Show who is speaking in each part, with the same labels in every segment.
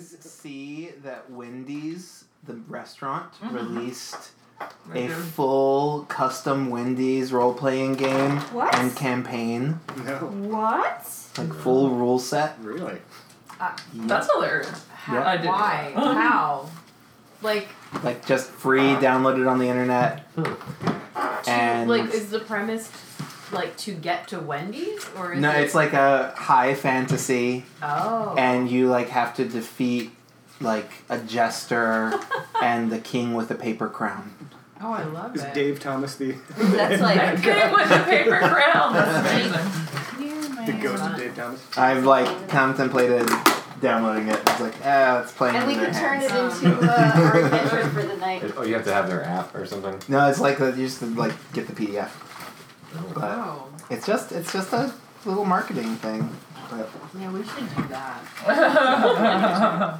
Speaker 1: see that Wendy's, the restaurant,
Speaker 2: Mm-hmm.
Speaker 1: released
Speaker 3: I
Speaker 1: a
Speaker 3: do.
Speaker 1: full custom Wendy's role playing game
Speaker 2: What?
Speaker 1: and campaign,
Speaker 3: No.
Speaker 2: What?
Speaker 1: like full rule set.
Speaker 3: Really?
Speaker 4: That's hilarious.
Speaker 2: How,
Speaker 1: Yep.
Speaker 3: I did.
Speaker 2: Why? How? Like,
Speaker 1: Like just free, downloaded on the internet.
Speaker 4: To-
Speaker 1: And
Speaker 4: like, is the premise like to get to Wendy's or is
Speaker 1: no,
Speaker 4: it,
Speaker 1: it's like a high fantasy,
Speaker 4: oh
Speaker 1: and you like have to defeat like a jester and the king with a paper crown.
Speaker 4: oh I love
Speaker 3: Is
Speaker 4: it.
Speaker 3: Dave Thomas the
Speaker 2: That's like-
Speaker 4: That kid with the paper crown. That's
Speaker 2: Right.
Speaker 4: amazing.
Speaker 3: the ghost of Dave Thomas?
Speaker 1: I've like contemplated downloading it. It's like, ah, it's playing.
Speaker 2: and we
Speaker 1: in their
Speaker 2: can turn
Speaker 1: hands.
Speaker 2: it
Speaker 4: hands.
Speaker 2: into uh, our adventure for the night.
Speaker 5: Oh, you have to have their app or something.
Speaker 1: No, it's like that. You just like get the PDF, but
Speaker 4: Oh
Speaker 1: it's just it's just a little marketing thing. But
Speaker 4: yeah, we should do that.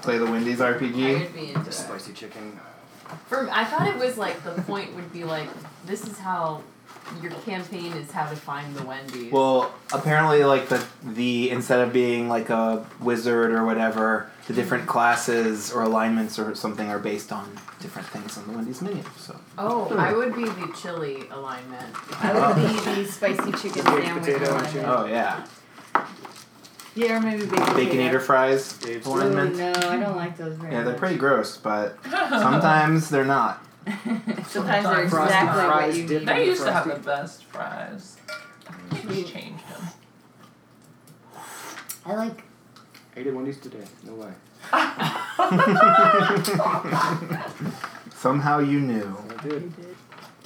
Speaker 1: play the Wendy's
Speaker 4: I
Speaker 1: RPG.
Speaker 4: would be into
Speaker 3: The
Speaker 4: that.
Speaker 3: spicy chicken.
Speaker 4: For I thought it was like the point would be like this is how your campaign is how to find the Wendy's.
Speaker 1: Well, apparently, like the the instead of being like a wizard or whatever, the different classes or alignments or something are based on different things on the Wendy's menu. So
Speaker 4: oh,
Speaker 1: hmm.
Speaker 4: I would be the chili alignment.
Speaker 2: I would be the spicy chicken
Speaker 3: Baked
Speaker 2: sandwich.
Speaker 3: potato and
Speaker 2: one.
Speaker 3: chicken.
Speaker 1: oh yeah,
Speaker 2: Yeah, or maybe baked potato.
Speaker 1: baconator fries.
Speaker 3: Dave's
Speaker 2: Ooh,
Speaker 1: One mint.
Speaker 2: no, I don't like those very
Speaker 1: Yeah, they're
Speaker 2: much.
Speaker 1: pretty gross, but sometimes they're not.
Speaker 2: Sometimes they're exactly
Speaker 6: Frosted
Speaker 2: what
Speaker 3: fries
Speaker 2: you
Speaker 3: dip.
Speaker 2: need.
Speaker 6: They used to have the
Speaker 3: Frosty.
Speaker 6: best fries. They just changed them.
Speaker 2: I like.
Speaker 3: I ate at Wendy's today. No way.
Speaker 6: Oh,
Speaker 1: Somehow you knew.
Speaker 3: I did.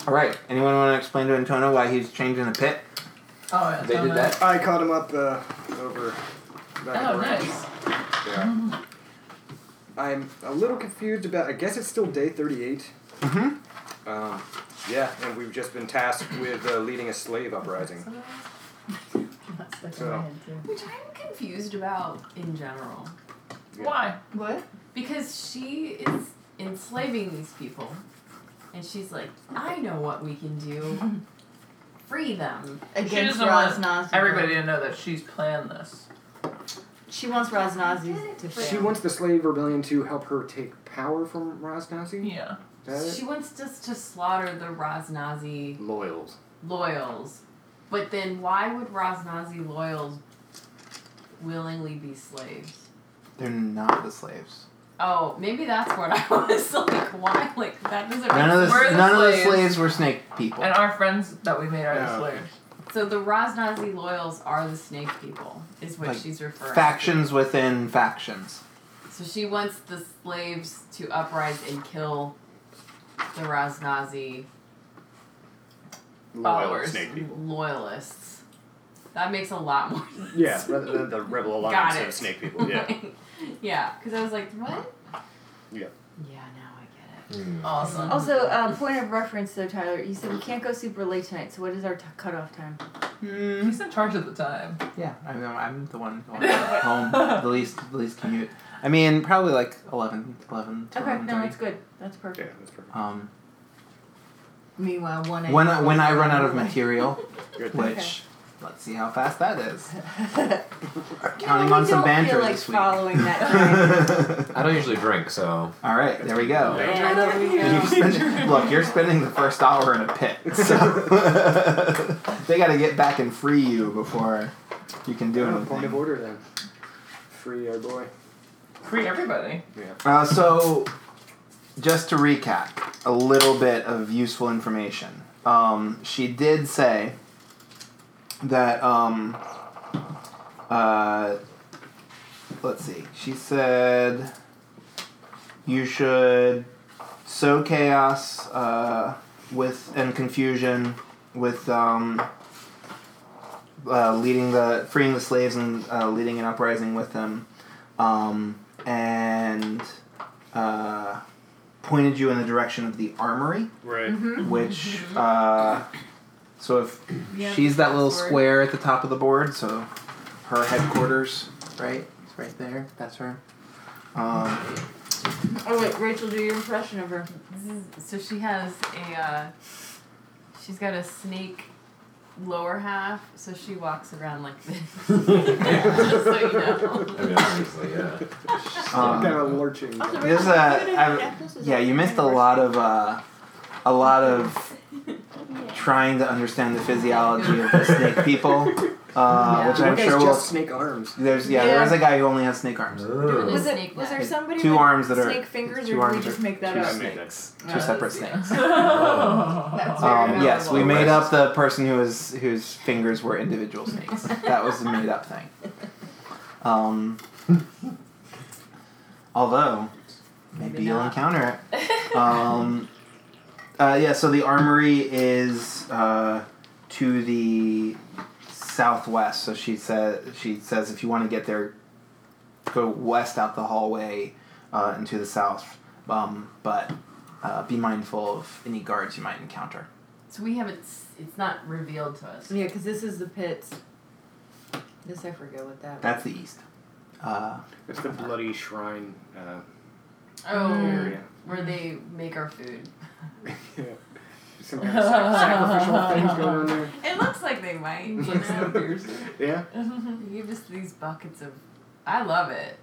Speaker 1: All right. Anyone want to explain to Antonio why he's changing the pit?
Speaker 6: Oh, yeah.
Speaker 5: They did that.
Speaker 3: I caught him up uh, over. back
Speaker 6: Oh,
Speaker 3: around.
Speaker 6: nice.
Speaker 3: Yeah. I'm a little confused about. I guess it's still day 38.
Speaker 1: Mm-hmm.
Speaker 3: Um, yeah, and we've just been tasked with uh, leading a slave uprising. So,
Speaker 4: Which I'm confused about in general.
Speaker 6: Why?
Speaker 2: What?
Speaker 4: Because she is enslaving these people. And she's like, I know what we can do. Free them.
Speaker 6: she
Speaker 2: Against
Speaker 6: doesn't want
Speaker 2: Raznazi.
Speaker 6: everybody to know that she's planned this.
Speaker 2: She wants Raznazi to fail.
Speaker 3: she wants the slave rebellion to help her take power from Rasnazi.
Speaker 6: Yeah.
Speaker 3: Is that
Speaker 4: She
Speaker 3: it?
Speaker 4: wants us to slaughter the Raznazi
Speaker 3: Loyals.
Speaker 4: loyals. But then why would Raznazi loyals willingly be slaves?
Speaker 1: They're not the slaves.
Speaker 4: Oh, maybe that's what I was like, why? Like, that doesn't
Speaker 1: None of the,
Speaker 6: We're the
Speaker 1: none of the
Speaker 6: slaves.
Speaker 1: slaves were snake people.
Speaker 6: And our friends that we made are
Speaker 3: Yeah.
Speaker 6: the slaves.
Speaker 4: So the Raznazi loyals are the snake people, is what
Speaker 1: Like,
Speaker 4: she's referring
Speaker 1: Factions within factions.
Speaker 4: to. So she wants the slaves to uprise and kill the Raznazi
Speaker 6: Followers.
Speaker 4: loyalists. That makes a lot more sense.
Speaker 3: Yeah, rather than the rebel alliance
Speaker 4: Got it.
Speaker 3: of snake people. Yeah.
Speaker 4: yeah, because I was like, what?
Speaker 3: Yeah.
Speaker 4: Yeah, now I get
Speaker 6: Awesome.
Speaker 7: Oh.
Speaker 2: Also, um, point of reference though, Tyler, you said we can't go super late tonight, so what is our t- cutoff time?
Speaker 1: Mm,
Speaker 6: He's in charge of the time.
Speaker 1: yeah, I'm, I'm the one going home. The least, the least commute. I mean, probably like 11, 11 to
Speaker 2: Okay,
Speaker 1: 11:30.
Speaker 2: no, that's good. That's perfect.
Speaker 3: that's perfect.
Speaker 1: Um,
Speaker 2: Meanwhile, one
Speaker 1: when I, when I run out of material,
Speaker 3: Good.
Speaker 1: which
Speaker 2: Okay.
Speaker 1: let's see how fast that is.
Speaker 2: no,
Speaker 1: Counting
Speaker 2: we
Speaker 1: on some
Speaker 2: don't
Speaker 1: banter
Speaker 2: feel like
Speaker 1: this week.
Speaker 2: following that time.
Speaker 5: I don't usually drink, so
Speaker 1: All right, there we go.
Speaker 3: Yeah.
Speaker 2: Yeah, there we
Speaker 1: You
Speaker 2: go.
Speaker 1: spend- look, you're spending the first hour in a pit, so they got to get back and free you before you can do
Speaker 3: Uh, point of
Speaker 1: anything.
Speaker 3: order then. Free our boy.
Speaker 6: Free everybody.
Speaker 1: Uh, so, just to recap, a little bit of useful information. Um, she did say that. Um, uh, let's see. She said you should sow chaos uh, with and confusion with um, uh, leading the freeing the slaves and uh, leading an uprising with them, um, and uh, pointed you in the direction of the armory,
Speaker 3: Right.
Speaker 2: Mm-hmm.
Speaker 1: which. Uh, so if
Speaker 4: Yeah,
Speaker 1: Mm-hmm. she's that little
Speaker 4: password.
Speaker 1: square at the top of the board, so her headquarters, right? It's right there. That's her. Um,
Speaker 2: Oh wait, Rachel, do your impression of her.
Speaker 4: it. This is, so she has a, uh, she's got a snake lower half, so she walks around like this. Just so you know.
Speaker 5: I mean, obviously, yeah.
Speaker 1: Um,
Speaker 3: kind of lurching.
Speaker 8: Also,
Speaker 1: There's
Speaker 8: we're gonna-
Speaker 1: a-
Speaker 8: we're gonna do
Speaker 1: I've-
Speaker 8: Atlas as
Speaker 1: yeah,
Speaker 8: our
Speaker 1: you missed a lot of uh, a lot of
Speaker 8: anniversary. Yeah.
Speaker 1: trying to understand the physiology of the snake people, uh, which I'm
Speaker 3: Look, it's
Speaker 1: sure will.
Speaker 3: just snake arms.
Speaker 1: There's yeah, there is a guy who only has snake arms.
Speaker 4: Doing
Speaker 5: Ooh.
Speaker 4: this-
Speaker 2: Was it?
Speaker 4: Snake
Speaker 2: Was there
Speaker 4: neck.
Speaker 2: somebody
Speaker 1: Two
Speaker 2: with
Speaker 1: arms that are-
Speaker 2: snake fingers, or
Speaker 1: two
Speaker 2: did we
Speaker 1: arms
Speaker 2: just
Speaker 1: are-
Speaker 2: make that
Speaker 1: two
Speaker 2: up?
Speaker 1: snakes.
Speaker 6: Yeah,
Speaker 1: Two separate
Speaker 6: that's- yeah.
Speaker 1: snakes.
Speaker 6: Oh.
Speaker 4: Very
Speaker 1: Um, yes, we
Speaker 4: memorable.
Speaker 1: made up the person who was whose fingers were individual snakes. that was the made up thing. Um, although maybe,
Speaker 4: Maybe
Speaker 1: you'll
Speaker 4: not.
Speaker 1: encounter it. Um, uh, yeah, so the armory is uh, to the southwest. So she says she says if you want to get there, go west out the hallway uh, and to the south. Um, but uh, be mindful of any guards you might encounter.
Speaker 4: So we haven't. s- It's not revealed to us.
Speaker 2: Yeah, because this is the pits. This I forget what that.
Speaker 1: That's the east. Uh,
Speaker 9: It's the bloody shrine uh,
Speaker 4: Oh,
Speaker 9: area.
Speaker 4: where they make our food.
Speaker 3: Some kind of sac- sacrificial things going on there.
Speaker 4: It looks like they might. You
Speaker 6: Like so
Speaker 4: know,
Speaker 6: fierce.
Speaker 9: Yeah.
Speaker 4: you give us these buckets of. I love it.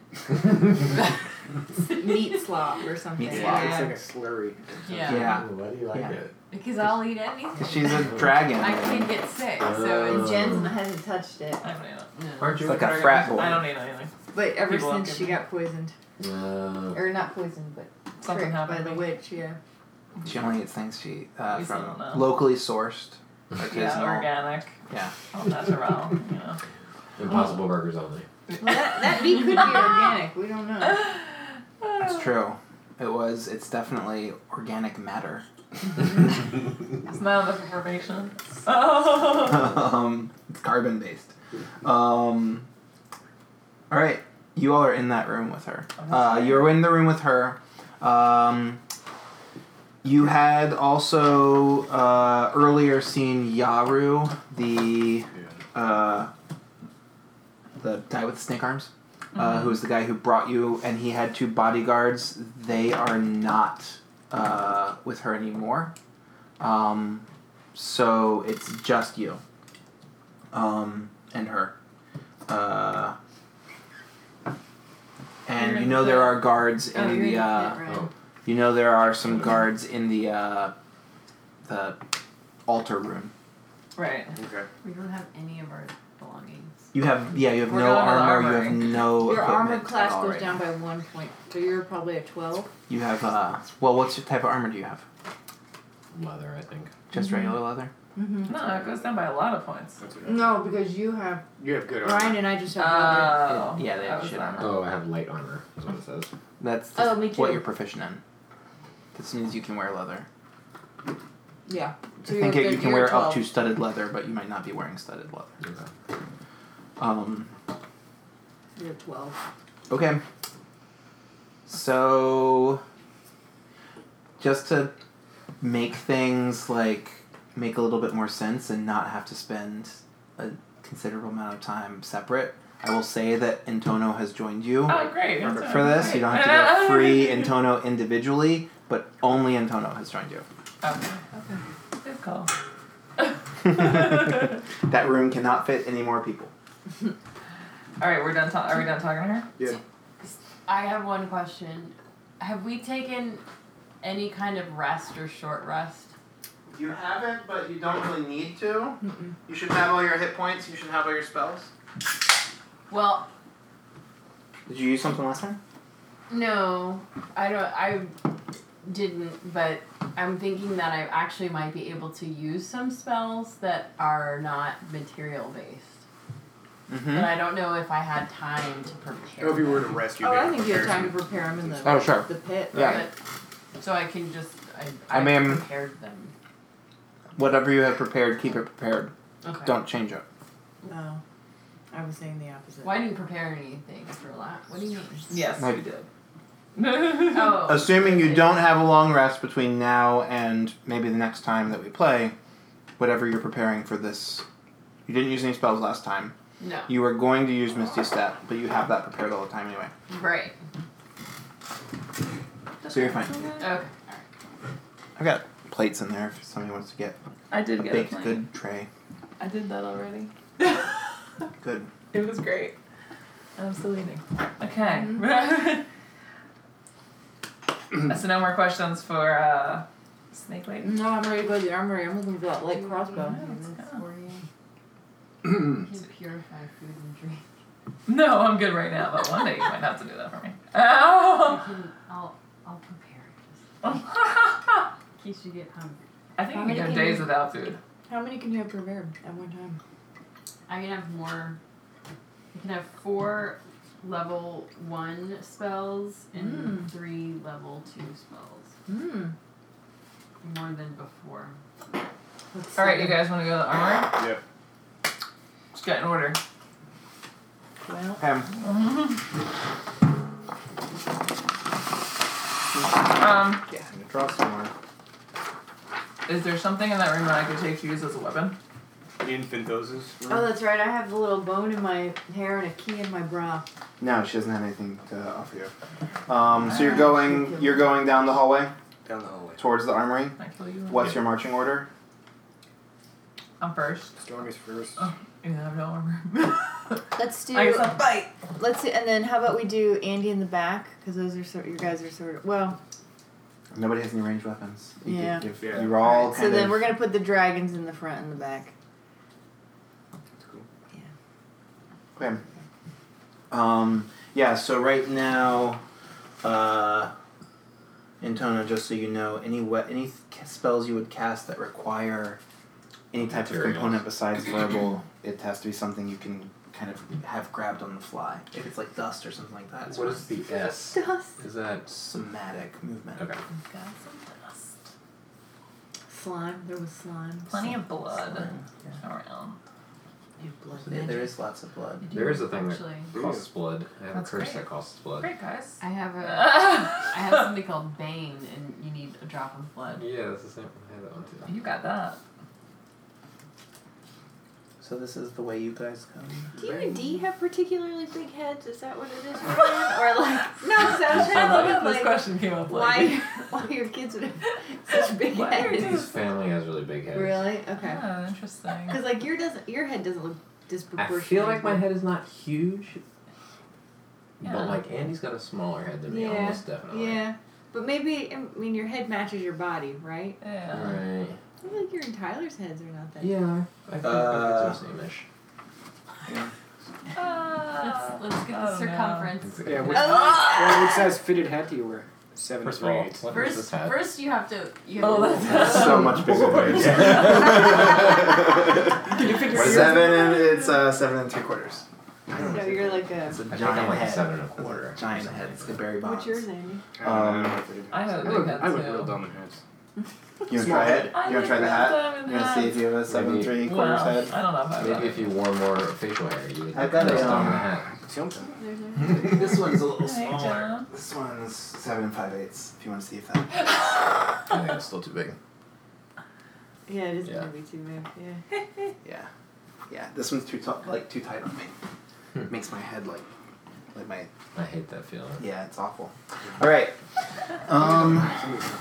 Speaker 2: meat slop or something.
Speaker 1: Meat slop.
Speaker 9: Yeah,
Speaker 4: Yeah.
Speaker 9: It's like a slurry.
Speaker 4: Yeah.
Speaker 1: yeah,
Speaker 5: Why do you like
Speaker 1: Yeah.
Speaker 5: it?
Speaker 4: Because I'll eat anything.
Speaker 1: she's a dragon.
Speaker 4: I can get sick, so
Speaker 5: Oh.
Speaker 2: Uh.
Speaker 4: it's
Speaker 1: uh,
Speaker 5: Jen's
Speaker 2: hasn't touched it.
Speaker 6: I don't need it.
Speaker 4: No.
Speaker 5: Aren't you
Speaker 1: It's like
Speaker 5: a
Speaker 1: a
Speaker 5: dragon?
Speaker 1: frat boy.
Speaker 6: I don't need anything.
Speaker 2: But ever
Speaker 6: People
Speaker 2: since she
Speaker 6: walking.
Speaker 2: got poisoned,
Speaker 5: No.
Speaker 2: or not poisoned, but tricked
Speaker 6: Something
Speaker 2: by
Speaker 6: happened. to
Speaker 2: the
Speaker 6: me.
Speaker 2: witch, yeah.
Speaker 1: She only gets things she uh,
Speaker 6: We still
Speaker 1: from
Speaker 6: don't know.
Speaker 1: locally sourced.
Speaker 6: Yeah,
Speaker 1: Artisanal.
Speaker 6: organic.
Speaker 1: Yeah.
Speaker 6: All natural. You know.
Speaker 5: Impossible burgers only.
Speaker 2: Well, that, that meat could be organic. We don't know.
Speaker 1: That's true. It was. It's definitely organic matter.
Speaker 6: It's not enough information.
Speaker 1: um, it's carbon based. Um, all right, you all are in that room with her. Uh, you're in the room with her. Um, you had also uh, earlier seen Yaru, the uh, the guy with the snake arms, uh, who was the guy who brought you, and he had two bodyguards. They are not uh, with her anymore. Um, so it's just you. Um, and her. Uh, and you know there are guards in
Speaker 2: Oh, you're in
Speaker 1: the. Uh,
Speaker 2: pit, right.
Speaker 5: oh.
Speaker 1: you know there are some guards in the uh, the altar room.
Speaker 6: right.
Speaker 9: Okay.
Speaker 4: We don't have any of our belongings.
Speaker 1: You have yeah. You have
Speaker 6: We're
Speaker 1: no
Speaker 6: going to the
Speaker 1: armor. You
Speaker 6: armory.
Speaker 1: have no.
Speaker 2: Your
Speaker 1: equipment
Speaker 2: armor class
Speaker 1: at all
Speaker 2: goes
Speaker 1: right
Speaker 2: down
Speaker 1: now.
Speaker 2: by one point, so you're probably at twelve.
Speaker 1: You have uh. Well, what's your type of armor? Do you have
Speaker 5: Leather, I think.
Speaker 1: just regular leather?
Speaker 2: Mm-hmm.
Speaker 6: No, it goes down by a lot of points.
Speaker 9: That's what I-
Speaker 2: No, because you have
Speaker 9: You have good
Speaker 2: Ryan
Speaker 9: armor.
Speaker 2: and I just have
Speaker 7: Uh,
Speaker 2: leather.
Speaker 6: Oh.
Speaker 1: Yeah, they
Speaker 6: that
Speaker 1: have
Speaker 6: was
Speaker 1: shit
Speaker 6: not-
Speaker 1: armor.
Speaker 5: Oh, I have light armor. Is what it says.
Speaker 1: That's just
Speaker 2: Oh, me
Speaker 1: what
Speaker 2: too.
Speaker 1: you're proficient in. This means you can wear leather.
Speaker 2: Yeah. So
Speaker 1: I
Speaker 2: you're
Speaker 1: think
Speaker 2: good-
Speaker 1: it, you can
Speaker 2: you're
Speaker 1: wear
Speaker 2: at 12.
Speaker 1: up to studded leather, but you might not be wearing studded leather.
Speaker 5: Okay.
Speaker 1: Um,
Speaker 2: You're at twelve.
Speaker 1: okay. So, just to make things like make a little bit more sense and not have to spend a considerable amount of time separate, I will say that Intono has joined you.
Speaker 6: Oh, great.
Speaker 1: Remember
Speaker 6: that's
Speaker 1: for
Speaker 6: right.
Speaker 1: this, you don't have to get free Intono individually, but only Intono has joined you.
Speaker 6: Okay. Good call.
Speaker 1: That room cannot fit any more people.
Speaker 6: All right, we're done. Ta- are we done talking to her?
Speaker 4: I have one question. Have we taken any kind of rest or short rest?
Speaker 1: You haven't, but you don't really need to. You should have all your hit points. You should have all your spells.
Speaker 4: Well,
Speaker 1: Did you use something last time?
Speaker 4: no. I don't I didn't, but I'm thinking that I actually might be able to use some spells that are not material based. But
Speaker 1: Mm-hmm.
Speaker 4: I don't know if I had time to prepare.
Speaker 9: Oh, if you were to
Speaker 4: them.
Speaker 9: rest, you
Speaker 2: Oh,
Speaker 9: could
Speaker 2: I think you have
Speaker 9: prepare
Speaker 2: time to
Speaker 9: some-
Speaker 2: prepare him in the
Speaker 1: Oh, sure.
Speaker 2: the pit.
Speaker 1: Yeah.
Speaker 4: But- so I can just I,
Speaker 1: I mean-
Speaker 4: prepared them.
Speaker 1: Whatever you have prepared, keep it prepared.
Speaker 4: Okay.
Speaker 1: Don't change it.
Speaker 2: No,
Speaker 7: Oh,
Speaker 2: I was saying the opposite.
Speaker 4: Why didn't you prepare anything for last? What do you mean?
Speaker 6: Yes.
Speaker 1: No, you did.
Speaker 4: Oh.
Speaker 1: Assuming you don't have a long rest between now and maybe the next time that we play, whatever you're preparing for this, you didn't use any spells last time.
Speaker 4: No.
Speaker 1: You were going to use Misty Step, but you have that prepared all the time anyway.
Speaker 4: Right.
Speaker 1: So you're fine.
Speaker 4: Okay. Alright.
Speaker 1: I've got plates in there if somebody wants to get
Speaker 6: I did
Speaker 1: a
Speaker 6: get a
Speaker 1: baked
Speaker 6: plan.
Speaker 1: good tray.
Speaker 6: I did that already.
Speaker 1: Good.
Speaker 6: It was great. And I'm still eating. Okay.
Speaker 1: Mm-hmm.
Speaker 6: so no more questions for uh, Snake Lady.
Speaker 7: No, I'm ready to go to the armory. I'm looking for that light crossbow.
Speaker 6: Yeah, let's go.
Speaker 4: Can purify food and drink.
Speaker 6: No, I'm good right now, but one day you might have to do that for me. Oh.
Speaker 4: I can, I'll, I'll prepare it
Speaker 6: I
Speaker 4: just in case you get hungry.
Speaker 6: think you can go days without food.
Speaker 7: How many can you have prepared at one time?
Speaker 4: I can have more. I can have four level one spells and
Speaker 7: Mm.
Speaker 4: three level two spells.
Speaker 7: Hmm.
Speaker 4: More than before.
Speaker 6: All right, you guys want to go to the armory?
Speaker 3: Yeah.
Speaker 6: Just get in order.
Speaker 7: Well,
Speaker 1: Pam, I'm
Speaker 6: Um,
Speaker 1: gonna draw some more.
Speaker 6: is there something in that room that I could take to use as a weapon?
Speaker 3: In Finthos's room.
Speaker 7: oh, that's right. I have a little bone in my hair and a key in my bra.
Speaker 1: No, she doesn't have anything to offer you. Um, so you're going you're going down the hallway
Speaker 3: Down the hallway.
Speaker 1: towards the armory.
Speaker 6: Can I kill you?
Speaker 1: What's your marching order?
Speaker 6: I'm first.
Speaker 3: Strongest first.
Speaker 6: Oh. Even though I have no armor.
Speaker 7: Let's do.
Speaker 6: I guess I'll bite.
Speaker 7: Let's see, and then how about we do Andy in the back? Because those are sort. Your guys are sort of. Well,
Speaker 1: Nobody has any ranged weapons. You
Speaker 7: Yeah.
Speaker 1: could give-
Speaker 3: Yeah.
Speaker 1: You're all
Speaker 7: so
Speaker 1: kind
Speaker 7: then
Speaker 1: of-
Speaker 7: we're gonna put the dragons in the front and the back.
Speaker 3: That's cool.
Speaker 1: Okay. Um, yeah, so right now, uh, Antona, just so you know, any we- any th- spells you would cast that require any type of
Speaker 5: Materials.
Speaker 1: component besides verbal, it has to be something you can kind of have grabbed on the fly. If it's like dust or something like that, it's
Speaker 5: What
Speaker 1: fine.
Speaker 5: is the S?
Speaker 7: Dust.
Speaker 5: Is that
Speaker 1: somatic movement.
Speaker 5: okay?
Speaker 6: Got some dust.
Speaker 7: Slime. There was slime.
Speaker 6: Plenty of blood
Speaker 1: Yeah.
Speaker 6: around.
Speaker 7: You blood
Speaker 1: There- There is lots of blood.
Speaker 5: There is a thing that
Speaker 4: Actually,
Speaker 5: costs blood. I have
Speaker 6: That's
Speaker 5: a curse
Speaker 6: great.
Speaker 5: that costs blood.
Speaker 6: Great guys.
Speaker 4: I have a. I have
Speaker 6: I
Speaker 4: something called Bane, and you need a drop of blood.
Speaker 5: Yeah, that's the same. I have that one too.
Speaker 6: you got that.
Speaker 1: So this is the way you guys come.
Speaker 7: Do you and D have particularly big heads? Is that what it is? Ryan? or like no, so I'm
Speaker 6: I
Speaker 7: trying to
Speaker 6: love
Speaker 7: look
Speaker 6: that
Speaker 7: at
Speaker 6: this
Speaker 7: like
Speaker 6: question came up.
Speaker 7: why
Speaker 6: Like,
Speaker 7: why your kids would have such big
Speaker 6: Why are
Speaker 7: heads.
Speaker 6: you-
Speaker 5: His family has really big heads.
Speaker 7: Really? Okay.
Speaker 6: Yeah, interesting.
Speaker 7: Because like your doesn't your head doesn't look
Speaker 5: I
Speaker 7: disproportionate.
Speaker 5: feel like my head is not huge,
Speaker 6: Yeah.
Speaker 5: but like Andy's got a smaller head than me,
Speaker 7: Yeah.
Speaker 5: almost definitely.
Speaker 7: Yeah, but maybe I mean your head matches your body, right?
Speaker 6: Yeah.
Speaker 5: Right.
Speaker 7: I feel like your and Tyler's heads are not that.
Speaker 5: Yeah. I think
Speaker 1: Uh,
Speaker 5: it's same-ish.
Speaker 6: Ah,
Speaker 4: Let's, let's get
Speaker 6: I
Speaker 4: the
Speaker 6: don't know.
Speaker 4: circumference.
Speaker 3: Yeah,
Speaker 5: Okay.
Speaker 3: which,
Speaker 7: Oh,
Speaker 3: well, which size fitted hat do you wear? Seven
Speaker 5: First of
Speaker 3: or
Speaker 5: all,
Speaker 3: eight.
Speaker 5: what is
Speaker 4: First,
Speaker 5: this hat?
Speaker 4: first you have to. You have
Speaker 6: Oh,
Speaker 4: to
Speaker 6: that's-
Speaker 1: That's so much bigger. than yours.
Speaker 3: Can you figure
Speaker 6: What is
Speaker 3: yours
Speaker 1: seven and it's uh, seven and three quarters.
Speaker 7: No, you're like uh, a.
Speaker 1: It's a
Speaker 5: I think
Speaker 1: giant
Speaker 5: I'm like
Speaker 1: head.
Speaker 5: seven and a
Speaker 1: It's a
Speaker 5: quarter.
Speaker 1: giant head. It's like Barry Bonds.
Speaker 7: What's yours, Amy?
Speaker 3: out? I don't know.
Speaker 1: Um,
Speaker 6: I have a
Speaker 3: I
Speaker 6: big
Speaker 3: look,
Speaker 6: head
Speaker 3: I look
Speaker 6: too.
Speaker 3: real dumb in hats.
Speaker 1: You wanna
Speaker 3: Small
Speaker 1: try it?
Speaker 3: head.
Speaker 1: You
Speaker 6: I
Speaker 1: wanna try
Speaker 6: look
Speaker 1: the
Speaker 6: real
Speaker 1: hat?
Speaker 6: dumb in
Speaker 1: You wanna see if you have a seven
Speaker 5: Maybe.
Speaker 1: three quarters
Speaker 6: Well,
Speaker 1: head?
Speaker 6: I don't know if I have
Speaker 5: Maybe
Speaker 6: that.
Speaker 5: if you wore more facial hair, you would
Speaker 1: I've got
Speaker 5: have
Speaker 1: a,
Speaker 5: a
Speaker 1: um,
Speaker 5: hat.
Speaker 3: Something.
Speaker 7: There's no-
Speaker 5: Hmm?
Speaker 1: this one's a little
Speaker 6: Hey, John.
Speaker 1: This one's seven and five eighths. If you want to see if that.
Speaker 5: I think it's still too big.
Speaker 7: Yeah, it is
Speaker 5: Yeah.
Speaker 7: gonna be too big. Yeah.
Speaker 1: Yeah, yeah. This one's too t- like too tight on me. Makes my head like like my
Speaker 5: I hate that feeling.
Speaker 1: yeah. It's awful. All right. Um.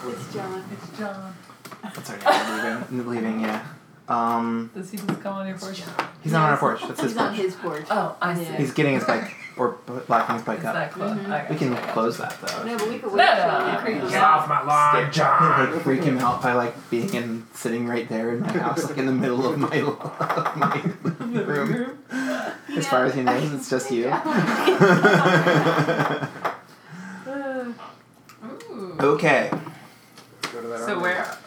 Speaker 7: It's John.
Speaker 6: It's John.
Speaker 1: That's alright. I'm leaving. I'm leaving. Yeah. Um.
Speaker 6: Does he just come on your porch?
Speaker 1: He's not on our porch. That's his
Speaker 7: He's on
Speaker 1: porch.
Speaker 7: his porch.
Speaker 6: Oh, I see. Mm-hmm.
Speaker 7: Yeah.
Speaker 1: He's getting his bike or locking his bike
Speaker 6: It's
Speaker 1: up.
Speaker 6: that close. uh,
Speaker 7: Mhm.
Speaker 6: I
Speaker 1: We can
Speaker 6: gotcha, I
Speaker 1: close that though.
Speaker 7: No, but we could
Speaker 6: No,
Speaker 7: wait till
Speaker 6: no,
Speaker 7: you
Speaker 6: no,
Speaker 7: creep
Speaker 6: no.
Speaker 7: him
Speaker 6: Get
Speaker 7: out.
Speaker 3: my
Speaker 1: It would freak him out by like being in sitting right there in my house, like in the middle of my of my
Speaker 6: gotcha.
Speaker 1: room. As far as he knows, it's just you.
Speaker 4: Ooh.
Speaker 1: okay.
Speaker 3: Go to that
Speaker 6: So
Speaker 3: armory.
Speaker 6: where?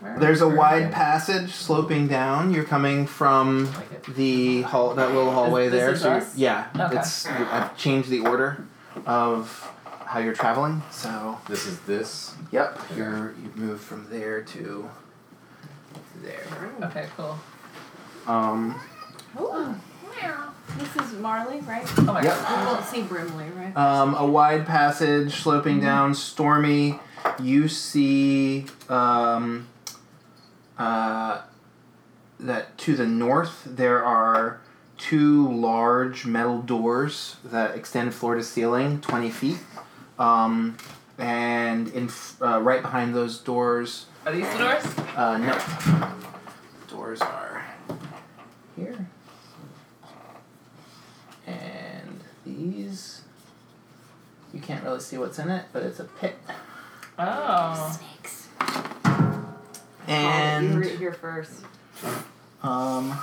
Speaker 6: where
Speaker 1: There's a
Speaker 6: where-
Speaker 1: wide passage sloping down. You're coming from
Speaker 5: I like it.
Speaker 1: the hall, that little hallway
Speaker 6: This- this
Speaker 1: there.
Speaker 6: is
Speaker 1: so you're-
Speaker 6: us?
Speaker 1: yeah,
Speaker 6: Okay.
Speaker 1: it's I've changed the order of how you're traveling. So
Speaker 5: This is this.
Speaker 1: yep, you're you move from there to there.
Speaker 6: Okay, cool.
Speaker 1: Um,
Speaker 7: Ooh. This is Marley, right?
Speaker 6: Oh my
Speaker 1: Yep.
Speaker 6: god.
Speaker 7: We won't see Brimley, right?
Speaker 1: Um, a wide passage sloping down, stormy. You see um, uh, that to the north there are two large metal doors that extend floor to ceiling, 20 feet. Um, and in f- uh, right behind those doors,
Speaker 6: Are these the doors?
Speaker 1: uh, no. Doors are can't really see what's in it, but it's a pit.
Speaker 6: Oh.
Speaker 7: Snakes.
Speaker 1: And
Speaker 7: you were here first.
Speaker 1: Um,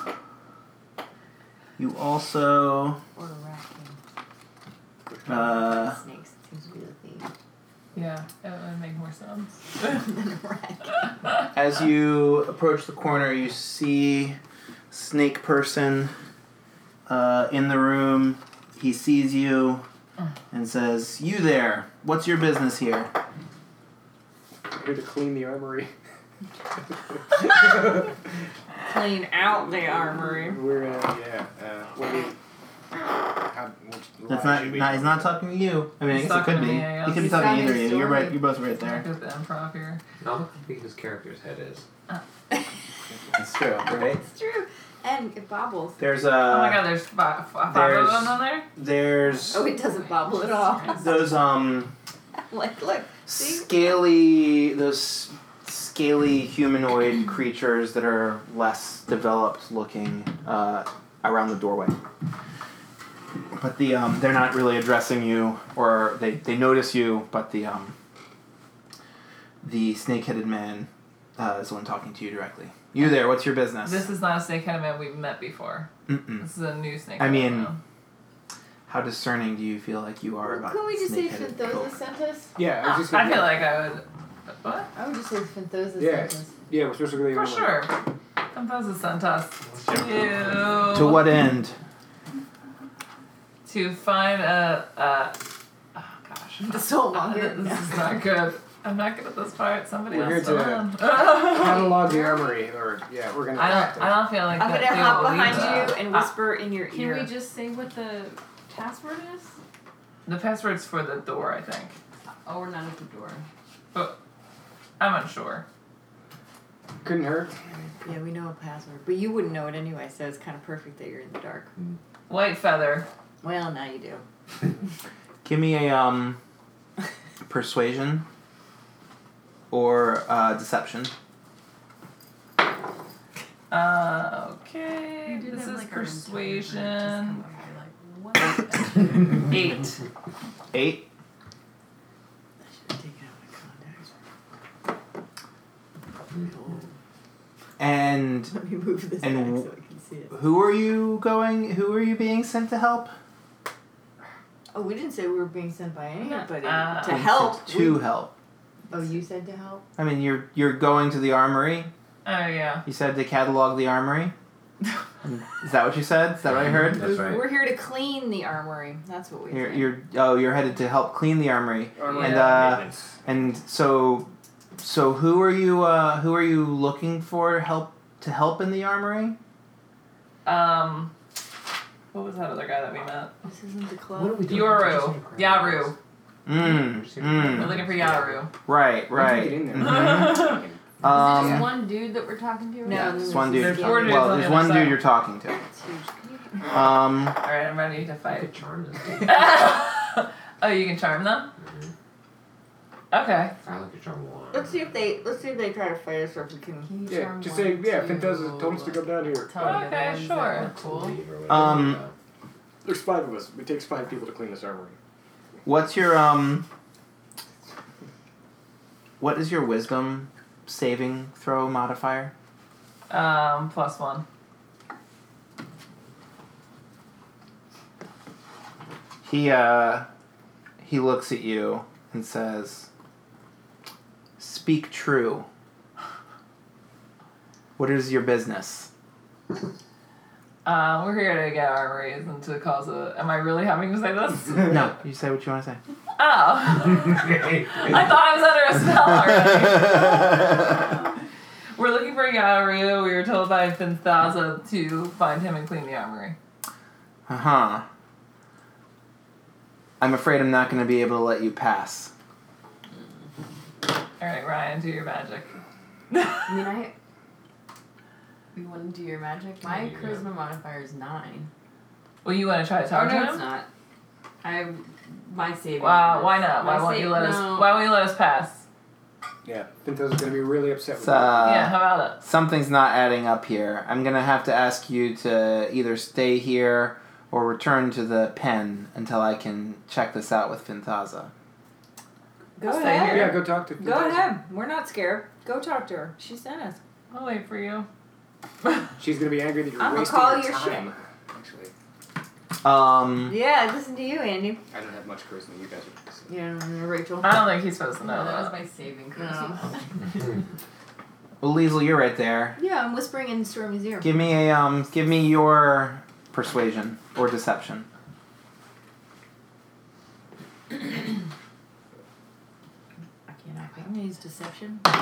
Speaker 1: you also
Speaker 7: Or a rat king.
Speaker 1: uh,
Speaker 7: Snakes seems to be the
Speaker 6: Yeah, that would make more sense.
Speaker 7: theme. rat king.
Speaker 1: as you approach the corner, you see Snake Person uh, in the room. He sees you and says, "You there? What's your business here?"
Speaker 3: Here to clean the armory.
Speaker 6: Clean out the armory.
Speaker 3: We're uh, yeah. Uh, what do we, how, which
Speaker 1: That's
Speaker 3: line
Speaker 1: not.
Speaker 3: should we-
Speaker 1: not he's not talking to you. I mean,
Speaker 6: He's
Speaker 1: I guess it could
Speaker 6: talking to
Speaker 1: be.
Speaker 6: me, I guess.
Speaker 1: he could be
Speaker 4: He's
Speaker 1: talking to
Speaker 4: telling
Speaker 1: either of
Speaker 4: his
Speaker 1: you. You're
Speaker 4: story.
Speaker 1: right. You're both right there.
Speaker 6: Look at the improv here.
Speaker 5: Not how big his character's head is.
Speaker 1: That's true, right?
Speaker 7: It's true. And it bobbles.
Speaker 1: There's a.
Speaker 6: oh my god, there's five, five
Speaker 1: Uh, there's-
Speaker 6: of them on there?
Speaker 1: There's
Speaker 7: Oh, it doesn't bobble at all.
Speaker 1: those um.
Speaker 7: like, look. See?
Speaker 1: scaly those scaly humanoid creatures that are less developed looking uh, around the doorway but the um, they're not really addressing you or they, they notice you but the um, the snake-headed man uh, is the one talking to you directly you there what's your business
Speaker 6: This is not a snake headed man we've met before.
Speaker 1: Mm-mm.
Speaker 6: This is a new snake.
Speaker 1: I mean, how discerning do you feel like you are about
Speaker 7: Can we just say
Speaker 1: snake-headed
Speaker 7: Finthosa
Speaker 1: folk?
Speaker 7: sent us?
Speaker 3: Yeah, I was just
Speaker 6: I
Speaker 3: gonna-
Speaker 6: feel like I would. What?
Speaker 7: I would just say Finthosa
Speaker 3: Yeah.
Speaker 7: sent us.
Speaker 3: yeah, we're supposed to go to the
Speaker 6: For
Speaker 3: armory.
Speaker 6: sure. Sometimes it's sent us. To,
Speaker 1: to what end
Speaker 6: To find a. a oh gosh.
Speaker 7: It's so long.
Speaker 6: This is not good. I'm not good at this part. Somebody
Speaker 3: We're
Speaker 6: else.
Speaker 3: here to-
Speaker 6: done.
Speaker 3: Catalog the armory, or yeah, we're gonna.
Speaker 6: I
Speaker 3: have
Speaker 6: don't.
Speaker 3: to-
Speaker 6: I don't feel like
Speaker 7: I'm
Speaker 6: that
Speaker 7: gonna
Speaker 6: they
Speaker 7: hop
Speaker 6: will leave
Speaker 7: behind you
Speaker 6: that.
Speaker 7: and
Speaker 6: Uh,
Speaker 7: whisper in your
Speaker 4: Can
Speaker 7: ear.
Speaker 4: we just say what the password is?
Speaker 6: the password's for the door, I think.
Speaker 4: Oh, we're not at the door.
Speaker 6: I'm unsure.
Speaker 3: Couldn't hurt.
Speaker 7: yeah, we know a password, but you wouldn't know it anyway, so it's kind of perfect that you're in the dark.
Speaker 6: White feather.
Speaker 7: Well, now you do.
Speaker 1: Give me a um, persuasion or uh, deception.
Speaker 6: Uh, okay. This is persuasion. Eight.
Speaker 1: Eight.
Speaker 7: I should have taken out my contacts.
Speaker 1: And
Speaker 7: Let me move this
Speaker 1: And
Speaker 7: back
Speaker 1: w-
Speaker 7: so I can see it.
Speaker 1: who are you going? Who are you being sent to help?
Speaker 7: Oh, we didn't say we were being sent by anybody
Speaker 6: Uh,
Speaker 7: to
Speaker 1: Being
Speaker 7: help.
Speaker 1: sent To
Speaker 7: We-
Speaker 1: help.
Speaker 7: oh, you said to help.
Speaker 1: I mean, you're you're going to the armory.
Speaker 6: Oh yeah.
Speaker 1: You said to catalog the armory. Is that what you said? Is that
Speaker 3: Mm-hmm.
Speaker 1: what I heard?
Speaker 5: Mm-hmm. That's
Speaker 7: We're-
Speaker 5: right.
Speaker 7: We're here to clean the armory. That's what we
Speaker 1: You're,
Speaker 7: said.
Speaker 1: you're oh you're headed to help clean the armory.
Speaker 3: Armory
Speaker 1: And,
Speaker 6: Yeah.
Speaker 1: uh,
Speaker 3: maintenance.
Speaker 1: And so, so who are you? Uh, who are you looking for help to help in the armory?
Speaker 6: Um, what was that other guy that we met?
Speaker 7: this isn't the club.
Speaker 5: What are we doing?
Speaker 6: Yoru. Yaru.
Speaker 1: Mm,
Speaker 6: We're
Speaker 1: mm.
Speaker 6: looking for Yaru.
Speaker 1: Right,
Speaker 3: Once we
Speaker 1: right.
Speaker 3: get in there.
Speaker 1: Mhm.
Speaker 4: is it
Speaker 1: Um,
Speaker 4: just one dude that we're talking to? right
Speaker 7: No,
Speaker 4: now?
Speaker 7: no,
Speaker 1: Just
Speaker 7: no,
Speaker 1: one
Speaker 7: this
Speaker 1: dude.
Speaker 7: is the
Speaker 6: Four
Speaker 7: other
Speaker 6: dudes
Speaker 1: well,
Speaker 6: on the
Speaker 1: there's
Speaker 6: other
Speaker 1: one
Speaker 6: side.
Speaker 1: dude you're talking
Speaker 7: one.
Speaker 1: to.
Speaker 7: It's huge. Can you get-
Speaker 1: Um,
Speaker 6: All right, I'm ready to
Speaker 5: I
Speaker 6: fight.
Speaker 5: could charm this dude.
Speaker 6: oh, you can charm them.
Speaker 5: Mhm.
Speaker 6: Okay.
Speaker 5: I could charm one.
Speaker 7: Let's see if they let's see if they try to fight us or if we can.
Speaker 4: Can you
Speaker 3: Yeah,
Speaker 4: charm
Speaker 3: just
Speaker 4: one
Speaker 3: say yeah.
Speaker 4: to,
Speaker 3: Fintaz told us to come down here.
Speaker 4: Tell the
Speaker 6: Okay,
Speaker 4: other ones that
Speaker 6: sure.
Speaker 4: were Cool.
Speaker 5: Leave or whatever.
Speaker 1: Um,
Speaker 5: Yeah.
Speaker 3: There's five of us. It takes five people to clean this armory.
Speaker 1: what's your um? What is your wisdom saving throw modifier?
Speaker 6: Um, plus one.
Speaker 1: He uh, he looks at you and says, "Speak true. What is your business?"
Speaker 6: Uh, we're here to get armories and to cause a. Am I really having to say this?
Speaker 1: No, you say what you want to say.
Speaker 6: Oh. I thought I was under a spell already. we're looking for Yaru. We were told by Finstaza to find him and clean the armory.
Speaker 1: Uh huh. I'm afraid I'm not going to be able to let you pass.
Speaker 6: All right, Ryan, do your magic.
Speaker 4: I mean, I. You want to do your magic? My
Speaker 5: Yeah.
Speaker 4: charisma modifier is nine.
Speaker 6: Well, you want to try to
Speaker 4: Oh
Speaker 6: talk
Speaker 4: no,
Speaker 6: to
Speaker 4: it's
Speaker 6: him?
Speaker 4: not. I. My saving.
Speaker 6: Wow,
Speaker 4: is-
Speaker 6: why not?
Speaker 4: my
Speaker 6: Why won't you
Speaker 4: sa-
Speaker 6: let us?
Speaker 4: no.
Speaker 6: Why won't you let us pass?
Speaker 3: Yeah, Finto's is gonna be really upset with
Speaker 1: So,
Speaker 4: Uh,
Speaker 3: us.
Speaker 6: yeah, how about
Speaker 1: something's not adding up here. I'm gonna have to ask you to either stay here or return to the pen until I can check this out with Fintaza.
Speaker 7: Go
Speaker 6: Stay
Speaker 7: ahead.
Speaker 3: Yeah, go talk to.
Speaker 7: Go ahead. We're not scared. Go talk to her. She sent us.
Speaker 6: I'll wait for you.
Speaker 3: She's gonna be angry that you're
Speaker 7: I'ma
Speaker 3: wasting
Speaker 7: call
Speaker 3: your
Speaker 7: your shit.
Speaker 3: time. Actually,
Speaker 1: Um,
Speaker 7: Yeah, listen to you, Andy.
Speaker 3: I don't have much charisma. You guys are.
Speaker 7: Yeah, Rachel.
Speaker 6: I don't think he's supposed to know
Speaker 4: No, that was
Speaker 6: that.
Speaker 4: my saving grace.
Speaker 7: No.
Speaker 1: well, Liesl, you're right there.
Speaker 7: Yeah, I'm whispering in Stormy's ear.
Speaker 1: Give me a um, give me your persuasion or deception.
Speaker 4: I
Speaker 7: I'm
Speaker 4: cannot
Speaker 7: gonna use deception.
Speaker 4: pick.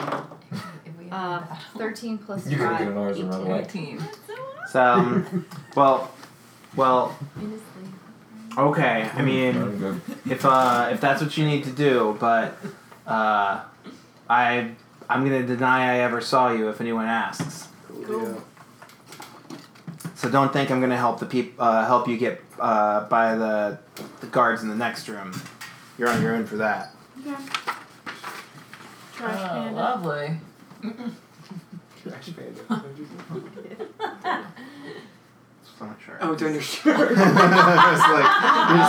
Speaker 4: If we
Speaker 7: Uh,
Speaker 4: have that.
Speaker 7: Thirteen plus
Speaker 5: You're gonna
Speaker 7: five.
Speaker 5: do an ours and run
Speaker 7: 18.
Speaker 5: away.
Speaker 6: 18.
Speaker 1: So, um, well, well,
Speaker 4: Honestly.
Speaker 1: okay. I mean,
Speaker 5: I'm good.
Speaker 1: if uh, if that's what you need to do, but uh, I I'm gonna deny I ever saw you if anyone asks.
Speaker 3: Cool.
Speaker 1: So don't think I'm gonna help the peop- uh, help you get uh, by the the guards in the next room. You're on your own for that.
Speaker 10: Okay. Trash
Speaker 6: Oh,
Speaker 10: panda.
Speaker 6: lovely.
Speaker 1: So I'm not sure.
Speaker 3: Oh, down your shirt.
Speaker 11: it's like you're just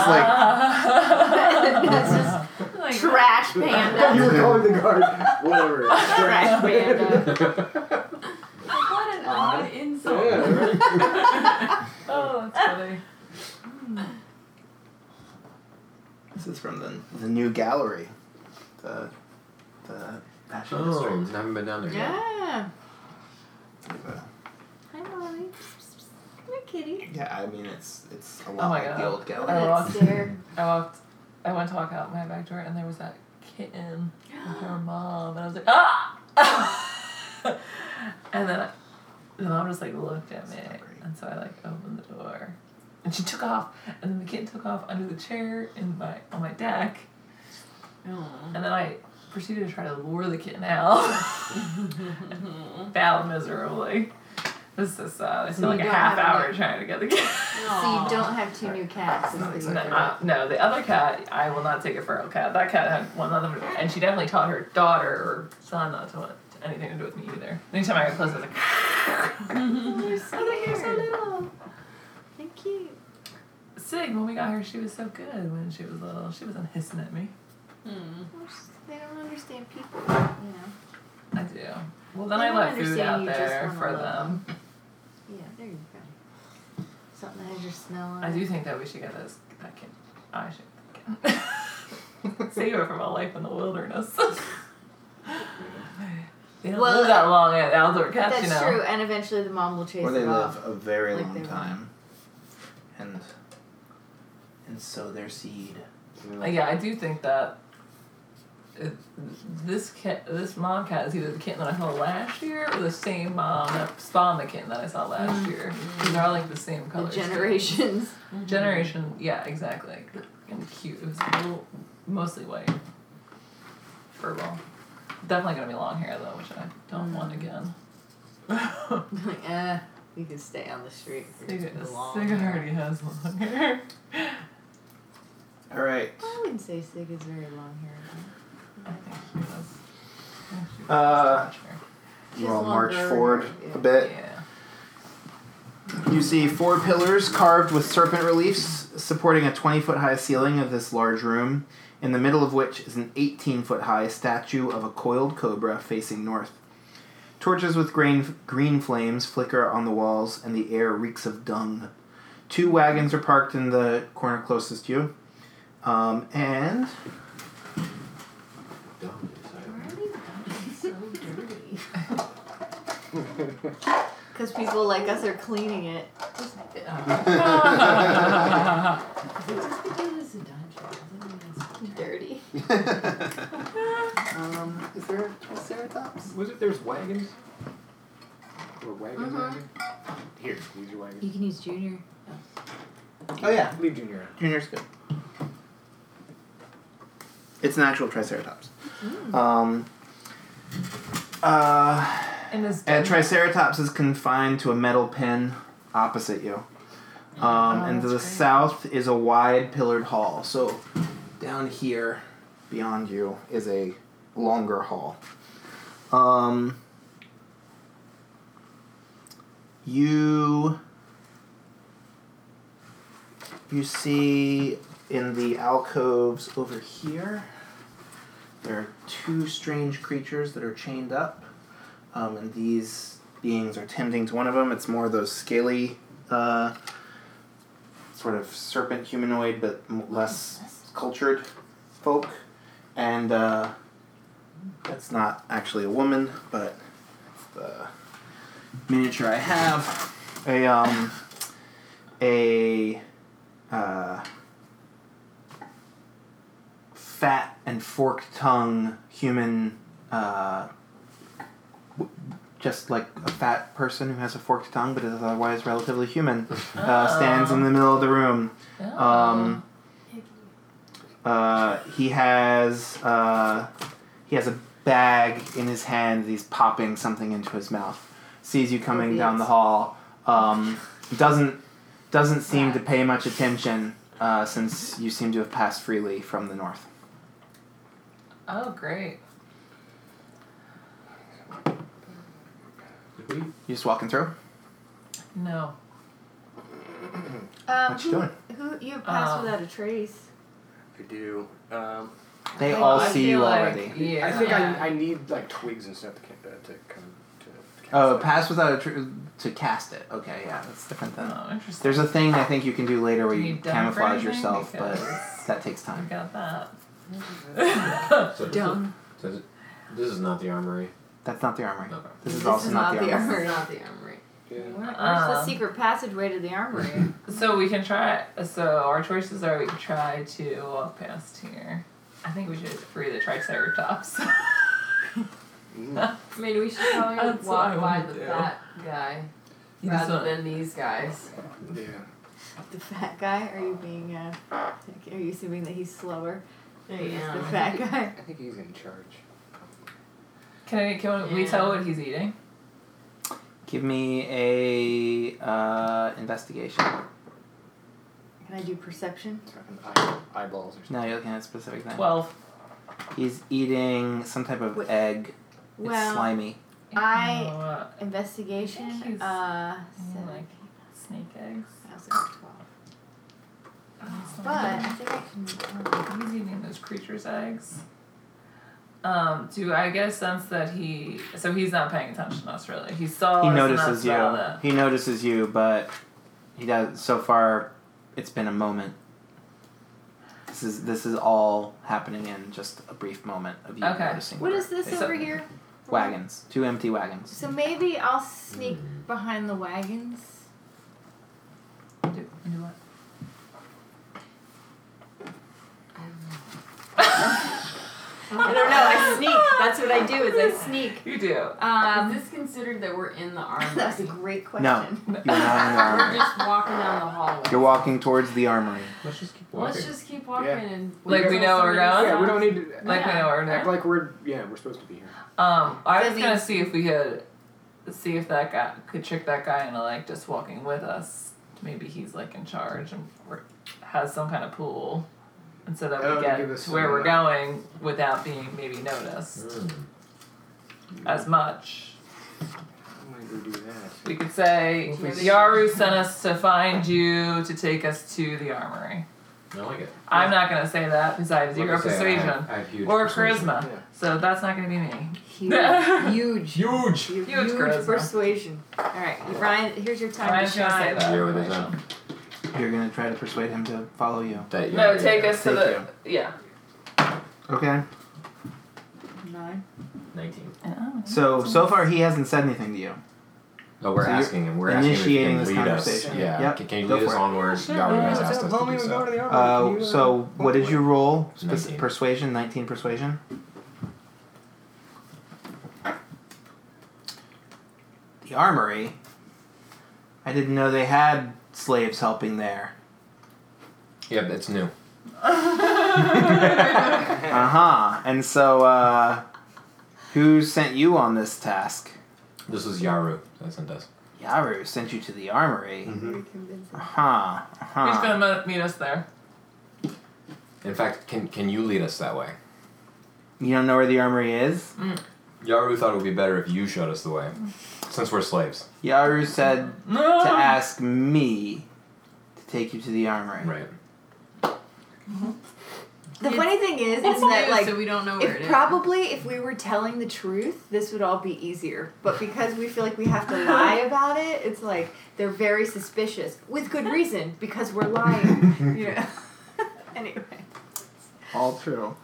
Speaker 11: like
Speaker 6: Ah.
Speaker 7: That's just trash
Speaker 3: you
Speaker 7: panda.
Speaker 3: were calling the guard. Whatever.
Speaker 7: trash panda.
Speaker 4: What an odd insult.
Speaker 3: Yeah.
Speaker 6: Oh, that's funny.
Speaker 1: This is from the
Speaker 11: the new gallery, the the fashion
Speaker 5: Oh, I haven't been down there yet.
Speaker 7: Yeah.
Speaker 11: district.
Speaker 7: Hi, Molly. Come here, kitty.
Speaker 11: Yeah, I mean it's it's a lot
Speaker 6: my
Speaker 11: like
Speaker 6: God.
Speaker 11: the old gallery.
Speaker 6: I walked,
Speaker 7: There.
Speaker 6: I walked, I went to walk out my back door and there was that kitten with her mom and I was like, ah! and then the mom just like looked at me and so I like opened the door and she took off and then the kitten took off under the chair in my on my deck and then I proceeded to try to lure the kitten out. Failed miserably. This is sad. I
Speaker 7: You
Speaker 6: spent like a
Speaker 7: don't
Speaker 6: half
Speaker 7: have a
Speaker 6: hour
Speaker 7: dog.
Speaker 6: trying to get the kitten.
Speaker 7: So you don't have two new cats. is what you're
Speaker 6: No,
Speaker 7: saying.
Speaker 6: uh, no, the other cat, I will not take a feral cat. That cat had one other, and she definitely taught her daughter or son not to want anything to do with me either. Anytime I got close, I was like,
Speaker 7: Oh, they're so little. They're cute.
Speaker 6: Sig, when we got her, she was so good when she was little. She wasn't hissing at me.
Speaker 7: They don't understand people. You know.
Speaker 6: I do. Well, then
Speaker 7: I
Speaker 6: I,
Speaker 7: don't
Speaker 6: let food
Speaker 7: understand
Speaker 6: out
Speaker 7: you just
Speaker 6: there
Speaker 7: wanna
Speaker 6: for
Speaker 7: love
Speaker 6: them.
Speaker 7: Yeah, there you go. Something that has your smell on
Speaker 6: I
Speaker 7: it.
Speaker 6: do think that we should get this that kid. I should get- save her from a life in the wilderness. they don't
Speaker 7: Well,
Speaker 6: live that long at outdoor cats,
Speaker 7: That's
Speaker 6: you know.
Speaker 7: true, and eventually the mom will chase
Speaker 1: Or they
Speaker 7: it
Speaker 1: live
Speaker 7: off.
Speaker 1: a very
Speaker 7: Like they
Speaker 1: long
Speaker 7: were.
Speaker 1: time. And and sow their seed.
Speaker 6: Uh, Yeah, I do think that uh, this cat, this mom cat, is either the kitten that I saw last year or the same mom that spawned the kitten that I saw last year. Because they're all like the same
Speaker 7: The
Speaker 6: color. scheme.
Speaker 7: generations.
Speaker 6: Generation, yeah, exactly. And cute. It was a little, mostly white. Furball. Definitely gonna be long hair though, which I don't want again.
Speaker 7: like, eh, you can stay on the street. You're just
Speaker 6: Sig
Speaker 7: belong
Speaker 6: Sig
Speaker 7: there.
Speaker 6: already has long hair.
Speaker 1: All right.
Speaker 7: I wouldn't say Sig is very long haired.
Speaker 6: I think he was. I think she was
Speaker 11: Uh,
Speaker 6: much hair.
Speaker 7: She's
Speaker 11: You all
Speaker 7: a long
Speaker 11: march
Speaker 7: bird.
Speaker 11: forward a
Speaker 1: uh,
Speaker 11: bit.
Speaker 6: Yeah.
Speaker 1: You see four pillars carved with serpent reliefs supporting a 20 foot high ceiling of this large room, in the middle of which is an 18 foot high statue of a coiled cobra facing north. Torches with green, green flames flicker on the walls, and the air reeks of dung. Two wagons are parked in the corner closest to you. Um, and
Speaker 5: Dumb, sorry.
Speaker 4: So dirty.
Speaker 7: Because people like us are cleaning it.
Speaker 4: Just because it's a dungeon doesn't mean it's
Speaker 7: Dirty.
Speaker 11: Um, is there a triceratops?
Speaker 3: Was it there's wagons? Or wagons?
Speaker 7: Mhm.
Speaker 3: out there? Here, use your wagon.
Speaker 7: You can use Junior.
Speaker 11: Oh yeah,
Speaker 3: Leave Junior out.
Speaker 1: Junior's good. It's an actual triceratops. Um, uh,
Speaker 6: And this
Speaker 1: And Triceratops is confined to a metal pen opposite you. Um,
Speaker 6: Oh,
Speaker 1: and to the
Speaker 6: that's great.
Speaker 1: south is a wide pillared hall. So down here, beyond you, is a longer hall. Um, you you see in the alcoves over here There are two strange creatures that are chained up, um, and these beings are tending to one of them. It's more of those scaly, uh, sort of serpent humanoid, but m- less cultured folk. And uh, that's not actually a woman, but it's the miniature I have. A um, a uh, fat and forked tongue human, uh, w- just like a fat person who has a forked tongue but is otherwise relatively human, uh, stands in the middle of the room. Um, uh, he has uh, he has a bag in his hand. He's popping something into his mouth. Sees you coming down the hall. Um, doesn't doesn't seem to pay much attention uh, since you seem to have passed freely from the north.
Speaker 6: Oh, great.
Speaker 5: Did we?
Speaker 1: You just walking through.
Speaker 6: No.
Speaker 12: Um,
Speaker 1: What
Speaker 12: who,
Speaker 1: you doing?
Speaker 12: Who you passed
Speaker 7: Uh,
Speaker 6: Um,
Speaker 12: without a trace?
Speaker 3: I do. Um,
Speaker 1: They
Speaker 6: Well,
Speaker 1: all
Speaker 6: I
Speaker 1: see
Speaker 6: feel
Speaker 1: you
Speaker 6: like-
Speaker 1: already.
Speaker 6: Yeah.
Speaker 3: I think
Speaker 6: Yeah.
Speaker 3: I, I need like twigs and stuff to, ca- uh, to come to.
Speaker 1: Oh,
Speaker 3: cast it.
Speaker 1: pass without a tr- to cast it. Okay, yeah, that's different than.
Speaker 6: Oh, interesting.
Speaker 1: There's a thing I think you can do later where
Speaker 6: Do
Speaker 1: you
Speaker 6: you dump or
Speaker 1: camouflage
Speaker 6: anything?
Speaker 1: yourself, but
Speaker 6: Because-
Speaker 1: that takes
Speaker 6: I
Speaker 1: time.
Speaker 6: got that.
Speaker 5: So this is-
Speaker 7: Dumb.
Speaker 5: so this- this is not the armory.
Speaker 1: That's not the armory.
Speaker 5: Okay.
Speaker 1: This is
Speaker 7: This
Speaker 1: also
Speaker 7: is
Speaker 1: not, the armory.
Speaker 7: armory.
Speaker 4: Not the armory.
Speaker 3: Yeah.
Speaker 12: Where, where's the
Speaker 6: Uh.
Speaker 12: secret passageway to the armory?
Speaker 6: So we can try. So our choices are we can try to walk past here. I think we should free the Triceratops.
Speaker 3: Mm-hmm.
Speaker 4: I mean, we should probably
Speaker 6: That's what I
Speaker 4: walk by
Speaker 6: wanna
Speaker 4: the
Speaker 6: do.
Speaker 4: fat guy
Speaker 6: You just
Speaker 4: rather
Speaker 6: wanna-
Speaker 4: than these guys.
Speaker 3: Yeah.
Speaker 7: The fat guy? Are you being, uh, like, are you assuming that he's slower?
Speaker 4: Yeah.
Speaker 7: He's the fat guy.
Speaker 3: I think he's in charge.
Speaker 6: Can I? Can we
Speaker 4: Yeah.
Speaker 6: tell what he's eating?
Speaker 1: Give me a uh, investigation.
Speaker 7: Can I do perception?
Speaker 3: It's like an eye, eyeballs or something.
Speaker 1: No, you're looking at a specific thing.
Speaker 6: Twelve.
Speaker 1: He's eating some type of
Speaker 7: Wait.
Speaker 1: egg. It's
Speaker 7: Well,
Speaker 1: slimy.
Speaker 7: I-
Speaker 6: Oh, uh,
Speaker 7: investigation.
Speaker 6: I think he's-
Speaker 7: uh,
Speaker 6: yeah,
Speaker 7: seven.
Speaker 6: like- snake eggs.
Speaker 7: I also got twelve. But I think I can.
Speaker 6: He's eating those creatures' eggs. Um, do I get a sense that he? So he's not paying attention to us really. He saw.
Speaker 1: He
Speaker 6: us and
Speaker 1: notices
Speaker 6: that's
Speaker 1: you.
Speaker 6: oh, about it.
Speaker 1: He notices you, but he does. So far, it's been a moment. This is this is all happening in just a brief moment of you
Speaker 6: Okay.
Speaker 1: noticing.
Speaker 12: What
Speaker 1: her.
Speaker 12: is this
Speaker 1: It's
Speaker 12: over
Speaker 1: a-
Speaker 12: here?
Speaker 1: Wagons. Two empty wagons.
Speaker 12: So maybe I'll sneak behind the wagons.
Speaker 6: Do, do what?
Speaker 7: I don't know. I sneak. That's what I do. Is I sneak.
Speaker 6: You do.
Speaker 7: Um,
Speaker 4: Is this considered that we're in the armory?
Speaker 7: that's a great question.
Speaker 1: You're not in the
Speaker 4: We're
Speaker 1: armory.
Speaker 4: just walking down the hallway.
Speaker 1: You're walking towards the armory.
Speaker 5: Let's just keep walking.
Speaker 4: Let's just keep walking
Speaker 3: Yeah.
Speaker 4: and
Speaker 6: Like,
Speaker 4: wait
Speaker 6: we
Speaker 4: till
Speaker 6: know where we're
Speaker 4: somebody
Speaker 6: going?
Speaker 3: Yeah, we don't
Speaker 4: stops.
Speaker 3: need to
Speaker 6: Like we know where we're
Speaker 3: act
Speaker 6: going.
Speaker 3: like we're yeah we're supposed to be here.
Speaker 6: Um, I was
Speaker 7: Does he-
Speaker 6: gonna see if we could see if that guy could trick that guy into like just walking with us. Maybe he's like in charge and we're- has some kind of pool, and so that we
Speaker 3: Oh, to
Speaker 6: get
Speaker 3: give us
Speaker 6: to where
Speaker 3: some,
Speaker 6: we're
Speaker 3: uh,
Speaker 6: going without being maybe noticed
Speaker 5: Mm.
Speaker 6: as much.
Speaker 3: How am I gonna do that?
Speaker 6: We could say
Speaker 3: Well, if we-
Speaker 6: Yaru sent us to find you to take us to the armory.
Speaker 5: I like it.
Speaker 6: I'm not gonna say that because I have
Speaker 5: Like
Speaker 6: zero
Speaker 5: I say, I have-
Speaker 6: persuasion
Speaker 5: I have huge
Speaker 6: or
Speaker 5: persuasion.
Speaker 6: charisma,
Speaker 3: Yeah.
Speaker 6: so that's not gonna be me.
Speaker 7: Huge. Huge.
Speaker 5: Huge.
Speaker 7: Huge,
Speaker 6: Huge charisma.
Speaker 7: persuasion. All right, Ryan. Here's your time
Speaker 6: Ryan's
Speaker 7: to
Speaker 6: gonna say
Speaker 7: shine.
Speaker 6: that.
Speaker 5: Zero it is up.
Speaker 1: You're gonna try to persuade him to follow you.
Speaker 5: That
Speaker 6: No,
Speaker 5: yeah,
Speaker 6: take
Speaker 5: yeah.
Speaker 6: us to
Speaker 1: Thank
Speaker 6: the yeah.
Speaker 1: Okay.
Speaker 7: Nine.
Speaker 5: Nineteen.
Speaker 1: So so far he hasn't said anything to you.
Speaker 5: Oh, we're
Speaker 1: So you're
Speaker 5: asking him. We're
Speaker 1: initiating
Speaker 5: asking if
Speaker 1: this
Speaker 5: he can lead
Speaker 1: conversation.
Speaker 5: us. Yeah.
Speaker 1: Yep,
Speaker 5: Can, can you
Speaker 1: go
Speaker 5: lead us
Speaker 1: for it.
Speaker 5: onward? Yaru has asked us
Speaker 3: tell me
Speaker 5: to do
Speaker 3: we go to
Speaker 5: so.
Speaker 3: the armory. Oh, Can
Speaker 1: Uh,
Speaker 3: you,
Speaker 1: so what is your roll? Spec-
Speaker 5: Nineteen.
Speaker 1: Persuasion, nineteen persuasion. The armory. I didn't know they had slaves helping there.
Speaker 5: Yeah, but it's new.
Speaker 1: Uh huh. And so, uh, who sent you on this task?
Speaker 5: This was Yaru that sent us.
Speaker 1: Yaru sent you to the armory.
Speaker 3: Mm.
Speaker 5: Mm-hmm.
Speaker 1: Uh huh. Uh
Speaker 6: He's gonna
Speaker 1: huh.
Speaker 6: mo- meet us there.
Speaker 5: In fact, can can you lead us that way?
Speaker 1: You don't know where the armory is?
Speaker 5: Yaru thought it would be better if you showed us the way, since we're slaves.
Speaker 1: Yaru said
Speaker 6: No.
Speaker 1: to ask me to take you to the armory.
Speaker 5: Right.
Speaker 7: The
Speaker 4: It's-
Speaker 7: funny thing is,
Speaker 4: It's
Speaker 7: is that
Speaker 4: new,
Speaker 7: like
Speaker 4: so we don't know where it
Speaker 7: If
Speaker 4: is.
Speaker 7: probably if we were telling the truth, this would all be easier. But because we feel like we have to lie about it, it's like they're very suspicious with good reason because we're lying. you know. anyway,
Speaker 1: All true.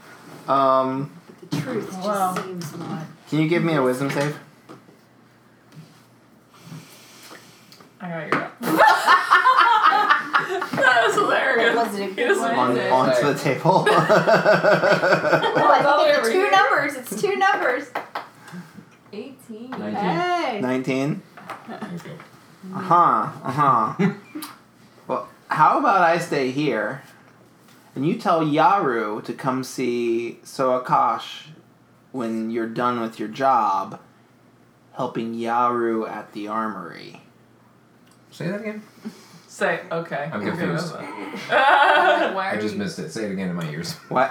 Speaker 1: Um,
Speaker 7: but the truth just
Speaker 6: Wow.
Speaker 7: seems not.
Speaker 1: can you give me a wisdom save?
Speaker 6: I got your up. that was hilarious.
Speaker 2: Was it a
Speaker 6: He
Speaker 2: good
Speaker 6: doesn't
Speaker 2: one?
Speaker 6: want
Speaker 1: On,
Speaker 6: it.
Speaker 1: onto the table.
Speaker 7: Oh, I think
Speaker 6: over
Speaker 7: it's two
Speaker 6: here.
Speaker 7: numbers. It's two numbers.
Speaker 4: 18.
Speaker 5: Nineteen.
Speaker 7: Hey.
Speaker 1: Nineteen.
Speaker 5: Okay.
Speaker 1: Uh huh. Uh huh. well, how about I stay here, and you tell Yaru to come see Soakash when you're done with your job, helping Yaru at the armory.
Speaker 5: Say that again.
Speaker 6: Say, okay.
Speaker 5: I'm
Speaker 6: you're good
Speaker 5: confused.
Speaker 6: with that.
Speaker 4: Like, why
Speaker 5: I
Speaker 4: are
Speaker 5: just
Speaker 4: you-
Speaker 5: missed it. Say it again in my ears.
Speaker 1: Why?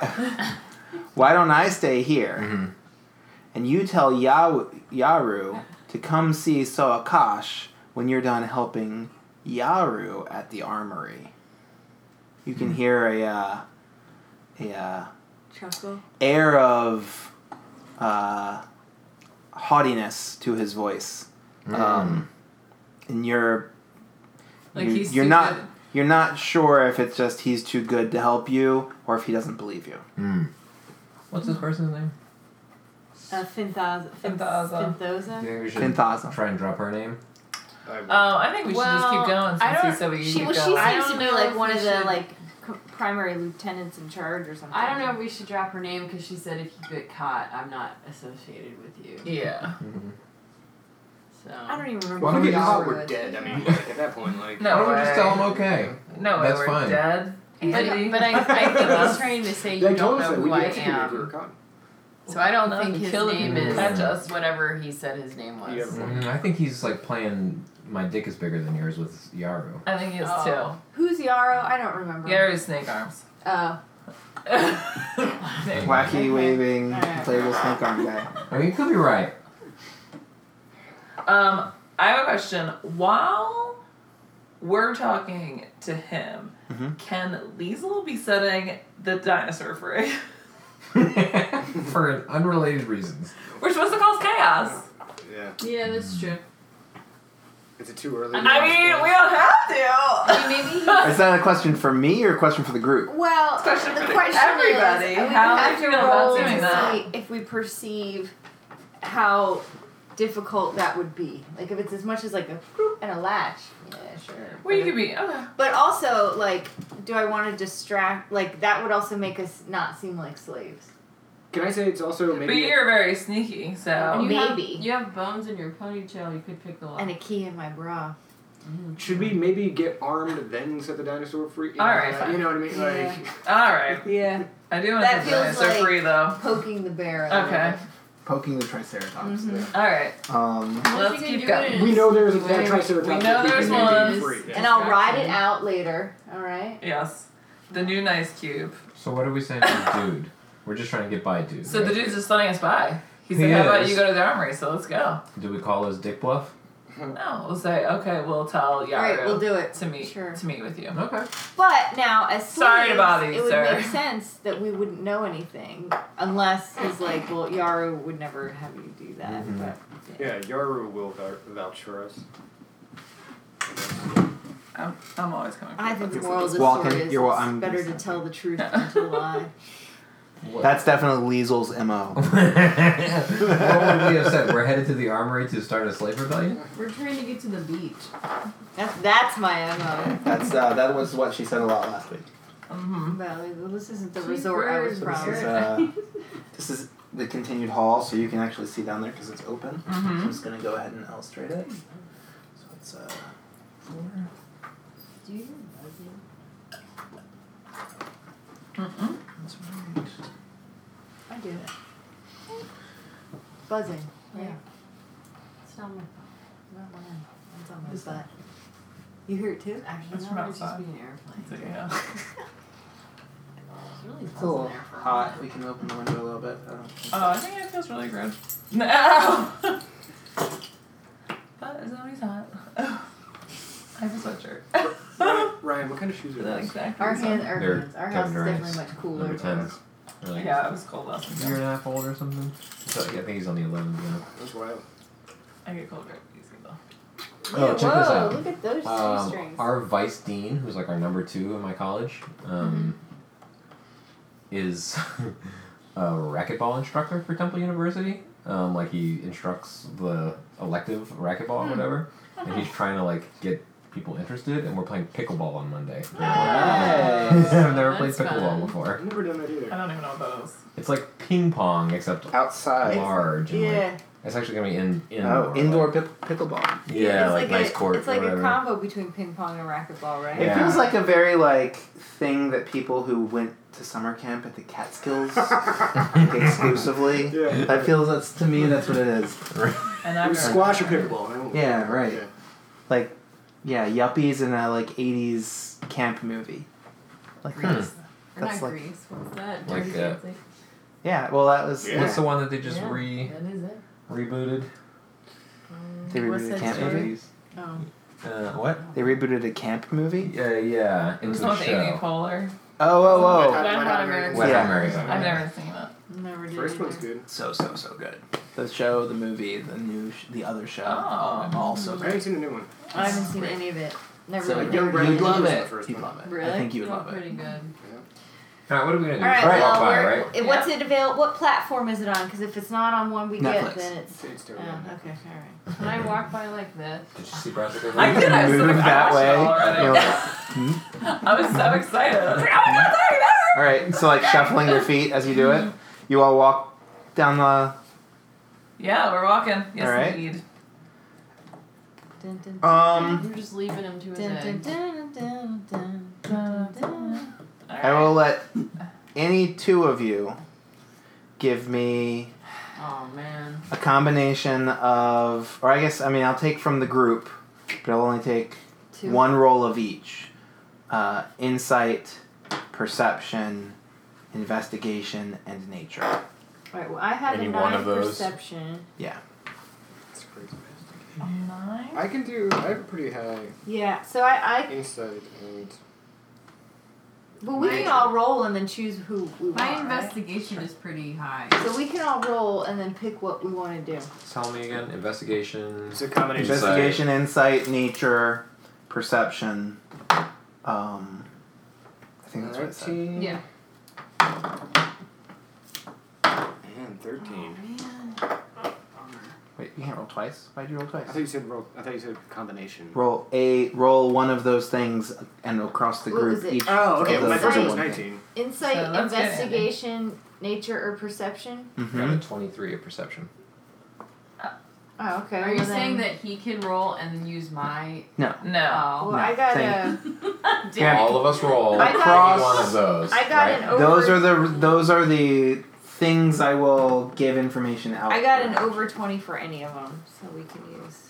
Speaker 1: why don't I stay here?
Speaker 5: Mm-hmm.
Speaker 1: And you tell Yaw- Yaru to come see Soakash when you're done helping Yaru at the armory. You can hear a uh, a uh,
Speaker 7: Chuckle.
Speaker 1: air of uh, haughtiness to his voice,
Speaker 5: Hmm.
Speaker 1: um, and you're
Speaker 4: Like
Speaker 1: you're,
Speaker 4: he's
Speaker 1: you're not
Speaker 4: stupid.
Speaker 1: you're not sure if it's just he's too good to help you or if he doesn't believe you.
Speaker 5: Mm.
Speaker 6: What's this person's name?
Speaker 7: Uh, Finthaza.
Speaker 6: Finthaza.
Speaker 5: Do you think we should
Speaker 1: Ten thousand.
Speaker 5: try and drop her name?
Speaker 9: I would.
Speaker 6: Oh, I think we should just
Speaker 7: Well,
Speaker 6: keep going
Speaker 7: I
Speaker 6: since he
Speaker 7: don't-
Speaker 6: said we
Speaker 7: She,
Speaker 6: keep
Speaker 7: well,
Speaker 6: going.
Speaker 7: she
Speaker 4: I
Speaker 7: seems
Speaker 4: don't
Speaker 7: to be
Speaker 4: know
Speaker 7: like
Speaker 4: if
Speaker 7: one
Speaker 4: we
Speaker 7: of the
Speaker 4: should-
Speaker 7: like c- primary lieutenants in charge or something.
Speaker 4: I don't know if we should drop her name because she said if you get caught, I'm not associated with you.
Speaker 6: yeah.
Speaker 5: Mm-hmm.
Speaker 4: So
Speaker 7: I don't even remember.
Speaker 5: Why don't
Speaker 7: who
Speaker 5: we
Speaker 7: the
Speaker 5: just-
Speaker 7: Yaru
Speaker 9: we're
Speaker 7: is.
Speaker 9: dead. I mean, like, at that point, like.
Speaker 6: No
Speaker 5: Why don't we just
Speaker 6: way.
Speaker 5: tell him okay?
Speaker 6: No way,
Speaker 5: That's
Speaker 6: we're
Speaker 5: fine.
Speaker 6: dead.
Speaker 4: But,
Speaker 6: Andy?
Speaker 4: but I, I think he's trying to say you
Speaker 3: They
Speaker 4: don't
Speaker 3: told us
Speaker 4: know
Speaker 3: that we
Speaker 4: who I
Speaker 3: did execute if we were
Speaker 4: am.
Speaker 3: caught.
Speaker 4: So I don't
Speaker 6: No,
Speaker 4: think
Speaker 6: you
Speaker 4: his
Speaker 6: kill him,
Speaker 4: name
Speaker 6: you
Speaker 4: is
Speaker 6: catch us.
Speaker 4: whatever he said his name was.
Speaker 3: You have a-
Speaker 5: Mm, I think he's like playing. My dick is bigger than yours with Yaru.
Speaker 6: I think he is
Speaker 4: Oh.
Speaker 7: Who's Yarrow? I don't remember.
Speaker 6: too. Gary's snake arms.
Speaker 7: Oh.
Speaker 6: Snake arms.
Speaker 1: Wacky waving
Speaker 7: Alright.
Speaker 1: playable snake arm guy.
Speaker 5: I mean, you could be right.
Speaker 6: Um, I have a question. While we're talking to him,
Speaker 5: Mm-hmm.
Speaker 1: Mhm.
Speaker 6: can Liesel be setting the dinosaur free?
Speaker 5: For unrelated reasons.
Speaker 6: we're supposed to cause chaos.
Speaker 9: Yeah.
Speaker 4: Yeah, that's true.
Speaker 9: Is it too early?
Speaker 6: I mean, we don't have to.
Speaker 4: I mean, maybe he
Speaker 1: Is that a question for me or a question for the group?
Speaker 7: Well,
Speaker 6: Question
Speaker 7: the
Speaker 6: for
Speaker 7: question
Speaker 6: everybody.
Speaker 7: is, we
Speaker 6: How
Speaker 7: have
Speaker 6: they
Speaker 7: to
Speaker 6: feel about
Speaker 7: roll
Speaker 6: doing
Speaker 7: to
Speaker 6: that.
Speaker 7: see if we perceive how difficult that would be. Like if it's as much as like a whoop and a lash. Yeah, sure.
Speaker 6: Well, you
Speaker 7: But-
Speaker 6: could be okay.
Speaker 7: But also, like, do I want to distract? Like that would also make us not seem like slaves.
Speaker 3: Can I say it's also
Speaker 6: But
Speaker 3: maybe.
Speaker 6: you're very sneaky, so
Speaker 4: you
Speaker 7: Maybe.
Speaker 4: Have, you have bones in your ponytail. You could pick the lock.
Speaker 7: And a key in my bra.
Speaker 3: Should we maybe get armed then set the dinosaur free? You know,
Speaker 6: Alright,
Speaker 3: uh,
Speaker 6: fine.
Speaker 3: You know what I mean?
Speaker 7: Yeah.
Speaker 3: Like.
Speaker 6: all right.
Speaker 7: Yeah.
Speaker 6: I do want
Speaker 7: That
Speaker 6: to
Speaker 7: feels
Speaker 6: dinosaur
Speaker 7: like-
Speaker 6: free though.
Speaker 7: Poking the bear. a little
Speaker 6: Okay.
Speaker 1: Poking the Triceratops.
Speaker 7: Mhm.
Speaker 6: All right.
Speaker 1: Um,
Speaker 4: Unless
Speaker 6: Let's
Speaker 4: you
Speaker 6: keep
Speaker 4: can do
Speaker 6: going.
Speaker 4: it in
Speaker 3: We know there's a
Speaker 4: Right.
Speaker 3: that triceratops.
Speaker 6: We know
Speaker 3: that
Speaker 6: there's
Speaker 3: can make
Speaker 6: one.
Speaker 3: it free, yeah.
Speaker 7: And I'll ride it out later. All right.
Speaker 6: Yes. The new nice cube.
Speaker 5: So what are we saying to dude? We're just trying to get by dude.
Speaker 6: So the
Speaker 5: right?
Speaker 6: dude's just letting us by. He said,
Speaker 5: He
Speaker 6: "How about
Speaker 5: is.
Speaker 6: you go to the armory?" So let's go.
Speaker 5: Do we call his dick bluff?
Speaker 6: No, we'll say, "Okay, we'll tell Yaru
Speaker 7: All right. We'll do it.
Speaker 6: to meet
Speaker 7: Sure.
Speaker 6: to meet with you."
Speaker 5: Okay.
Speaker 7: But now, as
Speaker 6: Sorry to
Speaker 7: slaves,
Speaker 6: bother you,
Speaker 7: it would
Speaker 6: sir.
Speaker 7: make sense that we wouldn't know anything unless he's like, well, Yaru would never have you do that.
Speaker 1: Mm-hmm.
Speaker 5: Mhm.
Speaker 7: But
Speaker 9: Yeah, Yaru will vou- vouch for us.
Speaker 6: I'm, I'm always coming.
Speaker 7: I think the moral of the
Speaker 1: Walking-
Speaker 7: story is
Speaker 1: you're wa-
Speaker 7: it's
Speaker 1: I'm-
Speaker 7: better to tell the truth than to lie.
Speaker 1: that's definitely Liesel's mo.
Speaker 5: what would we have said? We're headed to the armory to start a slave rebellion.
Speaker 4: We're trying to get to the beach.
Speaker 7: That's that's my mo.
Speaker 1: That's uh, that was what she said a lot last week.
Speaker 6: Mm-hmm.
Speaker 7: Well, this isn't the
Speaker 4: She's
Speaker 7: resort I was
Speaker 4: very
Speaker 1: This is
Speaker 7: promised.
Speaker 1: uh, this is the continued hall, so you can actually see down there because it's open. So I'm
Speaker 6: Mm-hmm.
Speaker 1: just gonna go ahead and illustrate it. So it's uh, four.
Speaker 7: Do you even love him?
Speaker 6: Mm-hmm.
Speaker 1: That's right.
Speaker 7: I do. Buzzing. Yeah.
Speaker 4: It's not my
Speaker 7: Not mine. It's on my butt. You hear it too?
Speaker 4: Actually,
Speaker 6: That's
Speaker 4: no,
Speaker 6: from
Speaker 4: it would just
Speaker 6: outside.
Speaker 4: be an airplane.
Speaker 6: So, yeah.
Speaker 4: It's really
Speaker 1: It's a little
Speaker 4: buzzing there for a
Speaker 1: hot.
Speaker 4: minute.
Speaker 1: We can open the window a little bit. I don't think
Speaker 6: Oh, I think it feels really good. No. but it's always hot. I have a sweatshirt.
Speaker 3: Ryan, what kind of shoes are
Speaker 6: That
Speaker 3: those?
Speaker 6: exact
Speaker 2: Our
Speaker 6: reason.
Speaker 2: hands, our
Speaker 5: They're
Speaker 2: hands, our house is
Speaker 5: Kevin
Speaker 2: definitely
Speaker 5: Durant's
Speaker 2: much cooler.
Speaker 5: Number
Speaker 2: than
Speaker 5: 10.
Speaker 2: ours.
Speaker 5: Really?
Speaker 6: Yeah, it was cold last
Speaker 8: year
Speaker 6: night.
Speaker 8: and a half old or something.
Speaker 5: So, I think he's on the 11th now.
Speaker 3: That's wild.
Speaker 6: I get cold very easy though.
Speaker 5: Oh,
Speaker 7: Yeah,
Speaker 5: check
Speaker 7: whoa,
Speaker 5: this out.
Speaker 7: Look at those
Speaker 5: Um,
Speaker 7: shoestrings.
Speaker 5: our vice dean, who's like our number two in my college, um,
Speaker 7: Mm-hmm.
Speaker 5: is a racquetball instructor for Temple University. Um, like he instructs the elective
Speaker 7: Hmm.
Speaker 5: racquetball or whatever, and he's trying to like get people interested. And we're playing pickleball on Monday. I've never played
Speaker 6: That's fun.
Speaker 5: pickleball before.
Speaker 3: I've never done that
Speaker 6: I
Speaker 3: either.
Speaker 6: don't even know those.
Speaker 5: It's like ping pong except
Speaker 1: Outside.
Speaker 5: large. And like,
Speaker 7: yeah,
Speaker 5: it's actually gonna be in indoor.
Speaker 1: Oh, indoor pick- pickleball.
Speaker 5: Yeah,
Speaker 7: it's
Speaker 5: like, nice
Speaker 7: a,
Speaker 5: court.
Speaker 7: It's like
Speaker 5: or
Speaker 7: a
Speaker 5: whatever.
Speaker 7: combo between ping pong and racquetball, right?
Speaker 1: It
Speaker 5: Yeah.
Speaker 1: feels like a very like thing that people who went to summer camp at the Catskills like, exclusively.
Speaker 3: Yeah.
Speaker 1: That feels that's to me that's what it is.
Speaker 6: And
Speaker 3: It
Speaker 6: I've
Speaker 3: was squash or pickleball. I don't-
Speaker 1: Yeah, right.
Speaker 3: Yeah.
Speaker 1: Like, yeah, yuppies in a like '80s camp movie. Like that's-
Speaker 4: Or not
Speaker 1: That's like-
Speaker 4: Greece. What's that?
Speaker 5: Like,
Speaker 4: Dirty
Speaker 5: uh,
Speaker 4: Dancing?
Speaker 1: yeah. Well, that was
Speaker 9: Yeah.
Speaker 5: What's the one that they just
Speaker 4: Yeah,
Speaker 5: re
Speaker 4: That is it.
Speaker 5: rebooted?
Speaker 1: they
Speaker 4: What's
Speaker 1: rebooted a
Speaker 4: that
Speaker 1: camp
Speaker 4: story?
Speaker 1: movie.
Speaker 4: Oh.
Speaker 5: Uh, what?
Speaker 1: They rebooted a camp movie.
Speaker 5: Yeah, yeah.
Speaker 6: It was
Speaker 5: Into a
Speaker 6: called Amy
Speaker 5: show.
Speaker 6: Poehler.
Speaker 1: Oh,
Speaker 9: Wet
Speaker 1: oh,
Speaker 9: Hot-
Speaker 1: oh!
Speaker 6: Wet
Speaker 9: Wet
Speaker 6: Hot
Speaker 9: Hot Americans.
Speaker 5: Wet
Speaker 1: Yeah.
Speaker 5: Hot Marys.
Speaker 6: I've never seen that.
Speaker 7: Never did.
Speaker 3: First
Speaker 7: either.
Speaker 3: one's good.
Speaker 1: So so so good. The show, the movie, the new, sh- the other show.
Speaker 6: Oh.
Speaker 1: um, also.
Speaker 3: I haven't seen the new one.
Speaker 7: I haven't seen any of it. Never.
Speaker 1: So
Speaker 7: really heard
Speaker 3: Young
Speaker 7: of
Speaker 3: Brandon
Speaker 1: you'd
Speaker 7: it.
Speaker 1: love
Speaker 3: Lee was
Speaker 1: it.
Speaker 3: the first
Speaker 1: you'd
Speaker 3: one.
Speaker 1: love it. I
Speaker 7: Really?
Speaker 1: think you would
Speaker 4: They're
Speaker 1: love
Speaker 4: pretty
Speaker 1: it.
Speaker 4: good.
Speaker 5: All right, what are we gonna do?
Speaker 7: All right.
Speaker 5: Walk
Speaker 7: well,
Speaker 5: by,
Speaker 7: we're-
Speaker 5: right?
Speaker 7: it- What's it avail? What platform is it on? Because if it's not on one we
Speaker 1: Netflix.
Speaker 7: get, then it's.
Speaker 3: It's, it's
Speaker 7: Oh,
Speaker 3: terrible.
Speaker 7: okay, all right.
Speaker 4: When I walk by like this,
Speaker 5: Did you see Brassica?
Speaker 6: I did. I was so
Speaker 1: Move
Speaker 6: excited.
Speaker 1: that way.
Speaker 6: I
Speaker 1: You're
Speaker 6: watched it
Speaker 1: like,
Speaker 6: already. I was so excited. I was like, oh my god, sorry, that
Speaker 1: all right. So like shuffling your feet as you do it. You all walk down the.
Speaker 6: Yeah, we're walking. Yes,
Speaker 1: All right.
Speaker 6: indeed.
Speaker 7: Dun, dun,
Speaker 1: Um,
Speaker 4: I'm just leaving him to his
Speaker 7: dun, dun,
Speaker 4: end.
Speaker 7: dun, dun, dun, dun, dun.
Speaker 6: All right.
Speaker 1: I will let any two of you give me
Speaker 4: Oh man.
Speaker 1: a combination of, or I guess I mean I'll take from the group, but I'll only take
Speaker 7: Two.
Speaker 1: one roll of each: uh, insight, perception, investigation, and nature.
Speaker 7: All right. Well, I have
Speaker 9: Any
Speaker 7: a
Speaker 9: one
Speaker 7: nine
Speaker 9: of those?
Speaker 7: perception.
Speaker 3: It's crazy.
Speaker 6: Nine.
Speaker 3: I can do. I have a pretty high
Speaker 7: Yeah. So I, I
Speaker 3: insight and
Speaker 7: well, we can
Speaker 4: Mine-
Speaker 7: all roll and then choose who we want.
Speaker 4: My
Speaker 7: right?
Speaker 4: investigation is pretty high.
Speaker 7: So we can all roll and then pick what we want to do.
Speaker 5: Tell me again. Investigation.
Speaker 3: it's a combination.
Speaker 5: Insight.
Speaker 1: Investigation, insight, nature, perception. Um, I think that's what it said.
Speaker 3: Nineteen
Speaker 4: Yeah.
Speaker 3: and thirteen.
Speaker 1: Wait, you can't roll twice. Why'd you roll
Speaker 3: I
Speaker 1: twice?
Speaker 3: thought you said roll. I thought you said combination.
Speaker 1: Roll a roll one of those things and across the
Speaker 7: What
Speaker 1: group
Speaker 7: was it? Uh,
Speaker 1: each.
Speaker 3: Oh, okay.
Speaker 1: of
Speaker 3: Well, my
Speaker 1: those
Speaker 3: first
Speaker 1: is
Speaker 3: one was
Speaker 1: thing.
Speaker 3: nineteen.
Speaker 7: Insight,
Speaker 6: So let's get it, Andy.
Speaker 7: investigation, nature, or perception.
Speaker 5: Got a
Speaker 1: Mhm.
Speaker 5: 23 of perception.
Speaker 7: Oh, okay.
Speaker 4: Are you
Speaker 7: well
Speaker 4: saying
Speaker 7: then-
Speaker 4: that he can roll and use my?
Speaker 6: No.
Speaker 7: Well,
Speaker 4: Oh.
Speaker 7: I got
Speaker 1: Same.
Speaker 7: a.
Speaker 1: Yeah.
Speaker 5: All of us roll
Speaker 7: I
Speaker 1: got-
Speaker 5: one of those.
Speaker 7: I got
Speaker 5: right?
Speaker 7: an over.
Speaker 1: Those are the those are the things I will give information out.
Speaker 7: I got an
Speaker 1: for.
Speaker 7: over twenty for any of them, so we can use.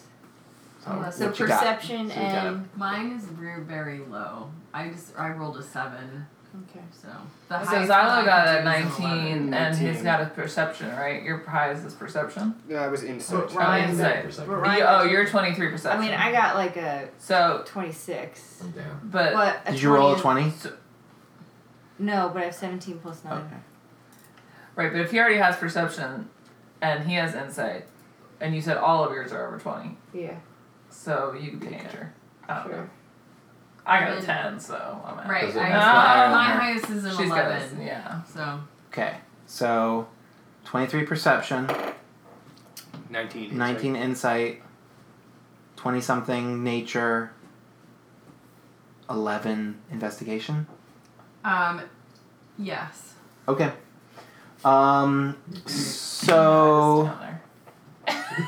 Speaker 1: So,
Speaker 7: So
Speaker 1: what you got?
Speaker 7: perception
Speaker 1: So you got
Speaker 7: and
Speaker 4: Mine is very very low. I just I rolled a seven,
Speaker 7: okay.
Speaker 4: so the
Speaker 6: So
Speaker 4: highest
Speaker 6: Zylo
Speaker 4: one
Speaker 6: got
Speaker 4: I
Speaker 6: a
Speaker 4: could do is an 11.
Speaker 6: 19, and he's
Speaker 3: 19.
Speaker 6: got a perception, right? Your prize is perception.
Speaker 3: No, I was insight.
Speaker 7: Well, Ryan's
Speaker 6: Oh, insight.
Speaker 5: Perception.
Speaker 7: But
Speaker 6: You-
Speaker 7: Ryan-
Speaker 6: oh, you're 23
Speaker 7: I
Speaker 6: perception.
Speaker 7: mean, I got like a
Speaker 6: so,
Speaker 7: twenty six,
Speaker 5: I'm down.
Speaker 6: but
Speaker 7: but a
Speaker 1: Did you roll a
Speaker 7: 20
Speaker 1: twenty?
Speaker 7: No, but I have seventeen plus nine.
Speaker 1: Okay.
Speaker 6: right, but if he already has perception, and he has insight, and you said all of yours are over 20,
Speaker 7: Yeah,
Speaker 6: so you could be nature. I don't know.
Speaker 7: sure.
Speaker 6: I got a
Speaker 4: Then-
Speaker 6: 10, so I'm out.
Speaker 4: Right.
Speaker 5: Doesn't
Speaker 4: I,
Speaker 6: matter.
Speaker 4: my highest is an
Speaker 6: She's got a,
Speaker 4: eleven.
Speaker 6: yeah.
Speaker 4: So
Speaker 1: Okay, so twenty three perception,
Speaker 3: Nineteen. insight.
Speaker 1: nineteen insight, twenty something nature, eleven investigation.
Speaker 4: um, yes.
Speaker 1: Okay. Um. So.
Speaker 6: Down there.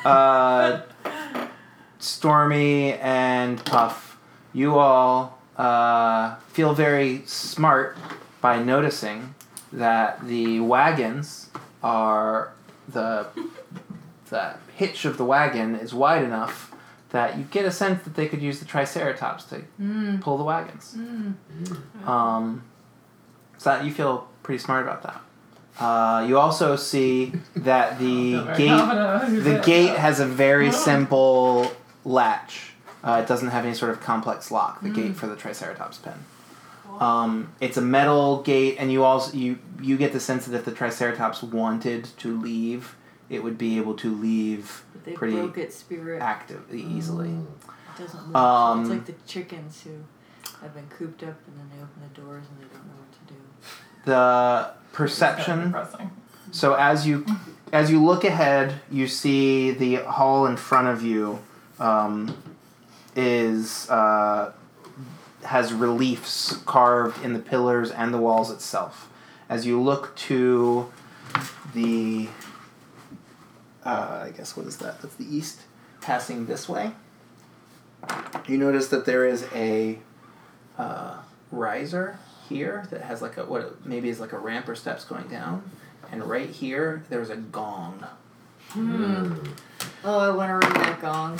Speaker 1: uh, Stormy and Puff, you all uh, feel very smart by noticing that the wagons are the the hitch of the wagon is wide enough that you get a sense that they could use the Triceratops to
Speaker 7: Mm.
Speaker 1: pull the wagons.
Speaker 7: Mm.
Speaker 1: Um, so that you feel pretty smart about that. Uh, you also see that the
Speaker 6: Very
Speaker 1: gate
Speaker 6: confident about who's
Speaker 1: the
Speaker 6: it.
Speaker 1: gate has a very
Speaker 7: Mm.
Speaker 1: simple latch. Uh, it doesn't have any sort of complex lock. The gate for the Triceratops pin. Um, it's a metal gate, and you also you you get the sense that if the Triceratops wanted to leave, it would be able to leave
Speaker 7: They
Speaker 1: Pretty
Speaker 7: broke Mm. its spirit.
Speaker 1: actively easily.
Speaker 7: It doesn't move.
Speaker 1: Um,
Speaker 7: it's like the chickens who have been cooped up and then they open the doors and they don't know what to do.
Speaker 1: The
Speaker 6: Kinda
Speaker 1: perception.
Speaker 6: depressing.
Speaker 1: So as you as you look ahead, you see the hall in front of you um, is uh, has reliefs carved in the pillars and the walls itself. As you look to the, uh, I guess what is that? That's the east. Passing this way, you notice that there is a uh, riser here that has like a what maybe is like a ramp or steps going down, and right here there's a gong.
Speaker 7: Oh, I want to ring that gong.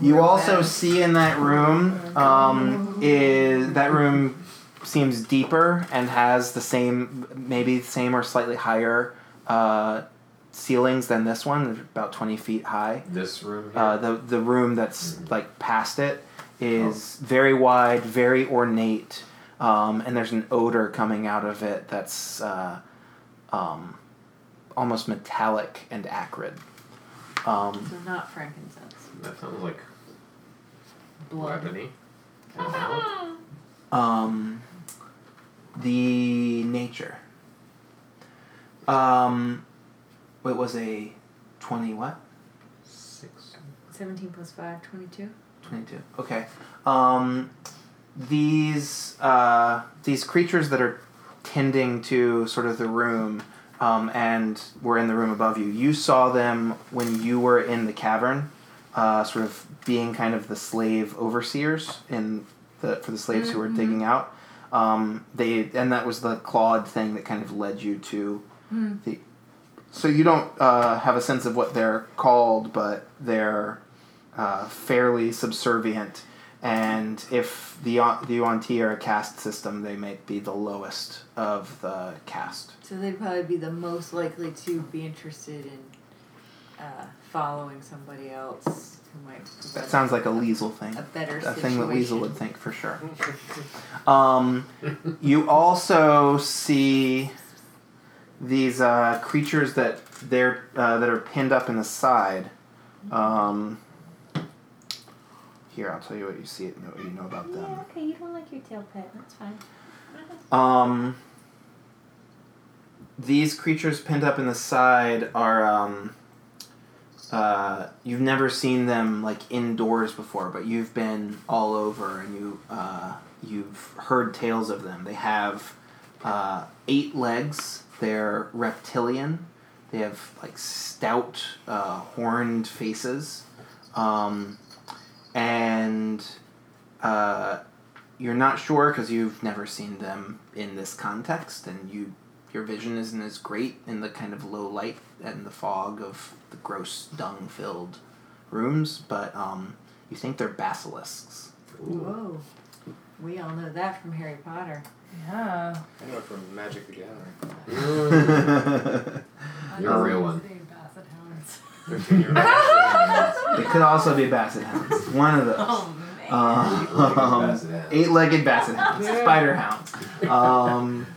Speaker 1: You
Speaker 7: We're
Speaker 1: also
Speaker 7: back.
Speaker 1: see in that room um, is that room seems deeper and has the same maybe the same or slightly higher uh, ceilings than this one, about twenty feet high.
Speaker 5: This room here.
Speaker 1: Uh, the the room that's like past it is very wide, very ornate, um, and there's an odor coming out of it that's uh, um, almost metallic and acrid. Um,
Speaker 7: So not frankincense.
Speaker 5: that sounds like
Speaker 7: Blood.
Speaker 5: ebony. Uh-huh. Wow.
Speaker 1: um, the nature. Um, it was a 20 what?
Speaker 5: Six.
Speaker 7: 17 plus 5, 22.
Speaker 1: 22. Okay. Um, these uh, these creatures that are tending to sort of the room um, and were in the room above you, you saw them when you were in the cavern, uh, sort of being kind of the slave overseers in the, for the slaves who were digging out. Um, they and that was the clawed thing that kind of led you to the. So you don't uh, have a sense of what they're called, but they're uh, fairly subservient, and if the O- the Yuan-Ti are a caste system, they may be the lowest of the caste.
Speaker 7: So they'd probably be the most likely to be interested in uh, following somebody else who might.
Speaker 1: That sounds like a Liesel thing.
Speaker 7: a better
Speaker 1: a
Speaker 7: situation.
Speaker 1: thing that Weasel would think for sure. um, you also see these uh, creatures that they're uh, that are pinned up in the side. Um, here, I'll tell you what you see. What you know about them.
Speaker 13: Yeah, okay, you don't like your tail pet. That's fine.
Speaker 1: Um, these creatures pinned up in the side are um, uh, you've never seen them like indoors before, but you've been all over and you uh, you've heard tales of them. They have uh, eight legs. They're reptilian. They have like stout, uh, horned faces, um, and uh, you're not sure because you've never seen them in this context, and you your vision isn't as great in the kind of low light and the fog of the gross dung filled rooms. But um, you think they're basilisks.
Speaker 7: Whoa. We all know that from Harry Potter.
Speaker 6: Yeah.
Speaker 3: I know it from Magic the Gathering.
Speaker 1: it
Speaker 5: You're a real one.
Speaker 3: Thirteen year old.
Speaker 1: could also be basset hounds. One of those.
Speaker 4: Oh man.
Speaker 1: Um, Eight-legged basset hounds, spider hounds. Um,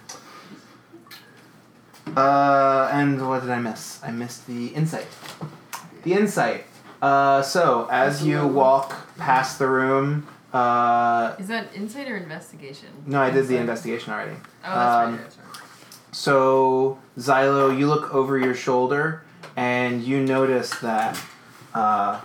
Speaker 1: uh, and what did I miss? I missed the insight. The insight. Uh, so as you walk past the room, uh,
Speaker 4: Is that insight or investigation?
Speaker 1: no, I did the
Speaker 4: Insight.
Speaker 1: investigation already.
Speaker 4: Oh, that's
Speaker 1: um,
Speaker 4: right. That's right.
Speaker 1: So Xylo, you look over your shoulder and you notice that uh,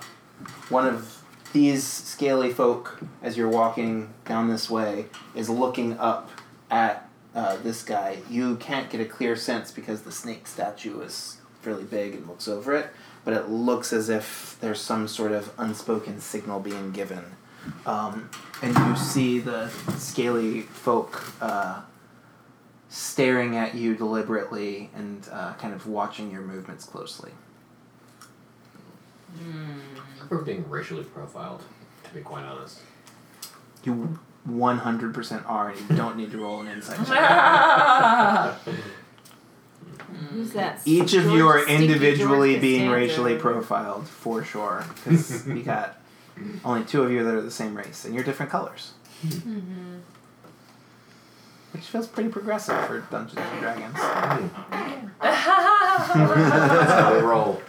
Speaker 1: one of these scaly folk, as you're walking down this way, is looking up at uh, this guy. You can't get a clear sense because the snake statue is fairly big and looks over it, but it looks as if there's some sort of unspoken signal being given. Um, and you see the scaly folk uh, staring at you deliberately and uh, kind of watching your movements closely.
Speaker 5: We're being racially profiled, to be quite honest.
Speaker 1: You 100% are, and you don't need to roll an insight check.
Speaker 7: Who's that?
Speaker 1: Each of you
Speaker 7: George
Speaker 1: are
Speaker 7: Stinky
Speaker 1: individually
Speaker 7: George
Speaker 1: being
Speaker 7: Costanza.
Speaker 1: racially profiled, for sure. Because you got
Speaker 7: Mm-hmm.
Speaker 1: only two of you that are the same race, and you're different colors. Which feels pretty progressive for Dungeons and Dragons.
Speaker 5: That's how we roll.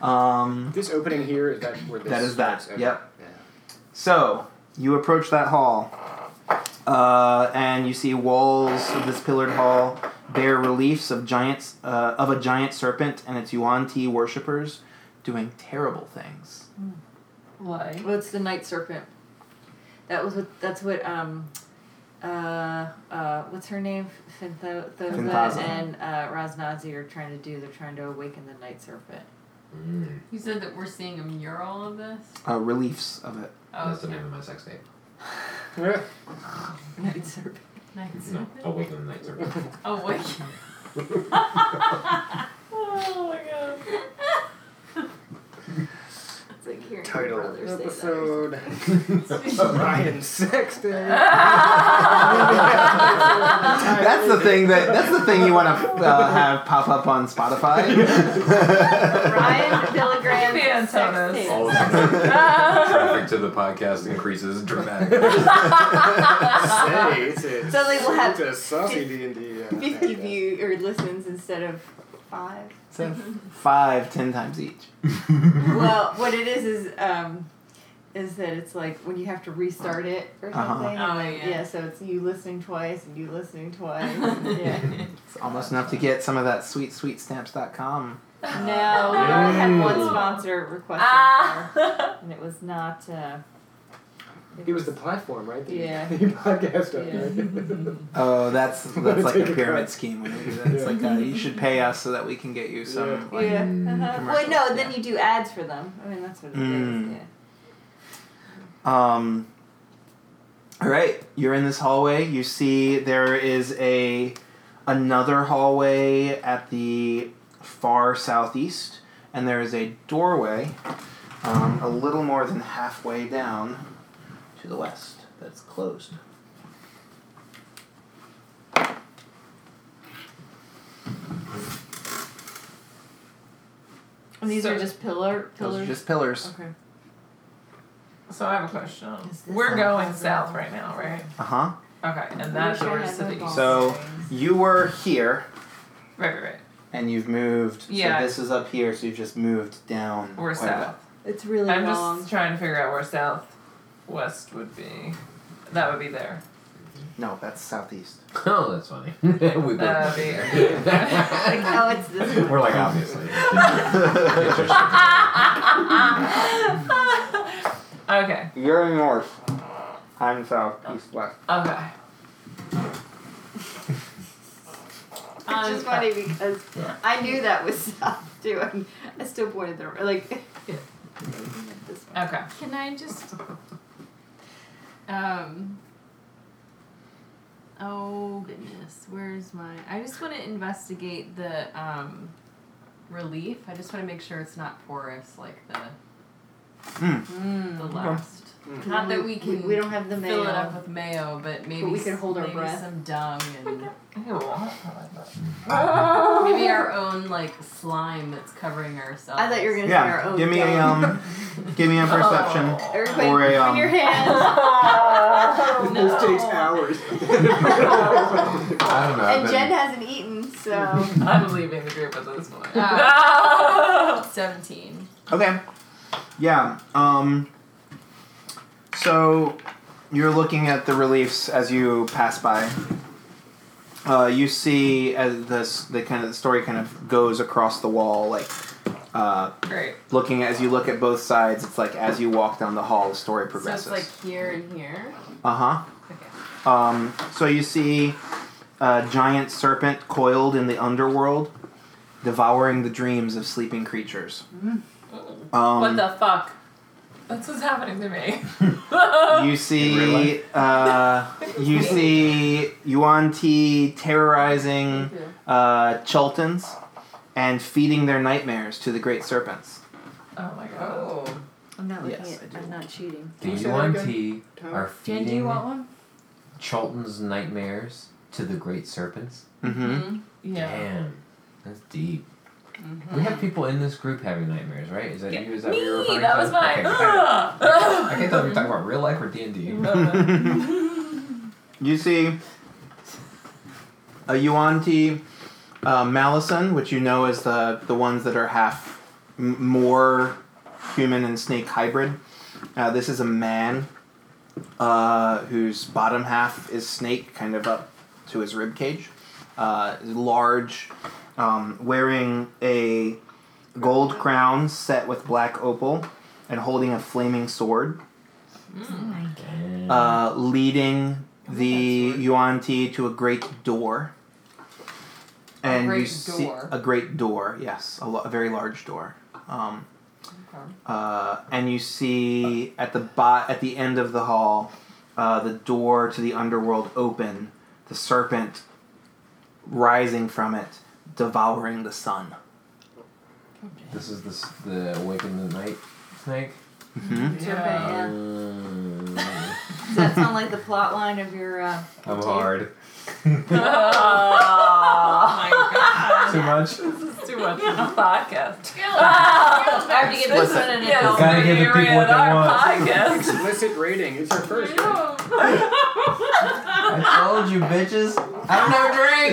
Speaker 1: Um,
Speaker 9: This opening here is that where this
Speaker 1: That is that,
Speaker 9: starts? Okay.
Speaker 1: yep.
Speaker 9: Yeah.
Speaker 1: so, you approach that hall, uh, and you see walls of this pillared hall bear reliefs of giants uh, of a giant serpent and its Yuan Ti worshippers doing terrible things.
Speaker 6: Like,
Speaker 7: Well, it's the night serpent. That was what. That's what. Um, uh, uh, what's her name? Fintho- Thotha
Speaker 1: Finthaza.
Speaker 7: and uh, Raznazi are trying to do. They're trying to awaken the night serpent.
Speaker 5: Mm.
Speaker 4: You said that we're seeing a mural of this.
Speaker 1: Uh, reliefs of it.
Speaker 4: Oh,
Speaker 5: That's the
Speaker 4: okay.
Speaker 5: name of my sex tape.
Speaker 7: Night serpent.
Speaker 4: Nice.
Speaker 5: No, Awaken the Night Serpent.
Speaker 4: Oh wait.
Speaker 6: oh my god.
Speaker 7: It's like hearing
Speaker 9: Title.
Speaker 7: your brother say that. or something.
Speaker 3: Episode Ryan Sexton.
Speaker 1: That's the thing that that's the thing you want to uh, have pop up on Spotify.
Speaker 7: Ryan Billigram's
Speaker 6: Fans
Speaker 7: sex
Speaker 6: on us.
Speaker 7: tape.
Speaker 5: All of the traffic to the podcast increases dramatically.
Speaker 9: Say, it's a,
Speaker 7: So they will have
Speaker 9: it's a saucy D uh, and D.
Speaker 7: Fifty view or listens instead of five.
Speaker 1: So five, ten times each.
Speaker 7: well, what it is is um, is that it's like when you have to restart it or
Speaker 1: Uh-huh.
Speaker 7: something. and
Speaker 4: Oh,
Speaker 7: then-
Speaker 4: yeah.
Speaker 7: So it's you listening twice and you listening twice. and- yeah.
Speaker 1: It's almost enough to get some of that sweet, sweet stamps.com.
Speaker 7: No, we only had one sponsor request so far,
Speaker 6: Ah.
Speaker 7: and it was not. Uh,
Speaker 9: It was the platform, right? The,
Speaker 7: Yeah.
Speaker 9: The podcast.
Speaker 7: Yeah.
Speaker 9: Right?
Speaker 1: Oh, that's that's like a
Speaker 9: Take a
Speaker 1: pyramid
Speaker 9: cut.
Speaker 1: scheme. When you do that. It's like uh, you should pay us so that we can get you some.
Speaker 7: Yeah.
Speaker 1: Like,
Speaker 7: Uh-huh. Well,
Speaker 1: commercials,
Speaker 7: no,
Speaker 1: yeah.
Speaker 7: then you do ads for them. I mean, that's what it is.
Speaker 1: Mm.
Speaker 7: Yeah.
Speaker 1: Um, all right, you're in this hallway. You see there is a another hallway at the far southeast, and there is a doorway um, a little more than halfway down to the west that's closed.
Speaker 7: And these
Speaker 6: So-
Speaker 7: are just pillar
Speaker 1: Those are
Speaker 7: pillars.
Speaker 1: just pillars.
Speaker 7: okay.
Speaker 6: So I have a question.
Speaker 7: Is this
Speaker 6: We're
Speaker 7: on
Speaker 6: going
Speaker 7: Hogwarts?
Speaker 6: south right now, right?
Speaker 1: Uh huh.
Speaker 6: Okay, and that
Speaker 7: Wish I
Speaker 6: door
Speaker 7: had
Speaker 6: is to the
Speaker 7: those
Speaker 6: east.
Speaker 7: balls.
Speaker 1: So you were here,
Speaker 6: Right, right, right.
Speaker 1: and you've moved.
Speaker 6: Yeah.
Speaker 1: So this is up here, so you've just moved down.
Speaker 6: We're
Speaker 1: quite a
Speaker 6: south.
Speaker 7: It's really
Speaker 6: I'm
Speaker 7: long.
Speaker 6: just trying to figure out where southwest would be. That would be there.
Speaker 1: bit. No, that's southeast.
Speaker 5: oh, that's funny. we both-
Speaker 6: That'd be
Speaker 7: like, oh, it's this one.
Speaker 5: We're like, obviously. Interesting.
Speaker 6: okay,
Speaker 1: You're north. I'm south, east, west.
Speaker 6: okay.
Speaker 7: Which is funny because I knew that was south too, and I still pointed the like. this one.
Speaker 6: Okay.
Speaker 4: Can I just um Oh goodness, where's my I just want to investigate the um relief. I just want to make sure it's not porous like the
Speaker 1: Hmm,
Speaker 4: the last. Not that we can
Speaker 7: Mm, We, don't have the mail.
Speaker 4: fill it up with mayo, but maybe
Speaker 7: we can
Speaker 4: s-
Speaker 7: hold our
Speaker 4: maybe
Speaker 7: breath.
Speaker 4: some dung and
Speaker 6: Ew.
Speaker 4: maybe our own like slime that's covering ourselves.
Speaker 7: I thought you were gonna say our
Speaker 1: Yeah.
Speaker 7: own.
Speaker 1: Give me a
Speaker 7: dumb-
Speaker 1: um. give me a perception.
Speaker 7: Everybody,
Speaker 1: or a,
Speaker 7: put
Speaker 1: um,
Speaker 7: your hands
Speaker 4: No.
Speaker 9: This takes hours.
Speaker 5: I don't know. I've
Speaker 7: and
Speaker 5: been-
Speaker 7: Jen hasn't eaten, so
Speaker 6: I'm leaving the group at this point.
Speaker 4: Ah. seventeen.
Speaker 6: Oh.
Speaker 1: Okay. Yeah. Um. So, you're looking at the reliefs as you pass by. Uh, you see as this the kind of the story kind of goes across the wall like. Uh,
Speaker 6: Great.
Speaker 1: looking as you look at both sides, it's like as you walk down the hall, the story progresses.
Speaker 4: So it's like here and here.
Speaker 1: Uh huh. Um, so you see a giant serpent coiled in the underworld, devouring the dreams of sleeping creatures. Um,
Speaker 6: what the fuck? That's what's happening to me. Oh
Speaker 1: You see, uh, you see Yuan Ti terrorizing uh, Chultans and feeding their nightmares to the great serpents.
Speaker 6: Oh my god.
Speaker 4: Oh.
Speaker 7: I'm not
Speaker 1: looking Yes, at- I do.
Speaker 7: I'm not cheating.
Speaker 5: The
Speaker 9: Can you say that
Speaker 5: UNT
Speaker 9: Tyler?
Speaker 5: are
Speaker 4: Jen, do you
Speaker 5: feeding
Speaker 4: want one?
Speaker 5: Charlton's nightmares to the great serpents.
Speaker 1: Mm-hmm.
Speaker 6: Yeah.
Speaker 5: Damn, that's deep. We have people in this group having nightmares, right? Is that you? Is that what you're
Speaker 6: Me,
Speaker 5: referring
Speaker 6: that
Speaker 5: to?
Speaker 6: was mine.
Speaker 5: Okay.
Speaker 6: Ugh.
Speaker 5: I can't tell if you're talking about real life or D and D.
Speaker 6: Ugh.
Speaker 1: You see a Yuan-Ti uh, Malison, which you know is the, the ones that are half m- more human and snake hybrid. Uh, this is a man uh, whose bottom half is snake, kind of up to his rib cage. Uh, large, um, wearing a gold crown set with black opal and holding a flaming sword. Uh,
Speaker 4: Mm.
Speaker 1: leading the Yuan Ti to a great door. And you
Speaker 4: great
Speaker 1: see
Speaker 4: door.
Speaker 1: a great door, yes, a, lo- a very large door. Um, uh, and you see at the bot at the end of the hall, uh, the door to the underworld open, the serpent rising from it, devouring the sun.
Speaker 5: This is this the awaken the night snake.
Speaker 1: Mhm.
Speaker 7: Yeah.
Speaker 5: Um,
Speaker 7: Does that sound like the plot line of your? Uh,
Speaker 5: I'm hard.
Speaker 6: oh
Speaker 5: Too much.
Speaker 6: my god. This is too much of a podcast.
Speaker 2: I have to get this one in
Speaker 6: Yeah,
Speaker 5: You gotta give the
Speaker 6: we're
Speaker 5: people what
Speaker 6: in
Speaker 5: they
Speaker 6: our
Speaker 5: want.
Speaker 6: podcast.
Speaker 3: Explicit rating. It's her first.
Speaker 5: I told you, bitches. I don't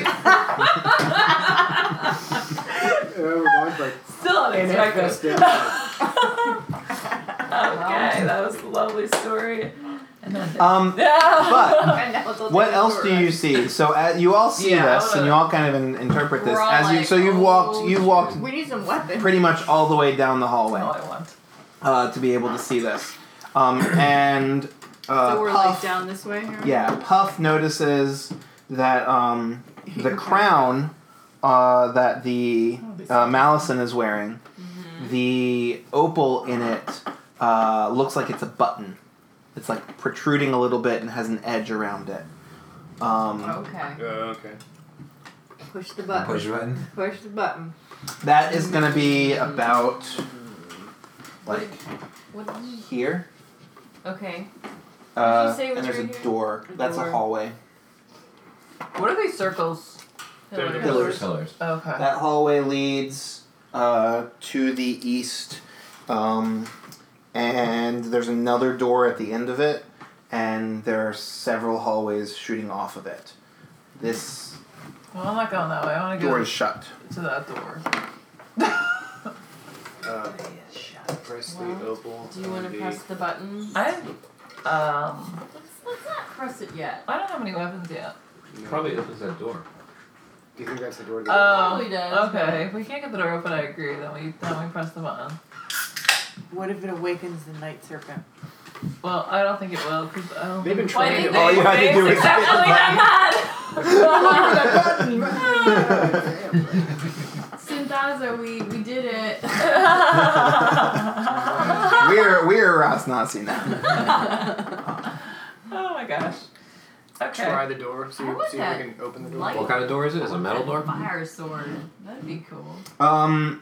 Speaker 5: have a drink.
Speaker 3: Uh, we're going for
Speaker 6: Still unexpected.
Speaker 3: festive.
Speaker 6: Okay, that was a lovely story. And then
Speaker 1: Um, but
Speaker 7: I know, they'll
Speaker 1: what
Speaker 7: take
Speaker 1: else
Speaker 7: it
Speaker 1: do
Speaker 7: for
Speaker 1: you
Speaker 7: us.
Speaker 1: see? So uh, you all see
Speaker 6: Yeah,
Speaker 1: this, and you all kind of in- interpret this
Speaker 2: We're all
Speaker 1: as you.
Speaker 2: like,
Speaker 1: So you've walked,
Speaker 2: oh,
Speaker 1: you walked
Speaker 7: We need some weapons.
Speaker 1: pretty much all the way down the
Speaker 6: that's
Speaker 1: hallway
Speaker 6: all I want.
Speaker 1: uh, to be able to see this, um, and uh,
Speaker 7: so we're like
Speaker 1: Puff,
Speaker 7: down this way. Here.
Speaker 1: yeah, Puff notices that um, the crown uh, that the uh, Malison is wearing, the opal in it uh, looks like it's a button. It's like protruding a little bit and has an edge around it. Um,
Speaker 4: Okay.
Speaker 9: Uh, okay.
Speaker 7: Push the button.
Speaker 5: Push button.
Speaker 7: Push the button.
Speaker 1: That is gonna be about like
Speaker 4: What did you-
Speaker 1: here.
Speaker 4: okay.
Speaker 1: Uh,
Speaker 2: say it was
Speaker 1: and there's
Speaker 2: right
Speaker 1: a
Speaker 2: here?
Speaker 1: door.
Speaker 2: A
Speaker 1: That's a
Speaker 2: door.
Speaker 1: hallway.
Speaker 4: What are these circles?
Speaker 9: Pillars.
Speaker 1: Pillars.
Speaker 5: Pillars.
Speaker 6: Okay.
Speaker 1: That hallway leads uh, to the east, um, and there's another door at the end of it, and there are several hallways shooting off of it. This
Speaker 6: well, I'm not going that way. I want to go
Speaker 1: door is shut.
Speaker 6: to that door.
Speaker 9: Uh, press the opal.
Speaker 4: Do you want
Speaker 9: on
Speaker 4: to
Speaker 9: the-
Speaker 4: press the button?
Speaker 6: I um
Speaker 4: Let's, let's not press it yet.
Speaker 6: I don't have any weapons yet.
Speaker 9: No.
Speaker 5: Probably opens that door.
Speaker 3: Do you think that's the door? To
Speaker 6: Oh,
Speaker 4: Probably does,
Speaker 6: okay. If we can't get the door open, I agree. Then we then we press the button.
Speaker 7: What if it awakens the night serpent?
Speaker 6: Well, I don't think it will because I don't.
Speaker 3: They've been
Speaker 6: think- Why
Speaker 3: trying
Speaker 6: did
Speaker 3: to- Oh,
Speaker 1: All
Speaker 6: they-
Speaker 1: you had to
Speaker 6: they
Speaker 1: do was hit the
Speaker 6: successfully that
Speaker 4: Synthaza, we, we did it.
Speaker 6: button.
Speaker 1: We're we're Ras Nazi now.
Speaker 6: oh my gosh. Okay.
Speaker 3: Try the door. See,
Speaker 4: How was
Speaker 3: see if
Speaker 4: that
Speaker 3: we can open the door.
Speaker 4: light?
Speaker 5: What kind of door is it? Is it a metal door?
Speaker 4: Fire sword. That'd be cool.
Speaker 1: Um,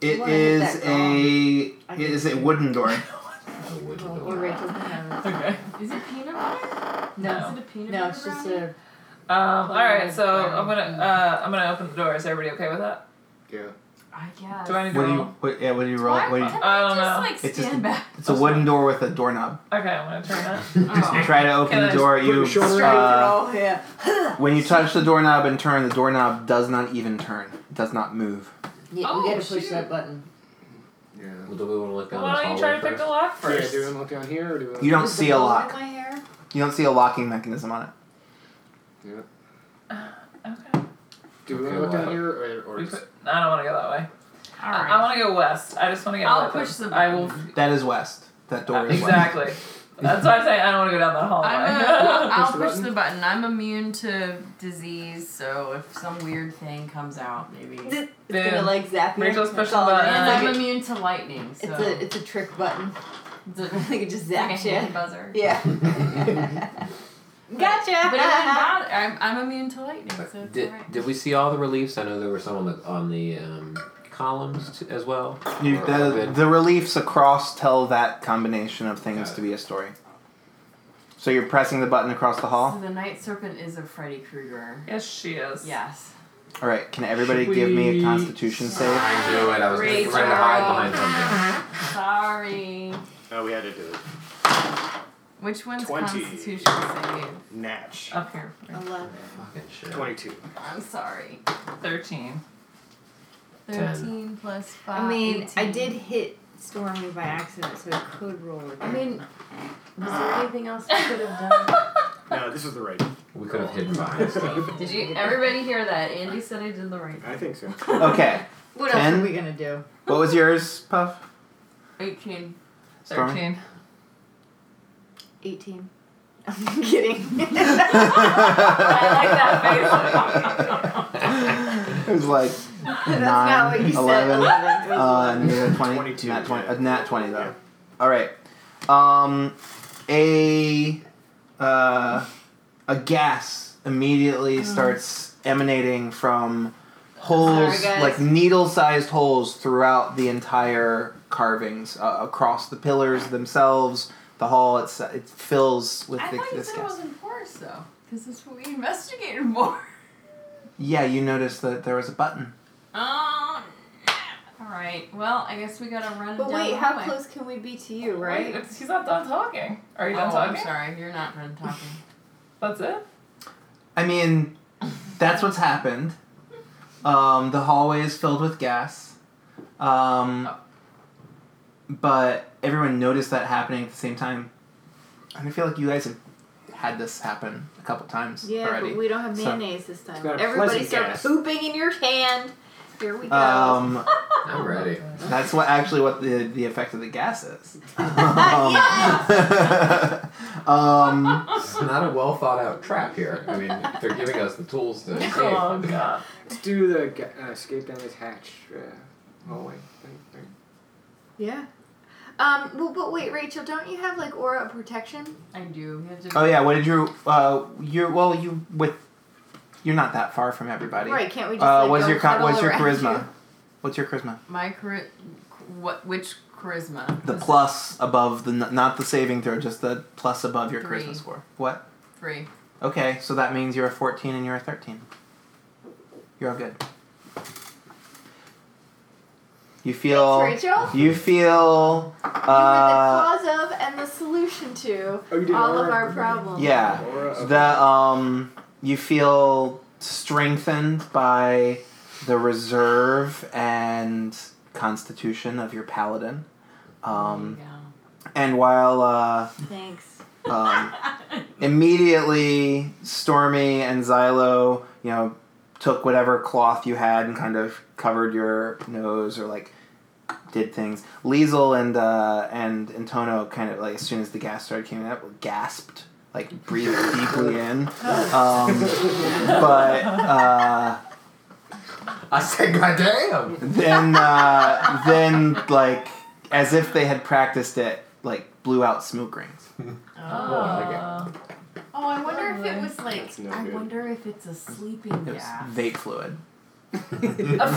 Speaker 1: it
Speaker 7: Well, I hit
Speaker 1: is
Speaker 7: that
Speaker 1: a it is a wooden door.
Speaker 5: A wooden
Speaker 7: Well,
Speaker 5: door.
Speaker 7: or Rachel can have it.
Speaker 6: Okay.
Speaker 4: Is it peanut butter?
Speaker 7: No.
Speaker 4: Is it a peanut
Speaker 7: No,
Speaker 4: butter
Speaker 7: it's just
Speaker 4: brownie?
Speaker 6: Um,
Speaker 7: a.
Speaker 6: all right. So
Speaker 4: Brown.
Speaker 6: I'm gonna uh, I'm gonna open the door. Is everybody okay with that?
Speaker 9: Yeah.
Speaker 4: I guess.
Speaker 6: Do I need to
Speaker 1: What do you
Speaker 6: roll?
Speaker 1: what, yeah, what do you roll? What do you,
Speaker 6: I don't know.
Speaker 4: Just like
Speaker 1: It's just-
Speaker 4: stand back.
Speaker 1: it's a wooden door with a doorknob.
Speaker 6: Okay, I'm gonna turn that.
Speaker 1: Just
Speaker 4: Oh.
Speaker 1: try to open
Speaker 6: Can I
Speaker 1: the door.
Speaker 3: just put
Speaker 1: You
Speaker 3: your shoulder
Speaker 1: uh,
Speaker 7: Oh yeah.
Speaker 1: When you touch the doorknob and turn, the doorknob does not even turn. It does not move.
Speaker 7: Yeah,
Speaker 4: Oh,
Speaker 7: you gotta push
Speaker 4: shoot.
Speaker 7: that button.
Speaker 3: Yeah.
Speaker 5: Well, do we want to look down
Speaker 6: Why
Speaker 5: this
Speaker 6: don't you try to
Speaker 5: hallway
Speaker 6: pick
Speaker 5: first?
Speaker 6: the lock
Speaker 3: Yeah,
Speaker 6: first?
Speaker 3: do we look down here or do we
Speaker 1: You don't
Speaker 7: Is
Speaker 1: see
Speaker 7: the
Speaker 1: a
Speaker 7: ball
Speaker 1: lock.
Speaker 7: In my hair?
Speaker 1: You don't see a locking mechanism on it.
Speaker 6: okay.
Speaker 3: do we
Speaker 5: Okay,
Speaker 3: look down
Speaker 5: well,
Speaker 3: here or, or
Speaker 6: We put, I don't want to go that way.
Speaker 4: All
Speaker 6: I-
Speaker 4: right.
Speaker 6: I want to go west. I just want to get.
Speaker 4: I'll
Speaker 6: weapons.
Speaker 4: push the
Speaker 6: I will.
Speaker 1: That is west. That door is west.
Speaker 6: exactly. That's why I'm saying I don't want to go down that hallway.
Speaker 4: I'm a, I'll
Speaker 3: the
Speaker 4: push
Speaker 3: button?
Speaker 4: the button. I'm immune to disease, so if some weird thing comes out, maybe.
Speaker 7: It's
Speaker 6: Boom.
Speaker 7: gonna like zap you.
Speaker 6: Rachel's
Speaker 7: That's
Speaker 6: pushing
Speaker 7: all it
Speaker 6: button.
Speaker 4: and
Speaker 7: is. It's
Speaker 4: I'm
Speaker 7: like
Speaker 4: immune to lightning, so.
Speaker 7: a- It's a it's a trick button.
Speaker 4: it's a-
Speaker 7: They could just
Speaker 4: like a
Speaker 7: zap you.
Speaker 4: hand buzzer.
Speaker 7: Yeah. gotcha.
Speaker 4: But it doesn't matter. I'm, I'm immune to lightning, so it's
Speaker 5: Did,
Speaker 4: alright.
Speaker 5: did we see all the reliefs? I know there were some on the on the um, columns t- as well.
Speaker 1: You,
Speaker 5: Or
Speaker 1: the,
Speaker 5: open.
Speaker 1: the reliefs across tell that combination of things
Speaker 5: Got it.
Speaker 1: to be a story. So you're pressing the button across the
Speaker 4: So
Speaker 1: hall.
Speaker 4: the night serpent is a Freddy Krueger.
Speaker 6: yes, she is.
Speaker 4: Yes.
Speaker 1: All right. Can everybody give me a Constitution save?
Speaker 5: I knew it. I was trying to
Speaker 4: Rachel.
Speaker 5: hide behind something.
Speaker 4: Sorry.
Speaker 9: Oh, we had to do it.
Speaker 4: Which one's
Speaker 9: 20.
Speaker 4: Constitution save?
Speaker 3: Uh,
Speaker 9: Natch.
Speaker 6: Up here.
Speaker 7: Eleven.
Speaker 5: Fucking shit.
Speaker 9: 22.
Speaker 4: I'm sorry.
Speaker 6: 13.
Speaker 5: 10.
Speaker 4: 13 plus 5.
Speaker 7: I mean, I
Speaker 4: 18.
Speaker 7: did hit Stormy by accident, so it could roll again.
Speaker 4: I mean, was there anything else we could have done?
Speaker 9: No, this is the right.
Speaker 5: We could have hidden behind stuff.
Speaker 4: did you? Everybody hear that? Andy said I did the right
Speaker 9: I think so.
Speaker 1: Okay.
Speaker 7: what else
Speaker 1: Ten?
Speaker 7: are we gonna do?
Speaker 1: What was yours, Puff?
Speaker 4: 18.
Speaker 1: Stormy?
Speaker 6: 13.
Speaker 7: Eighteen. I'm kidding.
Speaker 6: I like that face.
Speaker 1: It was like
Speaker 7: That's not what
Speaker 1: 9, 11,
Speaker 7: you said. Eleven.
Speaker 1: uh, nat 20,
Speaker 9: 22,
Speaker 1: nat 20,
Speaker 9: yeah.
Speaker 1: uh, nat 20 though.
Speaker 9: Yeah.
Speaker 1: All right. Um, a uh, a gas immediately starts emanating from holes,
Speaker 7: Mm. Sorry, guys.
Speaker 1: like needle-sized holes throughout the entire carvings, uh, across the pillars themselves, the hall. It's it fills with
Speaker 4: I
Speaker 1: the,
Speaker 4: thought you
Speaker 1: this
Speaker 4: said it
Speaker 1: gas.
Speaker 4: wasn't forced though, because that's what we investigated for.
Speaker 1: Yeah, you noticed that there was a button.
Speaker 4: Oh. All right. Well, I guess we gotta run.
Speaker 7: But
Speaker 4: down
Speaker 7: wait,
Speaker 4: the
Speaker 7: how
Speaker 4: hallway.
Speaker 7: close can we be to you,
Speaker 6: Right?
Speaker 7: right?
Speaker 6: It's- He's not done talking. Are you
Speaker 4: Oh,
Speaker 6: done
Speaker 4: I'm
Speaker 6: talking?
Speaker 4: sorry. You're not done talking.
Speaker 6: That's it?
Speaker 1: I mean, that's what's happened. Um, the hallway is filled with gas. Um,
Speaker 6: Oh.
Speaker 1: But everyone noticed that happening at the same time. And I feel like you guys have had this happen a couple times
Speaker 7: Yeah,
Speaker 1: already.
Speaker 7: but we don't have
Speaker 1: So-
Speaker 7: mayonnaise this time.
Speaker 3: got a
Speaker 7: Everybody
Speaker 3: pleasant
Speaker 7: start
Speaker 3: gas.
Speaker 7: pooping in your hand. Here we go.
Speaker 1: um,
Speaker 5: I'm ready.
Speaker 1: that's what actually what the, the effect of the gas is.
Speaker 7: Yes!
Speaker 1: um,
Speaker 5: It's not a well thought out trap here. I mean, they're giving us the tools to escape.
Speaker 6: Oh, God.
Speaker 3: Let's do the ga- uh, escape down this hatch. Uh, hallway. Thing, thing.
Speaker 7: yeah. Um, well, but wait, Rachel, don't you have like aura of protection?
Speaker 4: I do. You have to-
Speaker 1: oh yeah, what did you? Uh, you're well, you with. You're not that far from everybody.
Speaker 7: Right? Can't we just?
Speaker 1: Uh,
Speaker 7: like,
Speaker 1: what's
Speaker 7: go
Speaker 1: your con-
Speaker 7: cuddle
Speaker 1: what's your
Speaker 7: around
Speaker 1: charisma?
Speaker 7: you?
Speaker 1: What's your charisma?
Speaker 4: My chari- what? Which charisma?
Speaker 1: The
Speaker 4: This-
Speaker 1: plus above the n- not the saving throw, just the plus above your
Speaker 4: Three.
Speaker 1: charisma score. What?
Speaker 4: Three.
Speaker 1: Okay, so that means you're a fourteen and you're a thirteen. You're all good. You feel.
Speaker 7: Thanks, Rachel.
Speaker 1: You feel. Uh,
Speaker 7: you were the cause of and the solution to
Speaker 3: Oh, you did
Speaker 7: all of
Speaker 3: aura
Speaker 7: our
Speaker 3: of protection.
Speaker 7: problems.
Speaker 1: yeah.
Speaker 3: Aura of-
Speaker 1: The um. You feel strengthened by the reserve and constitution of your paladin. Um, and while uh,
Speaker 7: Thanks.
Speaker 1: um, immediately stormy and xylo you know took whatever cloth you had and kind of covered your nose or like did things liesel and uh and antono kind of like as soon as the gas started coming up gasped like breathed deeply in um, but uh
Speaker 5: I said, God damn!
Speaker 1: then uh, then like as if they had practiced it like blew out smoke rings
Speaker 6: Oh.
Speaker 4: Oh, I wonder if it
Speaker 6: Lovely.
Speaker 4: was like.
Speaker 9: That's no
Speaker 4: I
Speaker 9: good.
Speaker 4: wonder if it's a sleeping
Speaker 1: it was
Speaker 4: gas.
Speaker 1: vape fluid um
Speaker 6: Yeah.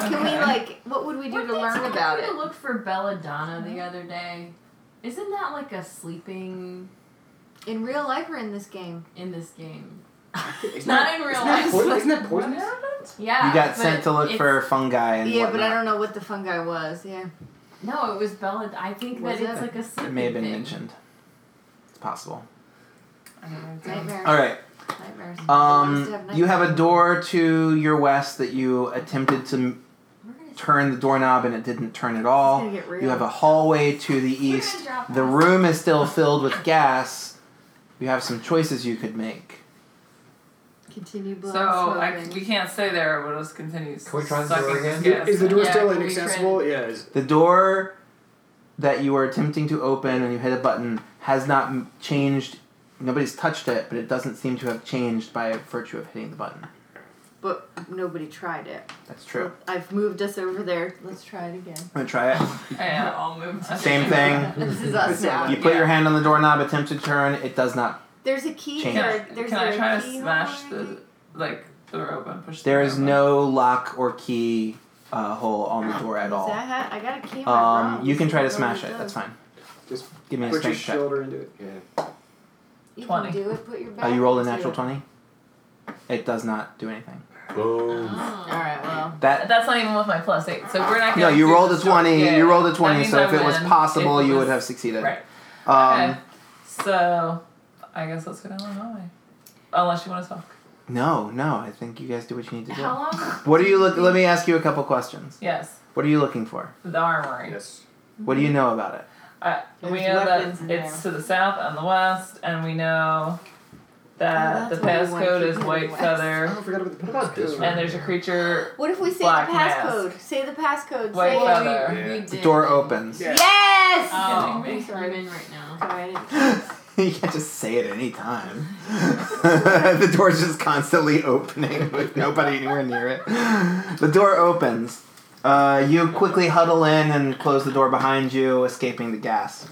Speaker 7: Can we
Speaker 6: Ah. Okay.
Speaker 7: like? What would we do
Speaker 4: What
Speaker 7: to
Speaker 4: did
Speaker 7: learn
Speaker 4: you
Speaker 7: about
Speaker 4: do
Speaker 7: it? Mm-hmm.
Speaker 4: to look for belladonna the other day. Isn't that like a sleeping
Speaker 7: In real life or in this game?
Speaker 4: in this game?
Speaker 3: Isn't
Speaker 4: Not
Speaker 3: that-
Speaker 4: in real
Speaker 3: isn't that
Speaker 4: life.
Speaker 3: poison- Isn't that
Speaker 6: What
Speaker 3: poisonous?
Speaker 6: happened?
Speaker 4: Yeah.
Speaker 1: You got
Speaker 4: but
Speaker 1: sent to look
Speaker 4: it's-
Speaker 1: for fungi and
Speaker 7: yeah, but I
Speaker 1: whatnot.
Speaker 7: don't know what the fungi was. Yeah.
Speaker 4: No, it was Bella. I think
Speaker 7: Was
Speaker 4: that it's
Speaker 7: it?
Speaker 4: like a
Speaker 1: It
Speaker 4: sleeping
Speaker 1: may have been
Speaker 4: thing.
Speaker 1: mentioned. It's possible.
Speaker 6: I don't know what happened.
Speaker 7: Nightmares.
Speaker 1: All right.
Speaker 7: Nightmares. I used to
Speaker 1: Um,
Speaker 7: have
Speaker 1: you have a
Speaker 7: nightmares.
Speaker 1: door to your west that you attempted to m-
Speaker 4: We're gonna-
Speaker 1: turn the doorknob and it didn't turn at
Speaker 7: It's
Speaker 1: all.
Speaker 7: gonna get real.
Speaker 1: You have a hallway to the
Speaker 4: we're gonna
Speaker 1: east.
Speaker 4: drop
Speaker 1: The
Speaker 4: off.
Speaker 1: room is still filled with gas. You have some choices you could make.
Speaker 7: continue blood.
Speaker 6: So I, we can't stay there. We'll just continue.
Speaker 5: Can we try the door
Speaker 6: sucking
Speaker 5: again?
Speaker 6: gas.
Speaker 3: Is the door
Speaker 4: Yeah,
Speaker 3: still
Speaker 4: can we try
Speaker 3: inaccessible? Yeah. Is,
Speaker 1: The door that you were attempting to open and you hit a button has not m- changed. Nobody's touched it, but it doesn't seem to have changed by virtue of hitting the button.
Speaker 7: but nobody tried it.
Speaker 1: That's true.
Speaker 7: I've moved us over there. Let's try it again.
Speaker 1: I'm gonna try it.
Speaker 6: Yeah, I'll move. To
Speaker 1: Same thing.
Speaker 7: This is us now.
Speaker 1: You put
Speaker 6: Yeah.
Speaker 1: your hand on the doorknob, attempt to turn, it does not.
Speaker 7: There's a key
Speaker 1: Change.
Speaker 6: Can I,
Speaker 7: card. There's
Speaker 6: can I
Speaker 7: a
Speaker 6: try to
Speaker 7: key
Speaker 6: smash
Speaker 7: holder, I
Speaker 6: the
Speaker 7: think.
Speaker 6: like the rope and push?
Speaker 1: There
Speaker 6: the
Speaker 1: is
Speaker 6: rope
Speaker 1: no lock or key uh, hole on the door at
Speaker 7: Does that
Speaker 1: all.
Speaker 7: ha- I got a key in my bra.
Speaker 1: Um, you can try to
Speaker 7: Let's see what
Speaker 1: smash it, that's fine.
Speaker 3: Just
Speaker 1: Give me a
Speaker 3: put your
Speaker 1: strength check.
Speaker 3: shoulder into it. Yeah.
Speaker 7: You
Speaker 6: Twenty.
Speaker 7: can do it. Put your back.
Speaker 1: Uh, you Oh, rolled a
Speaker 7: into
Speaker 1: natural
Speaker 7: it.
Speaker 1: 20? It does not do anything.
Speaker 5: Boom.
Speaker 7: All
Speaker 4: Oh.
Speaker 7: right. Well,
Speaker 1: That
Speaker 6: That's not even with my plus eight. So we're not
Speaker 1: no,
Speaker 6: gonna
Speaker 1: you
Speaker 6: do
Speaker 1: rolled a
Speaker 6: this one.
Speaker 1: twenty.
Speaker 6: Yeah,
Speaker 1: You rolled a
Speaker 6: that
Speaker 1: twenty.
Speaker 6: means
Speaker 1: So
Speaker 6: I
Speaker 1: if it was
Speaker 6: win.
Speaker 1: possible,
Speaker 6: If it
Speaker 1: you would
Speaker 6: was-
Speaker 1: have succeeded.
Speaker 6: Right.
Speaker 1: Um,
Speaker 6: okay. So I guess let's go down Illinois. Unless you want to talk.
Speaker 1: No, no. I think you guys do what you need to do.
Speaker 2: How long?
Speaker 1: What are you look? Let me ask you a couple questions.
Speaker 6: Yes.
Speaker 1: What are you looking for?
Speaker 6: The armory.
Speaker 3: Yes.
Speaker 1: What
Speaker 6: Mm-hmm.
Speaker 1: do you know about it?
Speaker 6: Uh, we
Speaker 2: There's
Speaker 6: know
Speaker 2: weapons
Speaker 6: that
Speaker 2: in
Speaker 6: it's to the south and the west, and we know that
Speaker 7: Oh,
Speaker 6: the
Speaker 7: that's why we want to
Speaker 6: passcode
Speaker 7: keep
Speaker 6: is
Speaker 7: it in
Speaker 6: white
Speaker 7: the west.
Speaker 6: feather,
Speaker 3: Oh, I forgot about the
Speaker 5: What about this
Speaker 3: passcode.
Speaker 5: room?
Speaker 6: and there's a creature.
Speaker 7: What if we say
Speaker 6: Black
Speaker 7: the
Speaker 6: mask.
Speaker 7: passcode? Say the passcode.
Speaker 6: Wait,
Speaker 7: say
Speaker 6: wait.
Speaker 7: it.
Speaker 6: Feather.
Speaker 4: We, we
Speaker 9: Yeah.
Speaker 4: did.
Speaker 1: Door opens.
Speaker 3: Yeah.
Speaker 7: Yes.
Speaker 4: Oh,
Speaker 6: Kidding me?
Speaker 4: I'm in right now.
Speaker 7: Sorry, I didn't-
Speaker 1: you can't just say it any time. the door's just constantly opening with nobody anywhere near it. The door opens. Uh, you quickly huddle in and close the door behind you, escaping the gas.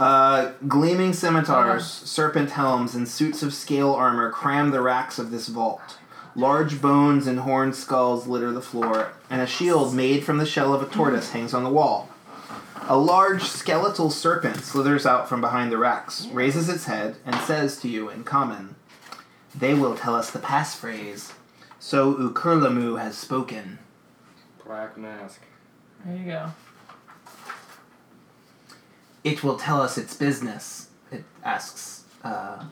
Speaker 1: Uh, gleaming scimitars, serpent helms, and suits of scale armor cram the racks of this vault. Large bones and horned skulls litter the floor, and a shield made from the shell of a tortoise hangs on the wall. A large skeletal serpent slithers out from behind the racks, raises its head, and says to you in common, They will tell us the passphrase. So Ukurlamu has spoken.
Speaker 3: Black mask.
Speaker 6: There you go.
Speaker 1: It will tell us its business, it asks uh,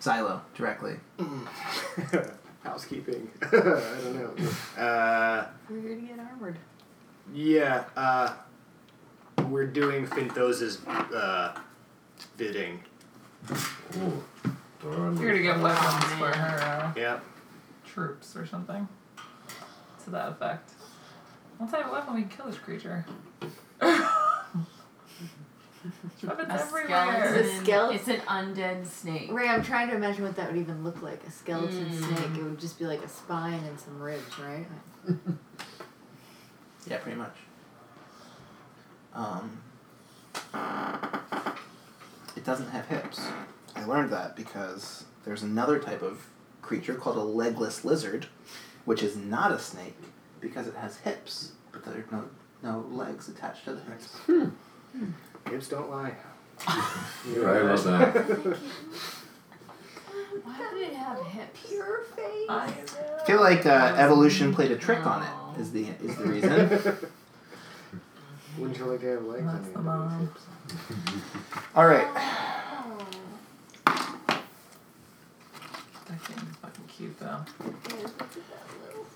Speaker 1: Xylo directly.
Speaker 9: Housekeeping. I don't know. Uh,
Speaker 7: We're here to get armored.
Speaker 9: yeah. Uh, we're doing Finthos's uh, bidding.
Speaker 5: Ooh. Door
Speaker 6: You're gonna get weapons for her
Speaker 9: Yep.
Speaker 6: uh, troops or something. To that effect. Once I have a weapon, we can kill this creature. weapons
Speaker 4: A
Speaker 6: everywhere.
Speaker 4: skeleton.
Speaker 7: It's a skeleton.
Speaker 4: It's an undead snake.
Speaker 7: Ray, I'm trying to imagine what that would even look like. A skeleton
Speaker 4: Mm.
Speaker 7: snake. It would just be like a spine and some ribs, right?
Speaker 1: Yeah, pretty much. Um, it doesn't have hips. I learned that because there's another type of creature called a legless lizard, which is not a snake because it has hips, but there are no, no legs attached to the hips.
Speaker 9: Hips don't lie.
Speaker 5: You're right about that.
Speaker 4: Why would it have hips?
Speaker 7: Your face.
Speaker 6: I
Speaker 1: I feel like uh, evolution played a trick on it. Is the is the reason?
Speaker 9: Wouldn't you like to have legs?
Speaker 6: That's
Speaker 9: on
Speaker 6: the
Speaker 9: your
Speaker 6: mom.
Speaker 9: hips?
Speaker 1: All right.
Speaker 6: That game is fucking cute though.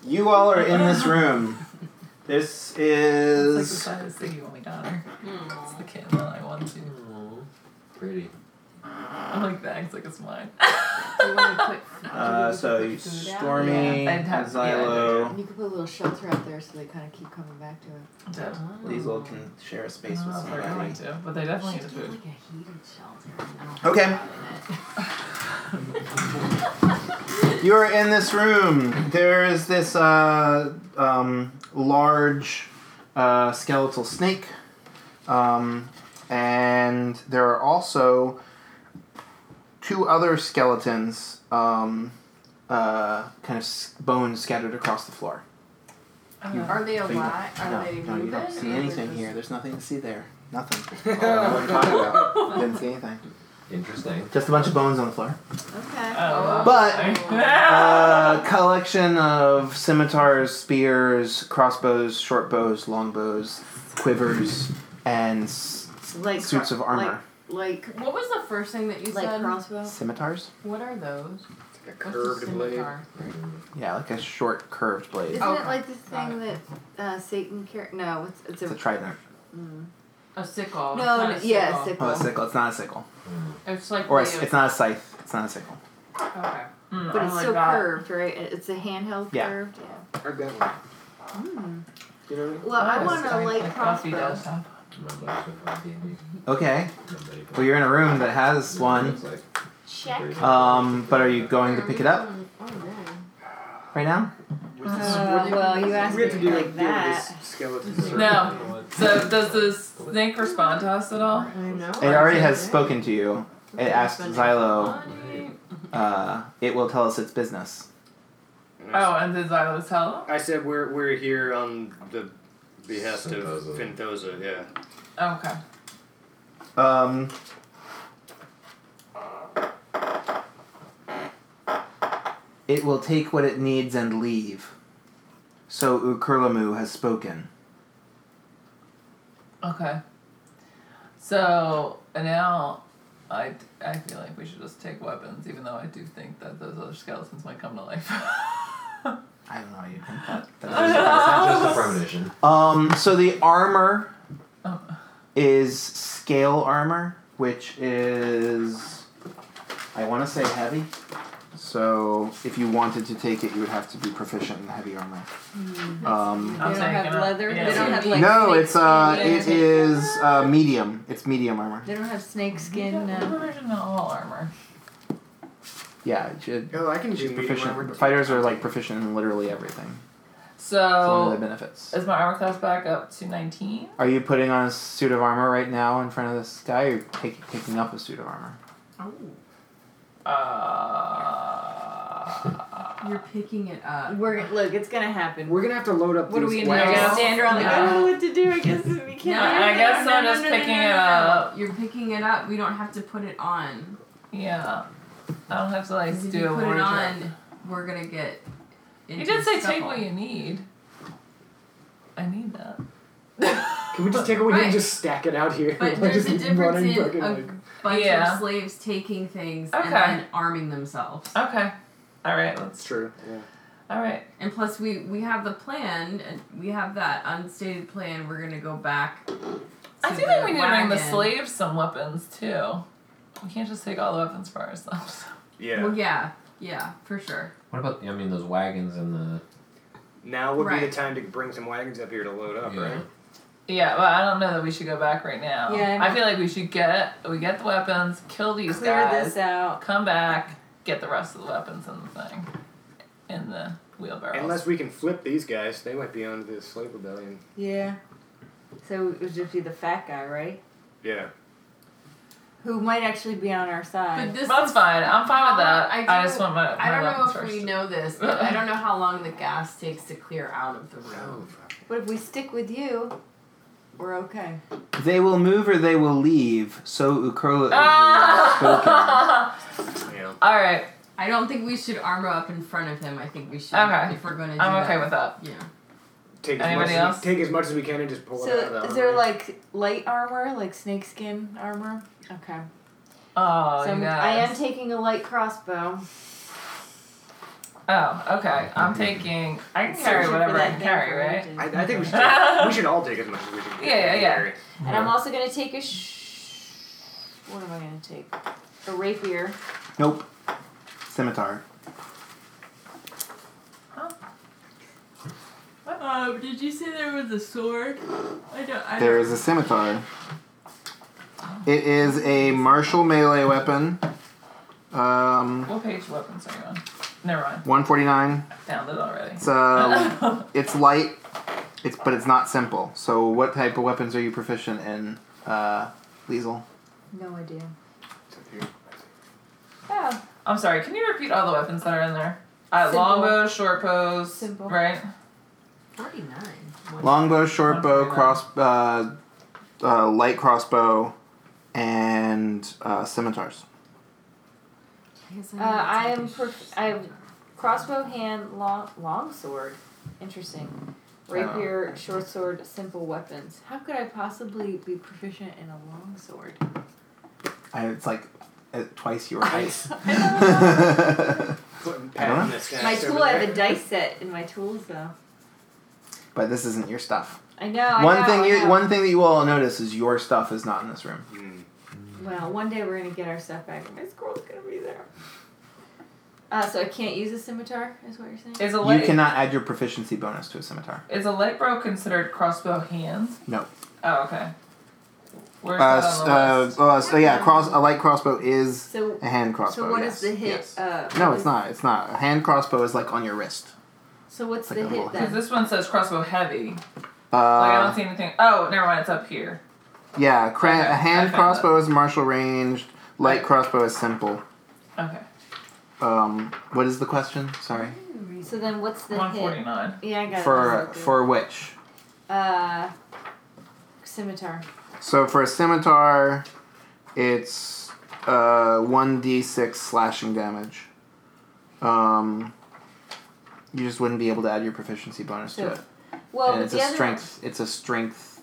Speaker 1: You all are in this room. This
Speaker 6: It's like the
Speaker 1: is.
Speaker 6: size of Ziggy when we got her. It's the kitten that I wanted to.
Speaker 5: Pretty.
Speaker 6: I'm like, thanks, like it's mine.
Speaker 4: Do you want to put
Speaker 1: Uh, so you Stormy,
Speaker 6: Yeah, I'd have- yeah, I'd
Speaker 1: Xylo.
Speaker 7: You could put a little shelter out there so they kind of keep coming back to it.
Speaker 6: Dead.
Speaker 1: Liesl can share a space with
Speaker 6: Oh, they're going
Speaker 1: somebody.
Speaker 6: to, but they definitely
Speaker 4: Should
Speaker 6: need
Speaker 4: get,
Speaker 6: food.
Speaker 4: like a heated shelter. and I'll
Speaker 1: Okay.
Speaker 4: put that in it.
Speaker 1: You're in this room. There is this uh, um, large uh, skeletal snake, um, and there are also two other skeletons, um, uh, kind of s- bones scattered across the floor.
Speaker 4: Are
Speaker 1: So
Speaker 4: they
Speaker 1: you don't-
Speaker 4: alive? Are
Speaker 1: no,
Speaker 4: they
Speaker 1: no,
Speaker 4: moving?
Speaker 1: you don't see
Speaker 4: or
Speaker 1: anything
Speaker 4: just-
Speaker 1: here. There's nothing to see there. Nothing. Oh, what are you talking about? Didn't see anything.
Speaker 5: Interesting.
Speaker 1: Just a bunch of bones on the floor.
Speaker 7: Okay.
Speaker 6: Oh,
Speaker 1: But
Speaker 6: wow.
Speaker 1: uh, collection of scimitars, spears, crossbows, short bows, long bows, quivers, and s-
Speaker 7: Like
Speaker 1: suits of armor.
Speaker 7: Like oh.
Speaker 4: What was the first thing that you
Speaker 7: like, like
Speaker 4: said?
Speaker 7: crossbow.
Speaker 1: Scimitars?
Speaker 4: What are those?
Speaker 9: It's like a
Speaker 4: What's a
Speaker 9: curved blade.
Speaker 4: scimitar?
Speaker 1: Yeah, like a short curved blade.
Speaker 7: Isn't
Speaker 4: Okay.
Speaker 7: it like the
Speaker 4: Got
Speaker 7: thing that uh, Satan carried? No, it's it's a.
Speaker 1: It's a trident.
Speaker 7: mm.
Speaker 4: A
Speaker 7: No,
Speaker 4: sickle. it's not
Speaker 7: no,
Speaker 4: a
Speaker 7: yeah, a
Speaker 4: sickle.
Speaker 1: Oh,
Speaker 7: sickle.
Speaker 1: a sickle. It's not a sickle.
Speaker 4: It's like
Speaker 1: Or a,
Speaker 4: the-
Speaker 1: s- it's not a scythe. It's not a sickle.
Speaker 4: Okay.
Speaker 6: Mm.
Speaker 7: But
Speaker 4: Oh
Speaker 7: it's
Speaker 4: my
Speaker 7: so
Speaker 4: God.
Speaker 7: curved, right? It- It's a handheld
Speaker 1: Yeah.
Speaker 7: curved. Yeah.
Speaker 3: I've got one. Hmm. You know what I mean?
Speaker 7: Well, I
Speaker 6: That's
Speaker 7: want a
Speaker 6: going
Speaker 7: light
Speaker 6: Oh, like Buffy
Speaker 7: crossbow.
Speaker 6: does, huh?
Speaker 5: My buddy's been playing D&D.
Speaker 1: Okay.
Speaker 5: My buddy played-
Speaker 1: Well, you're in a room that has one.
Speaker 5: It's like-
Speaker 2: Check.
Speaker 1: Um, but are you going to pick it up right now?
Speaker 9: With this-
Speaker 7: Uh, well, you asked
Speaker 3: we
Speaker 7: me
Speaker 3: have to do
Speaker 7: like
Speaker 3: deal with
Speaker 7: that.
Speaker 3: this skeleton. serpent.
Speaker 6: No. So does the snake respond to us at all?
Speaker 4: I know.
Speaker 1: It already has spoken to you. It asked Xylo, uh, it will tell us its business.
Speaker 9: And I
Speaker 6: Oh, and did Xylo tell?
Speaker 9: I said we're we're here on the behest of
Speaker 5: Synthosa.
Speaker 9: Finthosa, yeah.
Speaker 6: Okay.
Speaker 1: Um. It will take what it needs and leave. So Ukurlamu has spoken.
Speaker 6: Okay. So and now, I, I feel like we should just take weapons, even though I do think that those other skeletons might come to life.
Speaker 1: I don't know how you think that.
Speaker 5: That's just, that's just a premonition.
Speaker 1: Um, so the armor
Speaker 6: Oh.
Speaker 1: is scale armor, which is I want to say heavy. So if you wanted to take it, you would have to be proficient in heavy armor. Um,
Speaker 6: I'm
Speaker 2: they don't
Speaker 6: taking
Speaker 2: have
Speaker 6: it.
Speaker 2: leather.
Speaker 6: Yeah.
Speaker 2: They don't have like.
Speaker 1: no,
Speaker 2: snake
Speaker 1: it's uh,
Speaker 2: skin.
Speaker 1: it is uh, medium. It's medium armor.
Speaker 2: They don't have snake
Speaker 6: We
Speaker 2: skin.
Speaker 6: got the
Speaker 2: Uh,
Speaker 6: version of all armor.
Speaker 1: Yeah, it should-
Speaker 9: Oh, I can
Speaker 1: she's
Speaker 9: do medium armor.
Speaker 1: proficient. Fighters are like proficient in literally everything. It's one of the
Speaker 6: So
Speaker 1: benefits.
Speaker 6: is my armor class back up to nineteen?
Speaker 1: Are you putting on a suit of armor right now in front of this guy, or take, taking up a suit of armor?
Speaker 4: Oh.
Speaker 6: Uh,
Speaker 4: You're picking it up.
Speaker 7: We're look. It's gonna happen.
Speaker 3: We're gonna have to load up
Speaker 2: What are
Speaker 3: these
Speaker 2: we gonna
Speaker 3: wagons.
Speaker 2: do?
Speaker 6: Wow.
Speaker 2: Stand around
Speaker 7: like,
Speaker 2: the
Speaker 6: No.
Speaker 7: I don't know what to do. I guess we can't.
Speaker 4: No,
Speaker 6: I guess
Speaker 4: no,
Speaker 6: I'm
Speaker 4: no,
Speaker 6: just
Speaker 4: no, no,
Speaker 6: picking
Speaker 4: no,
Speaker 6: it
Speaker 4: no.
Speaker 6: up.
Speaker 4: You're picking it up. We don't have to put it on.
Speaker 6: yeah. I don't have to like
Speaker 4: 'Cause if
Speaker 6: do
Speaker 4: you
Speaker 6: a
Speaker 4: put
Speaker 6: wardrobe.
Speaker 4: it on, we're gonna get.
Speaker 6: You
Speaker 4: into
Speaker 6: did say take
Speaker 4: scuffle.
Speaker 6: what you need. I need that.
Speaker 3: Can we just take it with you and
Speaker 4: Right.
Speaker 3: just stack it out here?
Speaker 4: But
Speaker 3: Like,
Speaker 4: there's a
Speaker 3: just
Speaker 4: difference
Speaker 3: running
Speaker 4: in
Speaker 3: fucking,
Speaker 4: a
Speaker 3: like-
Speaker 4: bunch
Speaker 6: Yeah.
Speaker 4: of slaves taking things
Speaker 6: Okay.
Speaker 4: and then arming themselves.
Speaker 6: Okay. All right. Let's.
Speaker 3: That's true. Yeah.
Speaker 6: All right.
Speaker 4: And plus, we we have the plan. and We have that unstated plan. We're gonna go back.
Speaker 6: I
Speaker 4: to
Speaker 6: do think
Speaker 4: the
Speaker 6: we need to bring the
Speaker 4: wagon.
Speaker 6: slaves some weapons too. We can't just take all the weapons for ourselves.
Speaker 9: Yeah.
Speaker 4: Well, yeah, yeah, for sure.
Speaker 5: What about, I mean, those wagons and the.
Speaker 9: Now would be
Speaker 4: Right.
Speaker 9: the time to bring some wagons up here to load up,
Speaker 5: yeah.
Speaker 9: right?
Speaker 6: Yeah, but I don't know that we should go back right now.
Speaker 2: Yeah, I
Speaker 6: I, feel like we should get we get the weapons, kill these
Speaker 2: clear
Speaker 6: guys,
Speaker 2: this out.
Speaker 6: come back, get the rest of the weapons in the thing, in the wheelbarrows.
Speaker 9: Unless we can flip these guys, they might be onto the slave rebellion.
Speaker 7: Yeah. So it would just be the fat guy, right?
Speaker 9: Yeah.
Speaker 7: Who might actually be on our
Speaker 4: But
Speaker 7: side.
Speaker 4: this
Speaker 6: that's
Speaker 4: is-
Speaker 6: fine. I'm fine with that.
Speaker 4: I do-
Speaker 6: I just want my, my
Speaker 4: I don't know
Speaker 6: weapons
Speaker 4: if
Speaker 6: first.
Speaker 4: we know this, but I don't know how long the gas takes to clear out of the
Speaker 9: Oh,
Speaker 4: room.
Speaker 7: But if we stick with you, we're okay.
Speaker 1: They will move or they will leave. So Ukurla has spoken.
Speaker 6: Ah!
Speaker 9: Yeah.
Speaker 6: all right,
Speaker 4: I don't think we should armor up in front of him. I think we should
Speaker 6: Okay.
Speaker 4: if we're gonna. Do
Speaker 6: I'm
Speaker 4: that.
Speaker 6: okay with that.
Speaker 4: Yeah.
Speaker 9: Take
Speaker 6: Anybody
Speaker 9: as much
Speaker 6: else?
Speaker 9: As we, take as much as we can and just pull it out of
Speaker 7: So
Speaker 9: the
Speaker 7: is there
Speaker 9: armory.
Speaker 7: like light armor, like snakeskin armor? Okay.
Speaker 6: Oh,
Speaker 7: so
Speaker 6: you
Speaker 7: I'm-
Speaker 6: guys.
Speaker 7: I am taking a light crossbow.
Speaker 6: Oh, okay. I'm taking. I can carry
Speaker 7: Searching for
Speaker 6: whatever I
Speaker 7: that
Speaker 6: can
Speaker 7: thing for
Speaker 6: carry, right?
Speaker 7: ages.
Speaker 9: I, I think we should, take, we should all take as much as we can.
Speaker 6: Yeah, yeah, yeah.
Speaker 7: And I'm also gonna take a. Sh- what am I gonna take? A rapier.
Speaker 1: nope. Scimitar.
Speaker 4: Um, did you say there was a sword? I don't. I
Speaker 1: There is a scimitar. It is a martial melee weapon. Um,
Speaker 6: What page weapons are you on? Never mind.
Speaker 1: 149.
Speaker 6: Found it already.
Speaker 1: It's uh, it's light. It's but it's not simple. So what type of weapons are you proficient in, uh, Liesel?
Speaker 7: No idea. Oh.
Speaker 6: Yeah. I'm sorry. Can you repeat all the weapons that are in there? Uh,
Speaker 7: Simple.
Speaker 6: longbow, short bows,
Speaker 7: Simple.
Speaker 6: right?
Speaker 4: Forty-nine.
Speaker 1: Longbow, short bow,
Speaker 6: 149.
Speaker 1: cross, uh, uh, light crossbow, and uh, scimitars.
Speaker 7: Uh, I am. Perf- I have crossbow, hand, long, long sword. Interesting. Rapier, short sword, simple weapons. How could I possibly be proficient in a long sword?
Speaker 1: I, it's like uh, twice your height.
Speaker 9: Putting
Speaker 1: I don't
Speaker 9: Pat in
Speaker 1: know.
Speaker 9: this
Speaker 7: My
Speaker 9: stash
Speaker 7: tool.
Speaker 9: over
Speaker 7: I have
Speaker 9: there.
Speaker 7: a dice set in my tools though.
Speaker 1: but this isn't your stuff.
Speaker 7: I know. I
Speaker 1: one
Speaker 7: know,
Speaker 1: thing
Speaker 7: I
Speaker 1: you
Speaker 7: know.
Speaker 1: one thing that you all notice is your stuff is not in this room.
Speaker 9: Mm.
Speaker 7: Well, one day we're gonna get our stuff back. and My squirrel's gonna be there. Uh, so I can't use a scimitar, is what you're saying?
Speaker 6: Is a
Speaker 1: You
Speaker 6: light
Speaker 1: cannot add your proficiency bonus to a scimitar.
Speaker 6: is a light bow considered crossbow hands?
Speaker 1: No.
Speaker 6: Oh, okay. Where's
Speaker 1: Uh,
Speaker 6: that
Speaker 1: s-
Speaker 6: on the
Speaker 1: uh,
Speaker 6: list?
Speaker 1: uh, so yeah, cross a light crossbow is
Speaker 7: So,
Speaker 1: a hand crossbow.
Speaker 7: so what
Speaker 1: yes.
Speaker 7: is the hit?
Speaker 1: Yes.
Speaker 7: Uh,
Speaker 1: No,
Speaker 7: what
Speaker 1: it's
Speaker 7: is-
Speaker 1: not. It's not. A hand crossbow is like on your wrist.
Speaker 7: So what's
Speaker 1: Like a
Speaker 7: the
Speaker 1: little
Speaker 7: hit
Speaker 6: Because
Speaker 7: then?
Speaker 6: this one says crossbow heavy. Like I don't
Speaker 1: Uh,
Speaker 6: see anything. Oh, never mind. It's up here.
Speaker 1: yeah, cra-
Speaker 6: Okay,
Speaker 1: a hand
Speaker 6: okay,
Speaker 1: crossbow is martial ranged. Light
Speaker 6: Right.
Speaker 1: crossbow is simple.
Speaker 6: Okay.
Speaker 1: Um, what is the question? Sorry.
Speaker 7: So then what's the
Speaker 6: One forty
Speaker 7: hit?
Speaker 6: nine.
Speaker 7: Yeah, I got
Speaker 1: For
Speaker 7: it.
Speaker 1: for which?
Speaker 7: uh, scimitar.
Speaker 1: So for a scimitar, it's uh one d six slashing damage. Um, You just wouldn't be able to add your proficiency bonus
Speaker 7: So-
Speaker 1: to it.
Speaker 7: Well,
Speaker 1: and
Speaker 7: but
Speaker 1: it's
Speaker 7: the
Speaker 1: a
Speaker 7: other
Speaker 1: strength. It's a strength.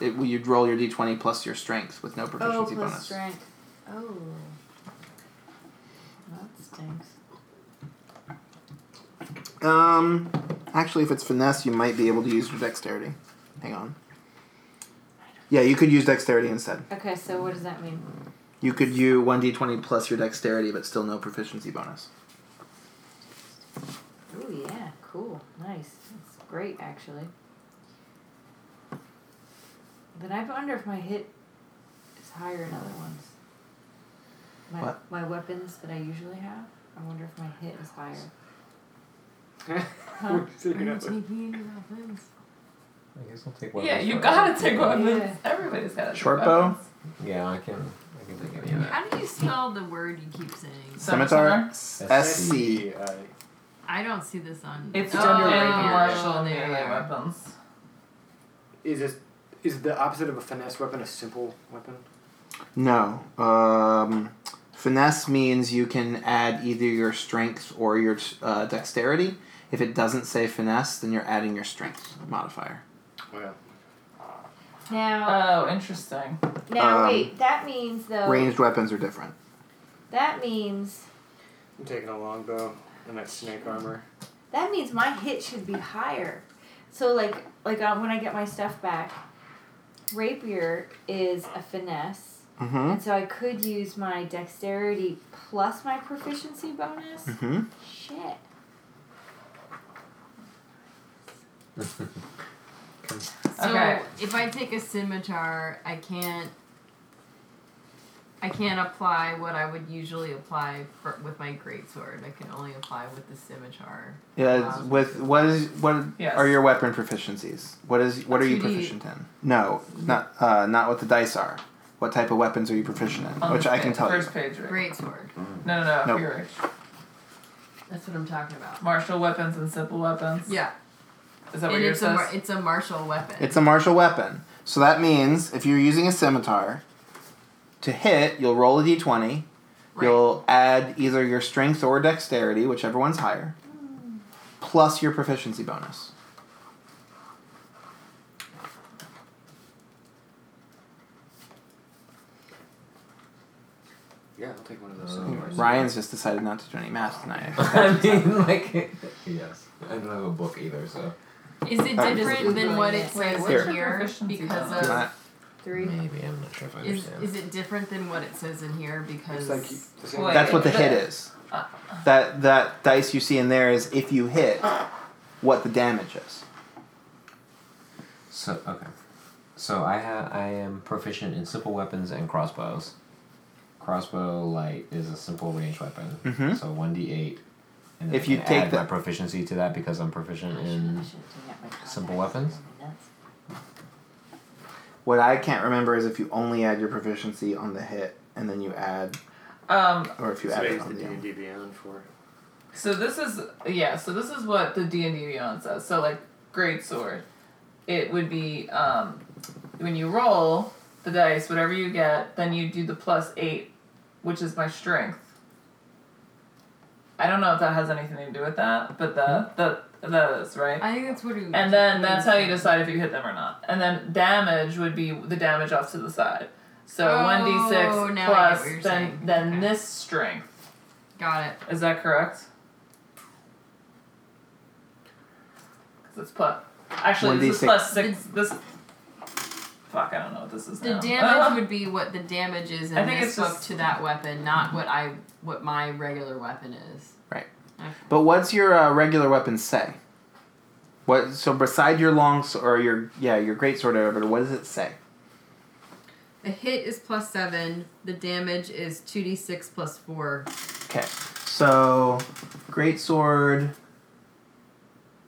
Speaker 1: It, well, you'd roll your d20 plus your strength with no
Speaker 7: Oh,
Speaker 1: proficiency
Speaker 7: plus
Speaker 1: bonus.
Speaker 7: strength. Oh, that stinks.
Speaker 1: Um, actually, if it's finesse, you might be able to use your dexterity. Hang on. Yeah, you could use dexterity instead.
Speaker 7: Okay, so what does that mean?
Speaker 1: You could use one d20 plus your dexterity, but still no proficiency bonus.
Speaker 7: Oh yeah, cool, nice. That's great, actually. But I wonder if my hit is higher than other ones. My
Speaker 1: What?
Speaker 7: my weapons that I usually have. I wonder if my hit is higher.
Speaker 3: We're figuring out
Speaker 4: Take me into your weapons.
Speaker 5: I guess I'll take one. of
Speaker 6: Yeah,
Speaker 5: those
Speaker 6: you
Speaker 5: for-
Speaker 6: gotta take weapons.
Speaker 7: Yeah.
Speaker 6: Everybody's gotta take
Speaker 1: Short bow?
Speaker 6: weapons.
Speaker 5: Yeah, I can. I can take any of that.
Speaker 4: How do you spell the word you keep saying?
Speaker 1: Scimitar?
Speaker 5: S
Speaker 1: SC.
Speaker 9: uh,
Speaker 4: I don't see this on.
Speaker 6: It's
Speaker 4: oh,
Speaker 6: under
Speaker 4: there
Speaker 6: rapier,
Speaker 4: you
Speaker 6: martial,
Speaker 4: are.
Speaker 6: and melee weapons.
Speaker 3: Is this, is the opposite of a finesse weapon a simple weapon?
Speaker 1: No. Um, finesse means you can add either your strength or your uh, dexterity. If it doesn't say finesse, then you're adding your strength modifier.
Speaker 7: Now,
Speaker 6: Oh, interesting.
Speaker 7: now
Speaker 1: um,
Speaker 7: wait. That means though.
Speaker 1: Ranged weapons are different.
Speaker 7: That means
Speaker 3: I'm taking a longbow and that snake armor.
Speaker 7: that means my hit should be higher. So like like uh, when I get my stuff back, rapier is a finesse.
Speaker 1: Mm-hmm.
Speaker 7: And so I could use my dexterity plus my proficiency bonus.
Speaker 1: Mm-hmm.
Speaker 7: Shit.
Speaker 4: So
Speaker 6: Okay.
Speaker 4: if I take a scimitar, I can't. I can't apply what I would usually apply for, with my greatsword. I can only apply with the scimitar.
Speaker 1: Yeah. it's
Speaker 4: Um,
Speaker 1: With what is what
Speaker 6: Yes.
Speaker 1: are your weapon proficiencies? What is what are you
Speaker 4: 2D.
Speaker 1: proficient in? No, not uh, not what the dice are. What type of weapons are you proficient in?
Speaker 6: On
Speaker 1: Which
Speaker 6: the
Speaker 1: I can
Speaker 6: pa-
Speaker 1: tell you.
Speaker 6: first page. right?
Speaker 4: Greatsword.
Speaker 6: No, no, no.
Speaker 1: Nope.
Speaker 6: Your
Speaker 4: That's what I'm talking about.
Speaker 6: martial weapons and simple weapons.
Speaker 4: Yeah,
Speaker 6: Is that what
Speaker 4: and
Speaker 6: yours
Speaker 4: it's a,
Speaker 6: says?
Speaker 4: mar- it's a martial weapon.
Speaker 1: It's a martial weapon. So that means if you're using a scimitar, to hit, you'll roll a d20.
Speaker 4: Right.
Speaker 1: You'll add either your strength or dexterity, whichever one's higher, plus your proficiency bonus.
Speaker 3: Yeah, I'll take one of those.
Speaker 5: Uh,
Speaker 9: Hmm.
Speaker 3: anyways.
Speaker 1: Ryan's just decided not to do any math tonight.
Speaker 5: I mean, like, yes. I don't have a book either, so
Speaker 4: Is it
Speaker 1: I'm just
Speaker 4: different than
Speaker 7: Googling
Speaker 4: what
Speaker 7: it.
Speaker 4: it
Speaker 6: Wait,
Speaker 4: says
Speaker 6: what's your
Speaker 4: in here?
Speaker 6: proficiency
Speaker 4: Because
Speaker 6: bonus?
Speaker 4: of
Speaker 1: Not-
Speaker 7: Three.
Speaker 5: maybe I'm not sure if I
Speaker 4: is,
Speaker 5: understand.
Speaker 4: is it different than what it says in here?
Speaker 3: It's
Speaker 4: Because
Speaker 3: like you- the same-
Speaker 6: Wait.
Speaker 1: That's what the hit is. That that dice you see in there is if you hit, what the damage is.
Speaker 5: so okay. So I ha- I am proficient in simple weapons and crossbows. Crossbow light is a simple range weapon,
Speaker 1: Mhm.
Speaker 5: so one d eight. And then
Speaker 1: If
Speaker 5: I
Speaker 1: you
Speaker 5: can
Speaker 1: take
Speaker 5: add
Speaker 1: the-
Speaker 5: my proficiency to that because I'm
Speaker 7: Oh,
Speaker 5: proficient in simple weapons.
Speaker 1: What I can't remember is if you only add your proficiency on the hit, and then you add,
Speaker 6: Um,
Speaker 1: or if you
Speaker 3: So
Speaker 1: add it
Speaker 3: use
Speaker 1: on
Speaker 3: the
Speaker 1: the.
Speaker 3: D&D Beyond for it.
Speaker 6: So this is yeah. So this is what the D and D Beyond says. So like great sword, it would be um, when you roll the dice, whatever you get, then you do the plus eight, which is my strength. I don't know if that has anything to do with that, but the the that is right.
Speaker 4: Hmm? I think that's what it
Speaker 6: And then that's how you decide if you hit them or not. And then damage would be the damage off to the side. So
Speaker 4: Oh,
Speaker 6: one d
Speaker 4: now I
Speaker 6: six
Speaker 4: get
Speaker 6: plus
Speaker 4: what you're
Speaker 6: then
Speaker 4: saying.
Speaker 6: then
Speaker 4: Okay.
Speaker 6: this strength.
Speaker 4: Got it.
Speaker 6: Is that correct? Because it's plus. Actually, this is
Speaker 1: 1d6.
Speaker 6: plus six. This. Fuck, I don't know what this is.
Speaker 4: The
Speaker 6: now.
Speaker 4: damage would be what the damage is in
Speaker 6: I think
Speaker 4: this
Speaker 6: it's
Speaker 4: book
Speaker 6: just-
Speaker 4: to that weapon, not what I what my regular weapon is.
Speaker 1: Right.
Speaker 4: Okay.
Speaker 1: But what's your uh, regular weapon say? What so beside your long s- or your yeah your great sword or whatever, what does it say?
Speaker 4: The hit is plus seven. The damage is two d six plus four.
Speaker 1: Okay, so great sword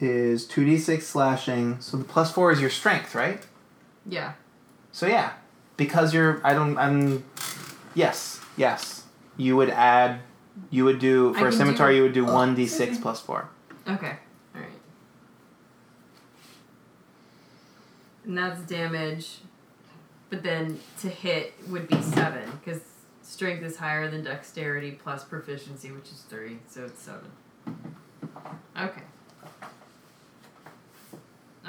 Speaker 1: is two d six slashing. So the plus four is your strength, right?
Speaker 4: Yeah.
Speaker 1: So yeah, because you're I don't I'm yes yes you would add you would do for
Speaker 4: I
Speaker 1: a
Speaker 4: can do-
Speaker 1: scimitar you would do one d six plus four.
Speaker 4: Okay. All right. And that's damage, but then to hit would be seven because strength is higher than dexterity plus proficiency, which is three, so it's seven. Okay.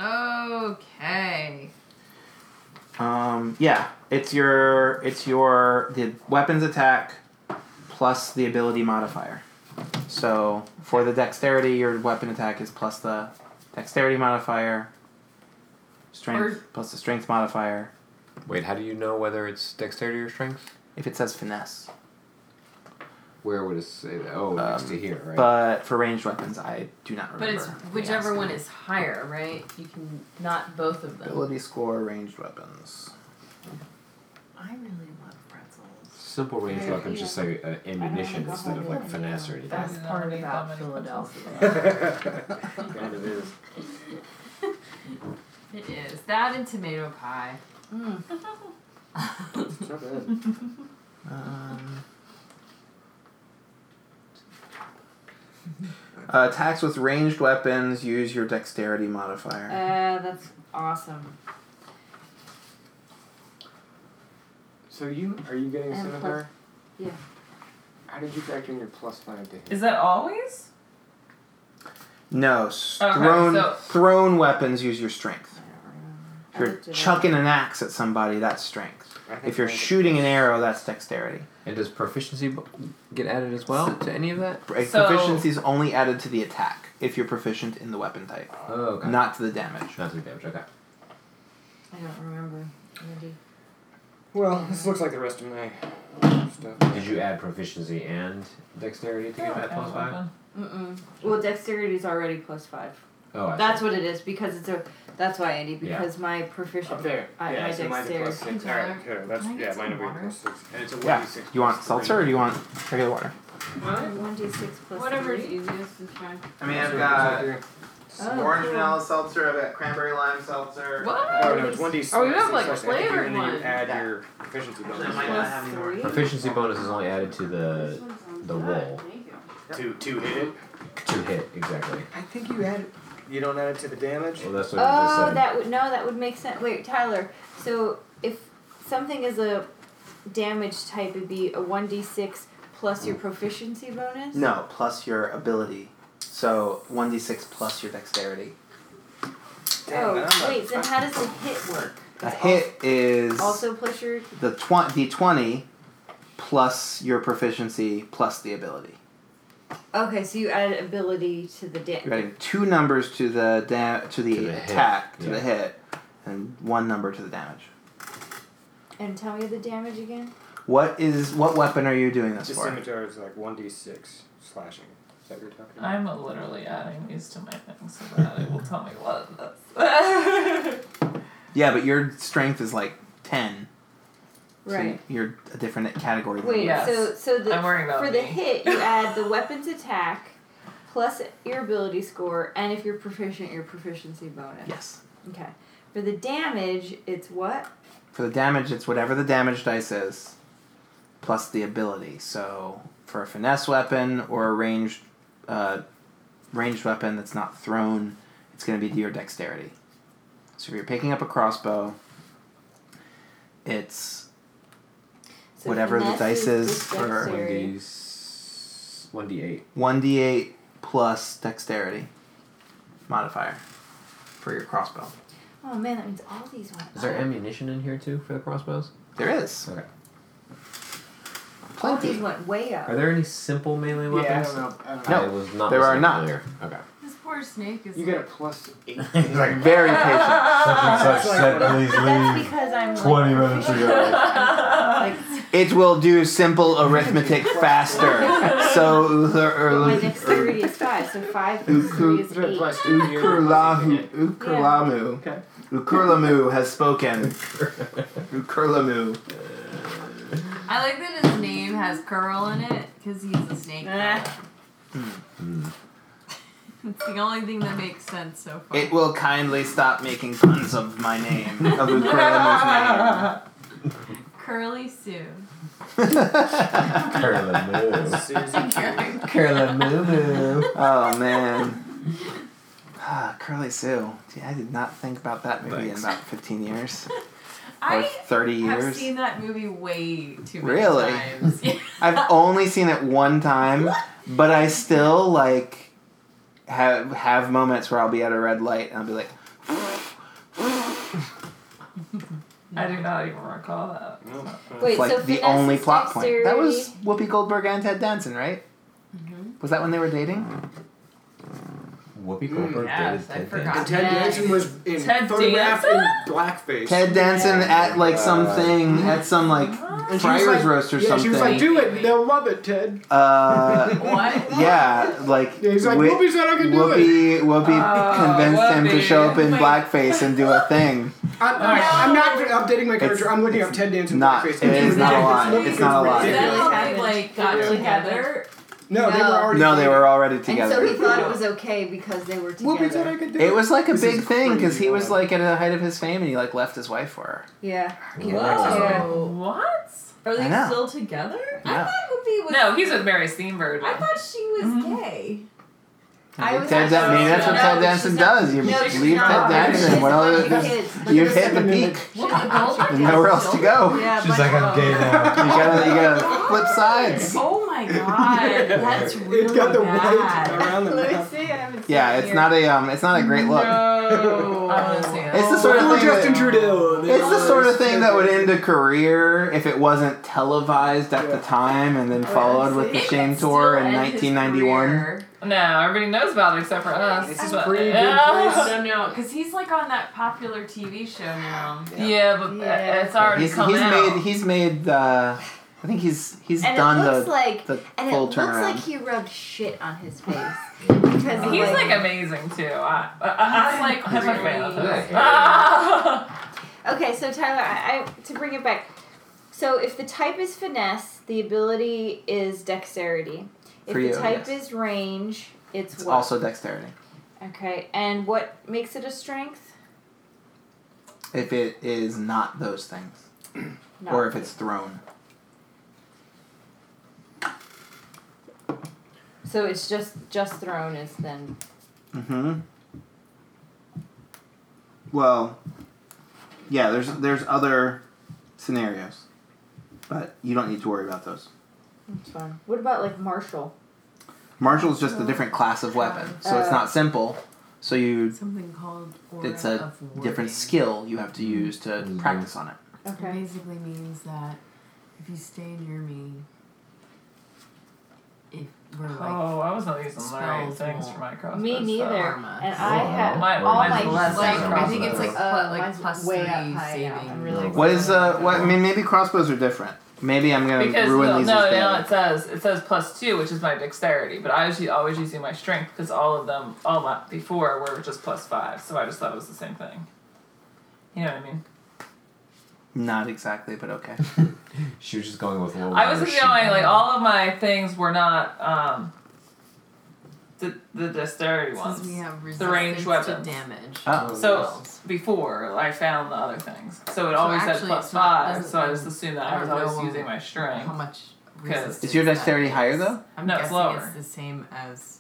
Speaker 4: Okay.
Speaker 1: Um, yeah, it's your it's your the weapons attack plus the ability modifier. So for the dexterity, your weapon attack is plus the dexterity modifier, strength
Speaker 4: Or-
Speaker 1: plus the strength modifier.
Speaker 5: Wait, how do you know whether it's dexterity or strength?
Speaker 1: If it says finesse,
Speaker 5: Where would it say that? Oh, next
Speaker 1: Um,
Speaker 5: to here, right?
Speaker 1: but for ranged weapons, I do not
Speaker 4: But
Speaker 1: remember.
Speaker 4: it's
Speaker 1: the
Speaker 4: whichever
Speaker 1: ask.
Speaker 4: one is higher, right? You can not both of them.
Speaker 1: Ability score ranged weapons.
Speaker 4: I really love pretzels.
Speaker 5: Simple range
Speaker 7: Yeah,
Speaker 5: weapons
Speaker 7: yeah.
Speaker 5: just like uh, ammunition
Speaker 7: go
Speaker 5: instead of
Speaker 7: home.
Speaker 5: like finesse or anything.
Speaker 6: Best part about Philadelphia.
Speaker 14: kind of is.
Speaker 4: It is. That and tomato pie.
Speaker 7: Mm. Uh,
Speaker 14: It's not bad.
Speaker 1: Um, uh, attacks with ranged weapons use your dexterity modifier.
Speaker 7: Uh, that's awesome.
Speaker 3: So you are you getting a
Speaker 7: And
Speaker 3: scimitar?
Speaker 7: yeah.
Speaker 3: How did you factor in your plus five to hit?
Speaker 6: Is that always?
Speaker 1: no, s-
Speaker 6: Okay,
Speaker 1: thrown
Speaker 6: so-
Speaker 1: thrown weapons use your strength. If
Speaker 7: I
Speaker 1: you're
Speaker 7: looked it up.
Speaker 1: chucking an axe at somebody, that's strength.
Speaker 3: I think
Speaker 1: If you're
Speaker 3: I-
Speaker 1: shooting an arrow, that's dexterity.
Speaker 5: And does proficiency b- get added as well to any of that?
Speaker 1: Pro-
Speaker 6: So-
Speaker 1: Proficiency is only added to the attack if you're proficient in the weapon type,
Speaker 5: Oh, okay.
Speaker 1: not to the damage.
Speaker 5: Not to damage. Okay.
Speaker 7: I don't remember. Andy.
Speaker 3: Well, this looks like the rest of my stuff.
Speaker 5: Did you add proficiency and dexterity to get that plus five?
Speaker 7: Mm-mm. Well, dexterity is already plus five.
Speaker 5: Oh, I
Speaker 7: That's
Speaker 5: see.
Speaker 7: what it is because it's a. That's why Andy
Speaker 5: Yeah.
Speaker 7: because my proficient.
Speaker 3: Up there.
Speaker 7: I,
Speaker 3: yeah,
Speaker 7: my
Speaker 3: so mine are plus
Speaker 7: dexterity.
Speaker 3: six. All right, here, that's
Speaker 4: Can I get
Speaker 3: yeah,
Speaker 4: some
Speaker 3: mine would be
Speaker 4: water?
Speaker 3: plus six, and it's a
Speaker 1: Yeah.
Speaker 3: one d six.
Speaker 1: Do you want seltzer or do you want regular water?
Speaker 7: One d six plus
Speaker 4: Whatever's
Speaker 7: three.
Speaker 4: easiest is fine.
Speaker 1: I mean,
Speaker 7: Oh, cool.
Speaker 1: seltzer. I've got cranberry lime seltzer.
Speaker 4: What?
Speaker 3: No, no, it's one d six.
Speaker 4: Oh, you have, like, flavored
Speaker 3: and then you
Speaker 4: one.
Speaker 3: add
Speaker 1: Yeah.
Speaker 3: your proficiency
Speaker 1: That might
Speaker 3: bonus.
Speaker 1: not have any more.
Speaker 7: Plus three?
Speaker 5: Proficiency bonus is only added to the the roll
Speaker 3: Two, two hit it.
Speaker 5: to hit exactly.
Speaker 14: I think you add. You don't add it to the damage.
Speaker 5: Well, that's what I just
Speaker 7: Oh,
Speaker 5: said.
Speaker 7: that would no, that would make sense. Wait, Tyler. So if something is a damage type, it'd be a one d six plus your proficiency bonus.
Speaker 1: No, plus your ability. So 1d6 plus your dexterity.
Speaker 14: Damn,
Speaker 7: Oh,
Speaker 14: man, I'm a-
Speaker 7: wait. Then how does the hit work?
Speaker 1: A hit is
Speaker 7: Also plus your.
Speaker 1: the tw- d20 plus your proficiency plus the ability.
Speaker 7: Okay, so you add ability to the
Speaker 1: You're
Speaker 7: damage.
Speaker 1: adding two numbers to the da- to the,
Speaker 5: To the hit,
Speaker 1: attack to the
Speaker 5: yeah.
Speaker 1: hit, and one number to the damage.
Speaker 7: And tell me the damage again.
Speaker 1: What is what weapon are you doing this
Speaker 3: The
Speaker 1: for?
Speaker 3: scimitar is like one d six slashing. Is that what you're talking about?
Speaker 6: I'm literally adding these to my thing so that it will tell me what this.
Speaker 1: Yeah, but your strength is like ten.
Speaker 7: Right.
Speaker 1: So you're a different category. than
Speaker 7: Wait.
Speaker 1: me.
Speaker 6: Yes.
Speaker 7: So so the
Speaker 6: I'm worrying about
Speaker 7: for the
Speaker 6: me.
Speaker 7: hit you add the weapons attack plus your ability score, and if you're proficient, your proficiency bonus.
Speaker 1: Yes.
Speaker 7: Okay. For the damage, it's what?
Speaker 1: For the damage, it's whatever the damage dice is, plus the ability. So for a finesse weapon or a ranged, uh, ranged weapon that's not thrown, it's going to be your dexterity. So if you're picking up a crossbow, it's
Speaker 7: So
Speaker 1: Whatever the
Speaker 7: finesse
Speaker 1: dice is
Speaker 7: just
Speaker 1: for
Speaker 5: One
Speaker 7: dexterity.
Speaker 5: d s- one d eight.
Speaker 1: one d8 plus dexterity modifier for your crossbow.
Speaker 7: Oh man, that means all these ones.
Speaker 5: Is there ammunition in here too for the crossbows?
Speaker 1: There is
Speaker 5: Okay.
Speaker 7: all these
Speaker 1: plenty.
Speaker 7: went way up.
Speaker 5: Are there any simple melee weapons?
Speaker 3: Yeah, I don't know. I don't know.
Speaker 1: No,
Speaker 5: I was not
Speaker 1: there are
Speaker 5: listening
Speaker 1: not.
Speaker 5: earlier. Okay.
Speaker 4: This poor snake is.
Speaker 3: You get a plus eight.
Speaker 5: He's like,
Speaker 1: Very patient.
Speaker 5: such
Speaker 14: said,
Speaker 5: please
Speaker 7: That's because I'm like,
Speaker 5: minutes ago.
Speaker 7: like
Speaker 1: It will do simple arithmetic faster. So
Speaker 7: my dexterity is five, so five plus three is eight.
Speaker 3: Plus two here, plus eight
Speaker 1: Ukurlahu,
Speaker 3: hit.
Speaker 1: Ukurlamu,
Speaker 3: Okay.
Speaker 1: Ukurlamu has spoken. Ukurlamu.
Speaker 4: I like that his name has curl in it because he's a snake.
Speaker 7: Ah.
Speaker 1: Hmm.
Speaker 4: it's the only thing that makes sense so far.
Speaker 1: It will kindly stop making puns of my name, of Ukurlamu's
Speaker 4: Curly Sue.
Speaker 1: name.
Speaker 5: Curlamoo.
Speaker 3: Susan Q.
Speaker 5: Curlamoo.
Speaker 1: oh man. Ah, Curly Sue. Gee, I did not think about that movie
Speaker 5: Thanks.
Speaker 1: in about 15 years or
Speaker 4: I
Speaker 1: 30 years.
Speaker 4: have seen that movie way too many
Speaker 1: Really?
Speaker 4: times.
Speaker 1: I've only seen it one time, but I still like have have moments where I'll be at a red light and I'll be like,
Speaker 6: I do not even recall that.
Speaker 2: Wait,
Speaker 1: like
Speaker 2: so
Speaker 1: the
Speaker 2: finesse
Speaker 1: only
Speaker 2: is
Speaker 1: plot point. That was
Speaker 2: dexterity.
Speaker 1: Whoopi Goldberg and Ted Danson, right? Was that when they were dating?
Speaker 3: Oh,
Speaker 5: Whoopi
Speaker 3: Mm,
Speaker 5: Goldberg
Speaker 4: yes,
Speaker 5: dated
Speaker 4: I
Speaker 5: Ted
Speaker 3: And
Speaker 4: forgot.
Speaker 5: Danson.
Speaker 3: Ted
Speaker 4: Yeah.
Speaker 3: Danson was in
Speaker 6: Ted
Speaker 3: photographed in
Speaker 6: Danson?
Speaker 3: blackface.
Speaker 1: Ted
Speaker 3: Oh
Speaker 1: Danson at like
Speaker 9: Uh,
Speaker 1: something at some like
Speaker 3: And she was
Speaker 1: Friars
Speaker 3: like-
Speaker 1: roast or
Speaker 3: yeah,
Speaker 1: something.
Speaker 3: she was like, "Do it, they'll love it, Ted."
Speaker 1: uh,
Speaker 6: What?
Speaker 1: yeah, like
Speaker 3: Yeah, he's like,
Speaker 1: Whi-
Speaker 3: "Whoopi said I could do it."
Speaker 1: Whoopi, Whoopi
Speaker 6: Oh,
Speaker 1: convinced him to
Speaker 6: Whoopi.
Speaker 1: show up in
Speaker 6: Wait.
Speaker 1: blackface and do a thing.
Speaker 3: I'm, I'm not updating my character.
Speaker 1: It's-
Speaker 3: I'm looking up
Speaker 1: it's
Speaker 3: Ted Danson
Speaker 1: not-
Speaker 3: blackface.
Speaker 1: it is not a lie.
Speaker 3: Looking-
Speaker 1: It's not a lie.
Speaker 4: Is that
Speaker 3: ridiculous.
Speaker 4: how
Speaker 2: Yeah.
Speaker 4: they like got
Speaker 3: Yeah.
Speaker 4: together?
Speaker 3: No, they were
Speaker 7: No.
Speaker 3: already.
Speaker 1: No, they
Speaker 3: dating.
Speaker 1: were already
Speaker 7: And so he
Speaker 1: together.
Speaker 7: thought it was okay because they were
Speaker 3: Whoopi said I
Speaker 7: together.
Speaker 3: could do it.
Speaker 1: It was like a
Speaker 3: This
Speaker 1: big
Speaker 3: is
Speaker 1: thing because
Speaker 3: crazy.
Speaker 1: he was like at the height of his fame and he like left his wife for her.
Speaker 7: Yeah. Oh.
Speaker 4: Whoa.
Speaker 6: What?
Speaker 4: Are
Speaker 1: I
Speaker 4: they
Speaker 1: know.
Speaker 4: still together? I
Speaker 1: Yeah.
Speaker 4: thought Whoopi was.
Speaker 6: No, he's with Mary Steenburgen.
Speaker 4: I thought she was gay.
Speaker 7: I was
Speaker 1: Ted, I
Speaker 7: actually-
Speaker 1: mean, that's what
Speaker 7: No,
Speaker 1: Ted
Speaker 7: she's
Speaker 1: Danson
Speaker 7: not-
Speaker 1: does. You
Speaker 7: no, she's
Speaker 1: leave Ted
Speaker 7: not.
Speaker 1: Danson.
Speaker 7: She's
Speaker 1: What
Speaker 7: the one
Speaker 1: other?
Speaker 7: who
Speaker 1: there's-
Speaker 7: kids. Look at
Speaker 1: You've
Speaker 7: the
Speaker 1: hit the
Speaker 7: second-
Speaker 1: peak. There's
Speaker 4: Goldberg
Speaker 1: nowhere
Speaker 4: has
Speaker 1: else to
Speaker 4: still-
Speaker 1: go.
Speaker 7: Yeah,
Speaker 5: She's
Speaker 7: but-
Speaker 5: like, I'm gay now.
Speaker 1: You gotta, you gotta flip sides.
Speaker 4: Oh my god, that's really
Speaker 3: It's got the white
Speaker 4: bad.
Speaker 3: around the
Speaker 7: Let me
Speaker 3: mouth.
Speaker 7: see. I haven't seen
Speaker 1: Yeah,
Speaker 7: it
Speaker 1: it's
Speaker 7: here.
Speaker 1: not a um, it's not a great look.
Speaker 6: I want to see it.
Speaker 1: It's the sort of
Speaker 3: Poor
Speaker 1: thing.
Speaker 3: Justin
Speaker 1: That,
Speaker 3: Trudeau. They
Speaker 1: it's the
Speaker 3: all
Speaker 1: sort of
Speaker 3: are
Speaker 1: thing that would
Speaker 3: stupid.
Speaker 1: end a career if it wasn't televised at the time and then followed with the
Speaker 4: It
Speaker 1: Shame
Speaker 4: could
Speaker 1: Tour
Speaker 4: still
Speaker 1: in
Speaker 4: end his
Speaker 1: 1991.
Speaker 4: career.
Speaker 6: No, everybody knows about it except for us.
Speaker 3: This is
Speaker 6: but-
Speaker 3: pretty good
Speaker 6: yeah.
Speaker 3: place.
Speaker 4: No, no, because he's like on that popular TV show now.
Speaker 6: Yeah, but uh,
Speaker 7: Yeah.
Speaker 6: it's already
Speaker 1: He's, he's
Speaker 6: come out.
Speaker 1: made he's made uh, I think he's he's
Speaker 7: And
Speaker 1: done
Speaker 7: it
Speaker 1: the
Speaker 7: looks like
Speaker 1: the
Speaker 7: and
Speaker 1: full
Speaker 7: it looks
Speaker 1: turnaround.
Speaker 7: like he rubbed shit on his face because
Speaker 6: He's like amazing too. I, I,
Speaker 4: He's
Speaker 6: I'm like,
Speaker 4: like
Speaker 6: I'm a fan of
Speaker 4: really-
Speaker 6: his.
Speaker 5: Yeah.
Speaker 6: Ah!
Speaker 2: Okay, so Tyler, I, I to bring it back. So if the type is finesse, the ability is dexterity. If
Speaker 1: For
Speaker 2: the
Speaker 1: you,
Speaker 2: type
Speaker 1: yes.
Speaker 2: is range, it's,
Speaker 1: it's
Speaker 2: what?
Speaker 1: also dexterity.
Speaker 2: okay, and what makes it a strength?
Speaker 1: If it is not those things,
Speaker 2: No.
Speaker 1: or if it's thrown,
Speaker 2: so it's just just thrown is then
Speaker 1: Mm-hmm. Well, yeah. There's there's other scenarios, but you don't need to worry about those.
Speaker 2: it's fun. What about like martial?
Speaker 1: Martial's just a different class of weapon, so it's
Speaker 6: Uh,
Speaker 1: not simple. So you
Speaker 4: Something called Aura
Speaker 1: it's a
Speaker 4: of Warding.
Speaker 1: different skill you have to use to
Speaker 5: Mhm.
Speaker 1: practice on it.
Speaker 4: It
Speaker 2: Okay.
Speaker 4: basically means that if you stay near me, if we're like
Speaker 6: oh, I was not using the right
Speaker 4: Spells
Speaker 6: things
Speaker 4: won't-
Speaker 6: for my crossbow.
Speaker 2: Me neither. And
Speaker 4: Karma.
Speaker 2: I
Speaker 1: Oh,
Speaker 2: have
Speaker 6: My-
Speaker 2: all
Speaker 5: mine's
Speaker 2: my
Speaker 5: less
Speaker 4: like,
Speaker 5: than
Speaker 4: I think it's like,
Speaker 5: crossbow.
Speaker 4: pl-
Speaker 2: Uh,
Speaker 4: like
Speaker 2: mine's
Speaker 4: plus
Speaker 2: way
Speaker 4: three
Speaker 2: up high, yeah,
Speaker 4: saving.
Speaker 2: I'm really
Speaker 1: What is uh? What I mean, maybe crossbows are different. Maybe I'm gonna
Speaker 6: Because
Speaker 1: ruin
Speaker 6: no,
Speaker 1: these.
Speaker 6: no, no, it says it says plus two, which is my dexterity. But I was u- always using my strength because all of them, all my before were just plus five. So I just thought it was the same thing. You know what I mean?
Speaker 1: Not exactly, but okay.
Speaker 5: She was just going with what
Speaker 6: I was
Speaker 5: whatever
Speaker 6: just
Speaker 5: she-
Speaker 6: going like all of my things were not um the the dexterity
Speaker 4: Since we
Speaker 6: ones.
Speaker 4: have resistance
Speaker 6: Oh. The range
Speaker 4: to
Speaker 6: weapons.
Speaker 4: damage.
Speaker 1: Oh.
Speaker 6: So before I found the other things, so it
Speaker 4: So
Speaker 6: always said
Speaker 4: actually,
Speaker 6: plus
Speaker 4: it's not-
Speaker 6: five.
Speaker 4: doesn't-
Speaker 6: So I just assumed that
Speaker 4: I
Speaker 6: I was
Speaker 4: don't know
Speaker 6: always using my
Speaker 4: How
Speaker 6: strength.
Speaker 4: much?
Speaker 6: 'Cause-
Speaker 4: resistance
Speaker 1: Is your
Speaker 4: that
Speaker 1: dexterity
Speaker 4: is.
Speaker 1: higher, though?
Speaker 4: I'm
Speaker 6: No, it's
Speaker 4: guessing
Speaker 6: lower.
Speaker 4: the same as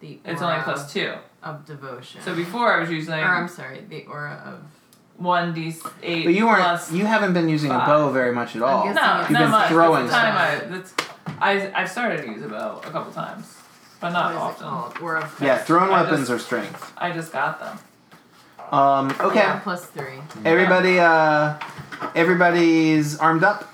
Speaker 4: the. Aura
Speaker 6: It's only plus two.
Speaker 4: of devotion.
Speaker 6: So before I was
Speaker 4: or I'm
Speaker 6: using
Speaker 4: sorry, the aura of.
Speaker 6: one d eight.
Speaker 1: But you weren't.
Speaker 6: plus-
Speaker 1: you haven't been using a
Speaker 6: five.
Speaker 1: bow very much at all.
Speaker 4: guessing
Speaker 6: no,
Speaker 4: You've
Speaker 6: not
Speaker 1: been
Speaker 6: much.
Speaker 1: throwing
Speaker 6: That's the time I, that's, I I've started to use a bow a couple times, but not
Speaker 4: what is it
Speaker 6: often.
Speaker 4: called? Aura of.
Speaker 1: Yeah, thrown
Speaker 6: I
Speaker 1: weapons
Speaker 6: just-
Speaker 1: are strength.
Speaker 6: I just got them.
Speaker 1: Um, okay,
Speaker 4: Yeah, plus three.
Speaker 1: everybody. Uh, everybody's armed up.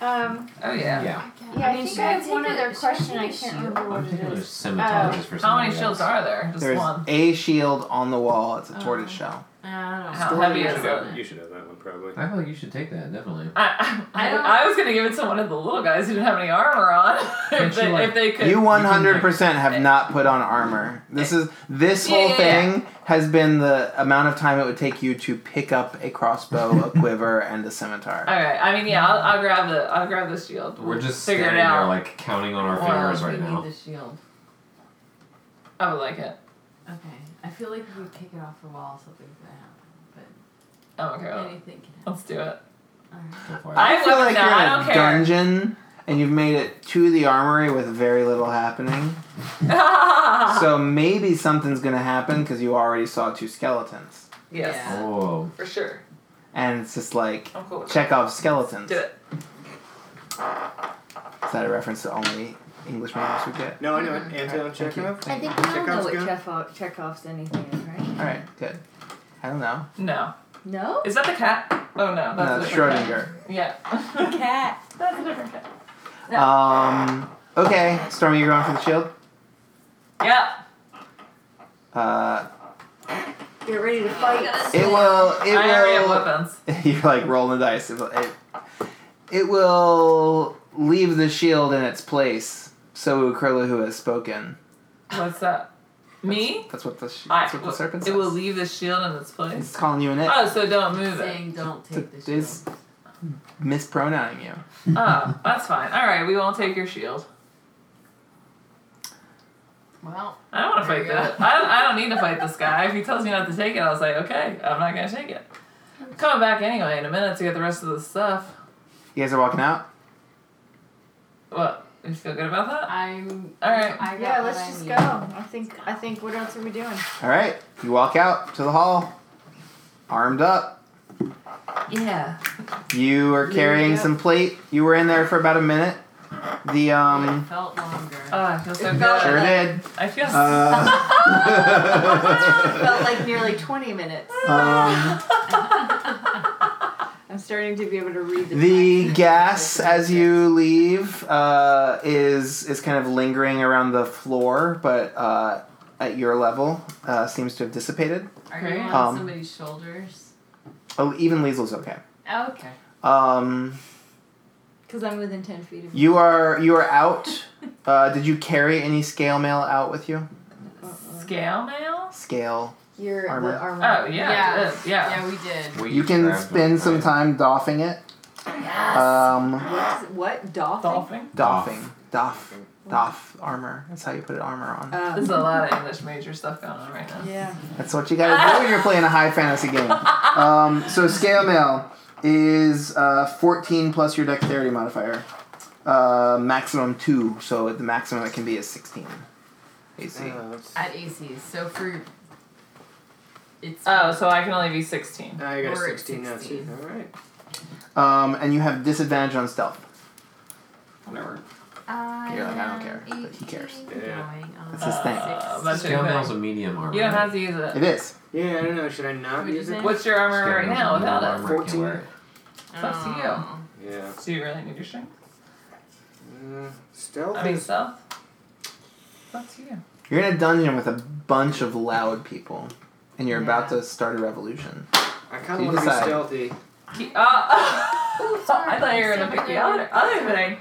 Speaker 2: Um.
Speaker 6: Oh yeah.
Speaker 5: Yeah.
Speaker 2: Yeah, I,
Speaker 4: mean,
Speaker 2: think
Speaker 4: should
Speaker 2: I have
Speaker 4: take
Speaker 2: one
Speaker 4: it-
Speaker 2: other
Speaker 4: should
Speaker 2: question.
Speaker 4: take
Speaker 2: I
Speaker 4: a
Speaker 2: can't
Speaker 4: shield?
Speaker 2: remember what
Speaker 5: I'm thinking
Speaker 2: it
Speaker 5: there's
Speaker 2: is.
Speaker 5: scimitars
Speaker 2: Uh,
Speaker 5: for
Speaker 6: How many
Speaker 5: somebody
Speaker 6: shields
Speaker 5: else.
Speaker 6: are there? Just
Speaker 1: There's
Speaker 6: one.
Speaker 1: a shield on the wall. It's a
Speaker 4: Oh.
Speaker 1: tortoise shell.
Speaker 4: Uh, I don't know.
Speaker 6: How heavy
Speaker 9: You
Speaker 6: is
Speaker 9: should, have, you
Speaker 6: it?
Speaker 9: should have that one probably.
Speaker 5: I feel like you should take that definitely.
Speaker 6: I, I,
Speaker 4: I don't-
Speaker 6: I was gonna give it to one of the little guys who didn't have any armor on.
Speaker 5: Can't
Speaker 6: if,
Speaker 5: you,
Speaker 6: they,
Speaker 5: like-
Speaker 6: if they could.
Speaker 1: You
Speaker 5: can,
Speaker 1: 100% have not put on armor. This is this
Speaker 6: Yeah,
Speaker 1: whole
Speaker 6: yeah, yeah.
Speaker 1: thing has been the amount of time it would take you to pick up a crossbow, a quiver, and a
Speaker 6: All
Speaker 1: scimitar.
Speaker 6: right. I mean, yeah. I'll, I'll grab the I'll grab the shield.
Speaker 5: We're just
Speaker 6: figure it
Speaker 5: standing there
Speaker 6: out.
Speaker 5: like counting on our
Speaker 4: Or
Speaker 5: fingers
Speaker 4: we
Speaker 5: right
Speaker 4: need
Speaker 5: now.
Speaker 4: the shield.
Speaker 6: I would like it.
Speaker 4: Okay. I feel like if we kick it off the wall, something's gonna happen.
Speaker 6: I'm okay.
Speaker 4: But
Speaker 6: with it.
Speaker 4: anything can happen.
Speaker 6: Let's do it.
Speaker 4: Alright.
Speaker 5: So far.
Speaker 6: I
Speaker 1: feel
Speaker 6: love
Speaker 1: like
Speaker 6: that.
Speaker 1: you're in
Speaker 6: I
Speaker 1: a
Speaker 6: don't care.
Speaker 1: dungeon and you've made it to the armory with very little happening.
Speaker 6: Ah.
Speaker 1: So maybe something's gonna happen because you already saw two skeletons,
Speaker 6: yes,
Speaker 4: Yeah.
Speaker 5: oh,
Speaker 6: for sure.
Speaker 1: and it's just like
Speaker 6: I'm cool. With
Speaker 1: check off skeletons.
Speaker 6: it. Do it.
Speaker 1: Is that a reference to only English majors would get?
Speaker 9: No, I know it. Anton
Speaker 1: Thank you.
Speaker 9: Chekhov.
Speaker 2: I think we all know
Speaker 9: Chekhov's
Speaker 2: what
Speaker 9: gun?
Speaker 2: Chekhov, Chekhov's anything is, right?
Speaker 1: All right, good. I don't know.
Speaker 6: No,
Speaker 2: No?
Speaker 6: Is that the cat? Oh no, that's
Speaker 1: No,
Speaker 6: a
Speaker 1: it's
Speaker 6: different cat.
Speaker 1: Schrodinger.
Speaker 6: Yeah.
Speaker 2: Cat.
Speaker 6: that's a different cat.
Speaker 1: Um, okay, Stormy, you're going for the shield.
Speaker 6: Yeah.
Speaker 1: Uh,
Speaker 2: Get ready to fight.
Speaker 1: it will. It
Speaker 6: I already have
Speaker 1: will.
Speaker 6: weapons.
Speaker 1: you're like rolling the dice. It, will- it, it will leave the shield in its place. So Ukrilahu has spoken.
Speaker 6: What's that? Me?
Speaker 1: That's what the, sh-
Speaker 6: I,
Speaker 1: that's what the serpent
Speaker 6: it
Speaker 1: says.
Speaker 6: will leave the shield in its place.
Speaker 1: It's calling you an it.
Speaker 6: Oh, so don't move it.
Speaker 4: Saying don't take the shield.
Speaker 1: It's mispronouncing you.
Speaker 5: Uh,
Speaker 6: Oh, that's fine. All right, we won't take your shield.
Speaker 4: Well,
Speaker 6: I don't want to
Speaker 4: There
Speaker 6: fight
Speaker 4: you
Speaker 6: that.
Speaker 4: go.
Speaker 6: I don't, I don't need to fight this guy. If he tells me not to take it, I'll say, okay, I'm not going to take it. I'm coming back anyway in a minute to get the rest of the stuff.
Speaker 1: You guys are walking out.
Speaker 6: What? You feel good about that?
Speaker 4: I'm.
Speaker 6: All right.
Speaker 4: I got
Speaker 7: Yeah,
Speaker 4: what
Speaker 7: let's
Speaker 4: I
Speaker 7: just
Speaker 4: need.
Speaker 7: go. I think I think what else are we doing?
Speaker 1: All right, you walk out to the hall, armed up.
Speaker 6: Yeah.
Speaker 1: You are carrying
Speaker 4: Yeah.
Speaker 1: some plate. You were in there for about a minute. The
Speaker 4: It
Speaker 1: um,
Speaker 4: felt longer.
Speaker 6: Oh, I feel so
Speaker 7: It
Speaker 6: good.
Speaker 7: felt
Speaker 1: sure did.
Speaker 6: I feel
Speaker 1: Uh,
Speaker 7: Felt like nearly 20 minutes.
Speaker 1: um,
Speaker 7: I'm starting to be able to read the.
Speaker 1: The
Speaker 7: text.
Speaker 1: gas as you leave uh, is is kind of lingering around the floor, but uh, at your level uh, seems to have dissipated.
Speaker 4: Are
Speaker 6: Okay.
Speaker 4: you on
Speaker 1: Um,
Speaker 4: somebody's shoulders?
Speaker 1: Oh, even Liesl's okay.
Speaker 4: Okay.
Speaker 1: Um,
Speaker 7: Because I'm within 10 feet of you.
Speaker 1: you are you are out. Uh, did you carry any scale mail out with you?
Speaker 2: Uh-uh.
Speaker 6: Scale mail?
Speaker 1: Scale.
Speaker 7: You're
Speaker 1: Armor?
Speaker 7: the armor.
Speaker 6: Oh, yeah. Yeah.
Speaker 4: Yeah.
Speaker 6: It is. yeah.
Speaker 4: we did.
Speaker 5: We
Speaker 1: You can
Speaker 5: grabbed
Speaker 1: spend
Speaker 5: them,
Speaker 1: some
Speaker 5: right?
Speaker 1: time doffing it. Um,
Speaker 7: What? Is, what? Oh, Dolphin?
Speaker 6: Dolphin.
Speaker 1: doffing, doff, doff armor. That's how you put it armor on.
Speaker 2: Uh,
Speaker 7: Um,
Speaker 6: There's a lot of English major stuff going on right now.
Speaker 7: yeah.
Speaker 1: That's what you gotta do when you're playing a high fantasy game. Um, so scale mail is uh, 14 plus your dexterity modifier, uh, maximum two. So the maximum it can be is 16. AC.
Speaker 9: Oh,
Speaker 8: Uh, it's-
Speaker 4: At AC's. So for. It's.
Speaker 6: Oh, so I can only be 16.
Speaker 9: I got a
Speaker 4: We're at
Speaker 9: 16 now, too.
Speaker 4: 16.
Speaker 9: Alright.
Speaker 1: Um, and you have disadvantage on stealth.
Speaker 9: Whatever.
Speaker 4: I
Speaker 1: You're like, I don't
Speaker 4: am
Speaker 1: care, but he cares.
Speaker 4: 18
Speaker 9: Yeah.
Speaker 4: Going on
Speaker 1: That's his thing.
Speaker 6: Uh,
Speaker 4: six.
Speaker 6: that's your
Speaker 5: Scale mail's a
Speaker 6: thing.
Speaker 5: medium armor.
Speaker 6: You don't have to use it.
Speaker 1: It is.
Speaker 9: Yeah, I don't know. Should I not
Speaker 4: What'd you
Speaker 9: use it?
Speaker 4: say?
Speaker 6: What's your armor
Speaker 5: Scale
Speaker 6: right
Speaker 5: mail's
Speaker 6: now
Speaker 5: a medium
Speaker 6: without it?
Speaker 5: armor, I can't
Speaker 9: 14.
Speaker 5: wear it.
Speaker 6: It's up to
Speaker 4: Oh.
Speaker 6: you.
Speaker 9: Yeah.
Speaker 6: Do you really need your strength?
Speaker 9: Uh, stealth
Speaker 6: Mm. I mean,
Speaker 9: is-
Speaker 6: stealth? It's up to you.
Speaker 1: You're in a dungeon with a bunch of loud people, and you're about
Speaker 4: Yeah.
Speaker 1: to start a revolution.
Speaker 9: I kind
Speaker 1: You
Speaker 9: of want to be
Speaker 1: decide.
Speaker 9: stealthy.
Speaker 6: Keep, uh, I thought you were going to pick the other, other thing.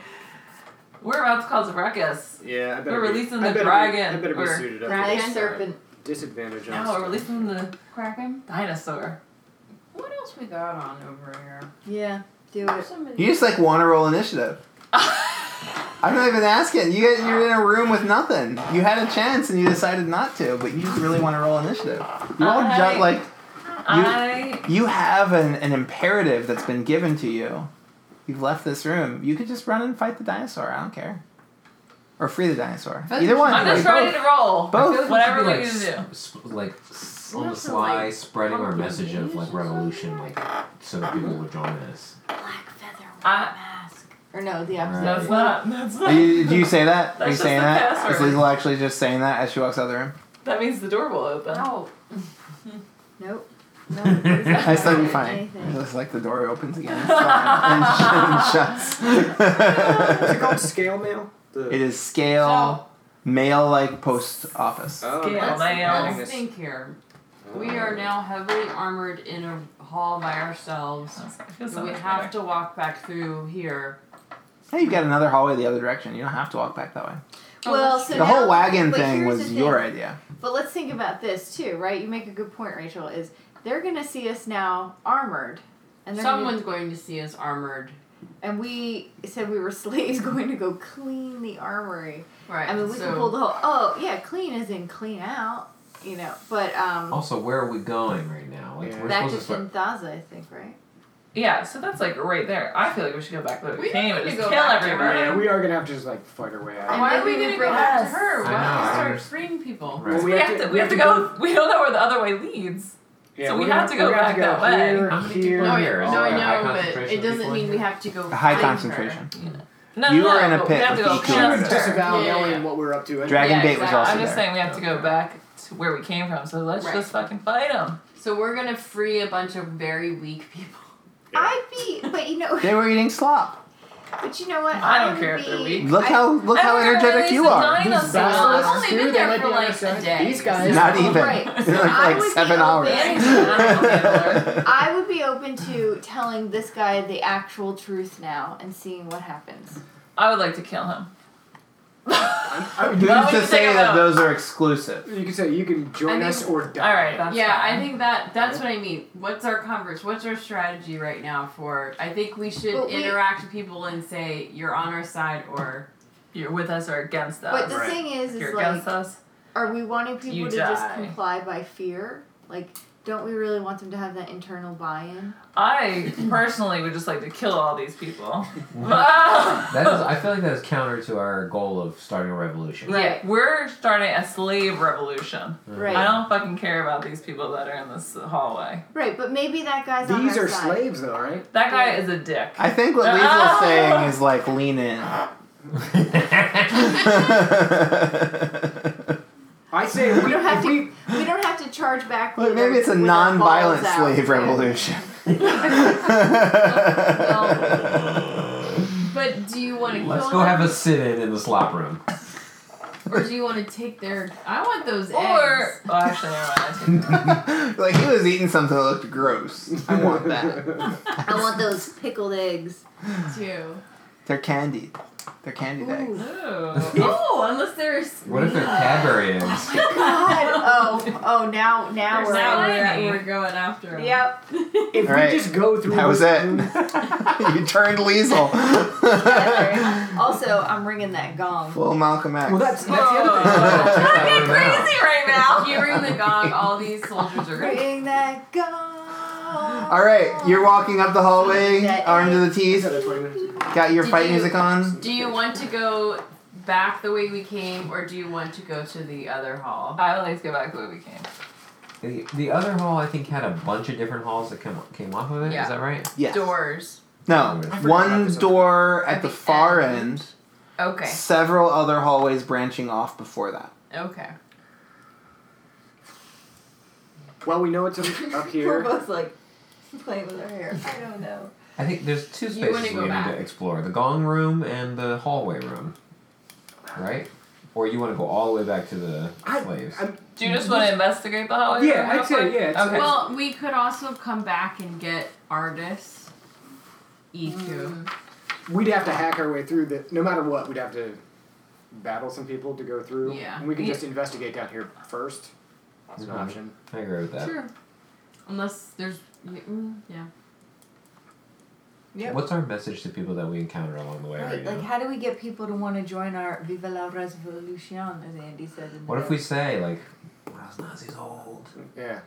Speaker 6: We're about to cause a ruckus.
Speaker 9: Yeah, I better
Speaker 6: We're
Speaker 9: be-
Speaker 6: releasing
Speaker 9: I
Speaker 6: the
Speaker 9: better be-
Speaker 6: dragon,
Speaker 9: I better be
Speaker 6: or-
Speaker 9: suited up.
Speaker 7: Nice
Speaker 9: for this.
Speaker 7: serpent.
Speaker 9: Disadvantage on
Speaker 6: No, we're
Speaker 9: stealth.
Speaker 6: releasing the
Speaker 4: Kraken?
Speaker 6: dinosaur.
Speaker 4: What else we got on over here?
Speaker 7: Yeah. Do it.
Speaker 4: Somebody.
Speaker 1: You just like want to roll initiative. I'm not even asking. You guys, you're in a room with nothing. You had a chance and you decided not to, but you just really want to roll initiative. You all
Speaker 6: I-
Speaker 1: jump like
Speaker 6: I
Speaker 1: you have an, an imperative that's been given to you. You've left this room. You could just run and fight the dinosaur. I don't care, or free the dinosaur.
Speaker 4: But-
Speaker 1: Either one.
Speaker 6: I'm just
Speaker 1: like,
Speaker 6: ready to roll.
Speaker 1: Both.
Speaker 5: I feel
Speaker 6: Whatever
Speaker 5: like
Speaker 6: we
Speaker 5: we should
Speaker 6: need
Speaker 5: be,
Speaker 6: to
Speaker 5: like, sp- like s- on
Speaker 4: Well,
Speaker 5: the
Speaker 4: so,
Speaker 5: sly,
Speaker 4: like,
Speaker 5: spreading our
Speaker 4: pumpkin
Speaker 5: message
Speaker 4: patties
Speaker 5: of
Speaker 4: or
Speaker 5: like
Speaker 4: something?
Speaker 5: revolution, like so that people would join us.
Speaker 7: Black feather
Speaker 6: I-
Speaker 7: mask. Or no, the opposite.
Speaker 5: Right.
Speaker 6: That's not. That's
Speaker 1: Are
Speaker 6: not.
Speaker 1: you, do you say that? Are you
Speaker 6: That's
Speaker 1: saying
Speaker 6: just the
Speaker 1: that?
Speaker 6: password.
Speaker 1: Is Liesl actually just saying that as she walks out of the room?
Speaker 6: that means the door will open.
Speaker 4: Oh.
Speaker 7: Nope. No, what is that?
Speaker 1: I said be fine.
Speaker 7: Anything.
Speaker 1: It's like the door opens again. It's fine. and, sh- and
Speaker 9: Is it called
Speaker 1: shuts.
Speaker 9: scale mail? The,
Speaker 1: it is scale, mail like post office.
Speaker 3: Uh,
Speaker 9: Oh,
Speaker 6: Scale
Speaker 9: that's-
Speaker 6: mail.
Speaker 9: I think
Speaker 4: Let's
Speaker 9: this-
Speaker 4: think here. We are
Speaker 9: Oh.
Speaker 4: now heavily armored in a hall by ourselves.
Speaker 6: I feel so
Speaker 4: So we
Speaker 6: much
Speaker 4: have
Speaker 6: better.
Speaker 4: to walk back through here.
Speaker 1: Hey, you've got another hallway the other direction. You don't have to walk back that way.
Speaker 7: Oh, Well, so
Speaker 1: The whole
Speaker 7: now-
Speaker 1: wagon
Speaker 7: but
Speaker 1: thing
Speaker 7: here's
Speaker 1: was
Speaker 7: the
Speaker 1: your idea.
Speaker 7: But let's think about this too, right? You make a good point, Rachel. Is they're gonna see us now armored, and they're gonna-
Speaker 4: Someone's going to see us armored.
Speaker 7: and we said we were slaves going to go clean the armory.
Speaker 4: Right.
Speaker 7: I mean, we
Speaker 4: so
Speaker 7: can pull the whole. Oh yeah, clean is in clean out, you know. But um,
Speaker 5: Also, where are we going right now? Like we're
Speaker 7: back
Speaker 5: supposed
Speaker 7: to
Speaker 5: to start
Speaker 7: Shintaza, I think, right?
Speaker 6: Yeah, so that's like right there. I feel like we should go back where we,
Speaker 4: We
Speaker 6: came
Speaker 4: don't
Speaker 6: and
Speaker 4: need to
Speaker 6: just
Speaker 4: go
Speaker 6: kill
Speaker 4: back to
Speaker 6: everybody.
Speaker 9: Yeah, we are gonna have to just like fight our way out.
Speaker 7: And
Speaker 4: Why
Speaker 7: then
Speaker 4: are we
Speaker 7: we
Speaker 4: going to
Speaker 7: can
Speaker 4: go
Speaker 7: bring
Speaker 4: back to
Speaker 6: us.
Speaker 4: her? Why
Speaker 5: I know,
Speaker 4: don't
Speaker 5: I
Speaker 4: we start
Speaker 5: understand.
Speaker 4: freeing people?
Speaker 5: Right.
Speaker 6: We, have to. We have to go. We don't know where the other way leads.
Speaker 9: yeah,
Speaker 6: so we
Speaker 9: we're
Speaker 6: have
Speaker 9: gonna-
Speaker 6: to go
Speaker 9: we're gonna
Speaker 6: back that way.
Speaker 9: Have to go here, here,
Speaker 4: No,
Speaker 5: people
Speaker 4: I-
Speaker 5: here? Is
Speaker 4: no,
Speaker 5: it a high
Speaker 4: I know, but
Speaker 5: concentration
Speaker 4: it
Speaker 5: of
Speaker 4: doesn't
Speaker 5: people in
Speaker 4: mean we
Speaker 5: here?
Speaker 4: have to go.
Speaker 1: A high
Speaker 4: find her.
Speaker 1: concentration.
Speaker 6: No,
Speaker 1: You
Speaker 6: no,
Speaker 1: are in a
Speaker 6: but
Speaker 1: pit
Speaker 6: We have
Speaker 1: with
Speaker 6: to
Speaker 1: E the
Speaker 6: go
Speaker 1: two
Speaker 6: past
Speaker 1: others.
Speaker 6: her.
Speaker 9: Disavow
Speaker 4: Yeah, yeah,
Speaker 9: knowing
Speaker 4: yeah.
Speaker 9: what we're up to. anyway.
Speaker 1: Dragon
Speaker 4: Yeah,
Speaker 1: bait was
Speaker 4: exactly.
Speaker 1: also
Speaker 6: I'm just
Speaker 1: there.
Speaker 6: saying we have to go back to where we came from, so let's
Speaker 4: Right.
Speaker 6: just fucking fight them.
Speaker 4: So we're gonna free a bunch of very weak people.
Speaker 7: I'd be, but you know,
Speaker 1: They were eating slop.
Speaker 7: but you know what?
Speaker 6: I don't
Speaker 7: would
Speaker 6: care
Speaker 7: be,
Speaker 6: if they're weak.
Speaker 1: Look how look how energetic you are.
Speaker 4: I've
Speaker 6: Dinosaurs.
Speaker 4: only been there
Speaker 9: might
Speaker 4: for
Speaker 9: be
Speaker 4: like a
Speaker 9: understand.
Speaker 4: day.
Speaker 9: These guys.
Speaker 1: Not even.
Speaker 7: Right.
Speaker 1: It's
Speaker 7: So
Speaker 1: like,
Speaker 7: I
Speaker 1: like
Speaker 7: would be
Speaker 1: seven hours.
Speaker 7: open-
Speaker 4: Dinosaur.
Speaker 7: I would be open to telling this guy the actual truth now and seeing what happens.
Speaker 6: I would like to kill him.
Speaker 1: You
Speaker 6: Why
Speaker 1: used
Speaker 6: would you
Speaker 1: to say
Speaker 6: say
Speaker 1: that
Speaker 6: no?
Speaker 1: those are exclusive.
Speaker 3: You can say you can join
Speaker 4: I mean-
Speaker 3: us or die.
Speaker 6: All right, that's
Speaker 4: yeah,
Speaker 6: fine.
Speaker 4: I think that that's what I mean. What's our converse? What's our strategy right now for? I think we should
Speaker 7: But we-
Speaker 4: interact with people and say you're on our side or
Speaker 6: you're with us or against us.
Speaker 7: But the
Speaker 3: right.
Speaker 7: thing is,
Speaker 6: Uh, If
Speaker 7: is
Speaker 6: you're
Speaker 7: like,
Speaker 6: against us.
Speaker 7: are we wanting people
Speaker 6: You
Speaker 7: to just
Speaker 6: die.
Speaker 7: comply by fear? Like, don't we really want them to have that internal buy-in?
Speaker 6: I personally would just like to kill all these people. Ah!
Speaker 5: That is, I feel like that is counter to our goal of starting a revolution.
Speaker 6: Yeah, we're starting a slave revolution.
Speaker 1: Uh,
Speaker 7: Right.
Speaker 6: I don't fucking care about these people that are in this hallway.
Speaker 7: Right, but maybe that guy's on
Speaker 3: These
Speaker 7: our
Speaker 3: are
Speaker 7: side.
Speaker 3: slaves, though, right?
Speaker 6: That guy is a dick.
Speaker 1: I think what Lisa's
Speaker 6: Ah!
Speaker 1: saying is like lean in.
Speaker 3: I say we,
Speaker 7: We don't have
Speaker 3: if
Speaker 7: to.
Speaker 3: we
Speaker 7: We don't have to charge back.
Speaker 1: But
Speaker 7: with
Speaker 1: maybe
Speaker 7: our-
Speaker 1: it's a
Speaker 7: with our
Speaker 1: non-violent
Speaker 7: balls out.
Speaker 1: slave
Speaker 7: Yeah.
Speaker 1: revolution.
Speaker 4: But do you want to
Speaker 5: Let's
Speaker 4: kill
Speaker 5: go have
Speaker 4: them
Speaker 5: a sit-in in the slop room.
Speaker 4: or do you want to take their? I want those
Speaker 6: Or
Speaker 4: eggs.
Speaker 6: oh, actually, never mind. I take that.
Speaker 1: like he was eating something that looked gross. I want that.
Speaker 7: I want those pickled eggs.
Speaker 4: too.
Speaker 1: They're candied. They're candied eggs.
Speaker 6: Ooh.
Speaker 4: Oh, unless there's
Speaker 5: What if they're Cadbury eggs?
Speaker 7: God. Oh. Oh. Now. Now
Speaker 6: There's
Speaker 7: we're.
Speaker 6: that
Speaker 4: now
Speaker 6: one.
Speaker 4: we're, we're going after them.
Speaker 7: Yep.
Speaker 3: if
Speaker 1: Right.
Speaker 3: we just go through.
Speaker 1: That was
Speaker 3: this
Speaker 1: it.
Speaker 3: room-
Speaker 1: you turned Liesel.
Speaker 7: also, I'm ringing that gong.
Speaker 1: Full Malcolm X.
Speaker 3: Well, that's that's the other thing.
Speaker 5: I'm
Speaker 6: Crazy right now.
Speaker 4: If you ring the gong, all these soldiers are going.
Speaker 7: Ring that gong.
Speaker 1: All right, you're walking up the hallway,
Speaker 7: That
Speaker 1: armed to the
Speaker 3: These
Speaker 1: teeth.
Speaker 3: are the 20 minutes.
Speaker 1: Got your
Speaker 4: Did
Speaker 1: fight
Speaker 4: you-
Speaker 1: music on.
Speaker 4: Do you want to go back the way we came, or do you want to go to the other hall?
Speaker 6: I would like to go back to where we came.
Speaker 5: The, the other hall, I think, had a bunch of different halls that came, came off of it. Is
Speaker 4: Yeah.
Speaker 5: that right?
Speaker 1: Yes.
Speaker 4: Doors.
Speaker 1: No,
Speaker 5: I
Speaker 3: forgot about
Speaker 1: one
Speaker 3: this
Speaker 1: door
Speaker 4: At
Speaker 1: at the
Speaker 4: the
Speaker 1: far
Speaker 4: end.
Speaker 1: end.
Speaker 4: Okay.
Speaker 1: Several other hallways branching off before that.
Speaker 4: Okay.
Speaker 3: Well, we know it's up, up
Speaker 7: We're
Speaker 3: here.
Speaker 7: both like playing with our hair. I don't know.
Speaker 5: I think there's two
Speaker 4: You wanna
Speaker 5: spaces
Speaker 4: go
Speaker 5: we need
Speaker 4: back.
Speaker 5: to explore: the gong room and the hallway room. Right? Or you want to go all the way back to the
Speaker 3: I-
Speaker 5: slaves?
Speaker 3: I'm-
Speaker 6: Do you just want to investigate the hallway?
Speaker 3: Yeah,
Speaker 6: real
Speaker 3: I'd say,
Speaker 6: quick?
Speaker 3: yeah, it's-
Speaker 6: Okay.
Speaker 4: Well, we could also come back and get E artists. Iku.
Speaker 3: we'd have to hack our way through the. No matter what, we'd have to battle some people to go through.
Speaker 4: Yeah.
Speaker 3: And we can
Speaker 6: Yeah.
Speaker 3: just investigate down here first. That's an
Speaker 5: Mhm.
Speaker 3: option.
Speaker 5: I agree with that.
Speaker 4: Sure. Unless there's, y- mm, yeah.
Speaker 7: Yep.
Speaker 5: What's our message to people that we encounter along the way
Speaker 7: Right,
Speaker 5: right
Speaker 7: like
Speaker 5: now?
Speaker 7: how do we get people to want to join our Viva la Revolution, as Andy said in the
Speaker 5: What if
Speaker 7: book?
Speaker 5: we say like, "When I was Nazi's old"?
Speaker 3: Yeah.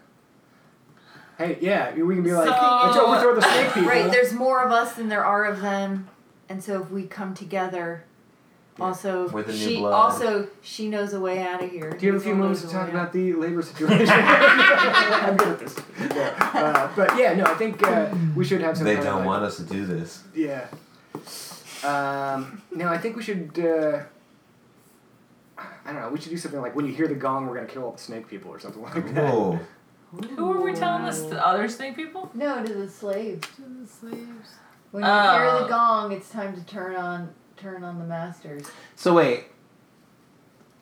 Speaker 3: Hey, yeah, we can be like,
Speaker 6: So-
Speaker 3: let's overthrow the snake people.
Speaker 7: Right, there's more of us than there are of them, and so if we come together, also
Speaker 5: We're the new
Speaker 7: she
Speaker 5: blood.
Speaker 7: also she knows a way out of here.
Speaker 3: Do you have a
Speaker 7: He
Speaker 3: few moments to
Speaker 7: knows
Speaker 3: talk
Speaker 7: way
Speaker 3: about
Speaker 7: out.
Speaker 3: the labor situation? I'm good at this. Yeah. Uh, but yeah, no, I think uh, we should have some.
Speaker 5: They
Speaker 3: kind of
Speaker 5: don't
Speaker 3: like-
Speaker 5: want us to do this.
Speaker 3: Yeah. Um, no, I think we should. Uh, I don't know. We should do something like when you hear the gong, we're gonna kill all the snake people or something like that.
Speaker 5: Whoa!
Speaker 6: Who are we telling this to other snake people?
Speaker 7: No, to the slaves.
Speaker 4: slaves.
Speaker 7: When you hear
Speaker 6: Oh.
Speaker 7: the gong, it's time to turn on turn on the masters.
Speaker 1: So wait,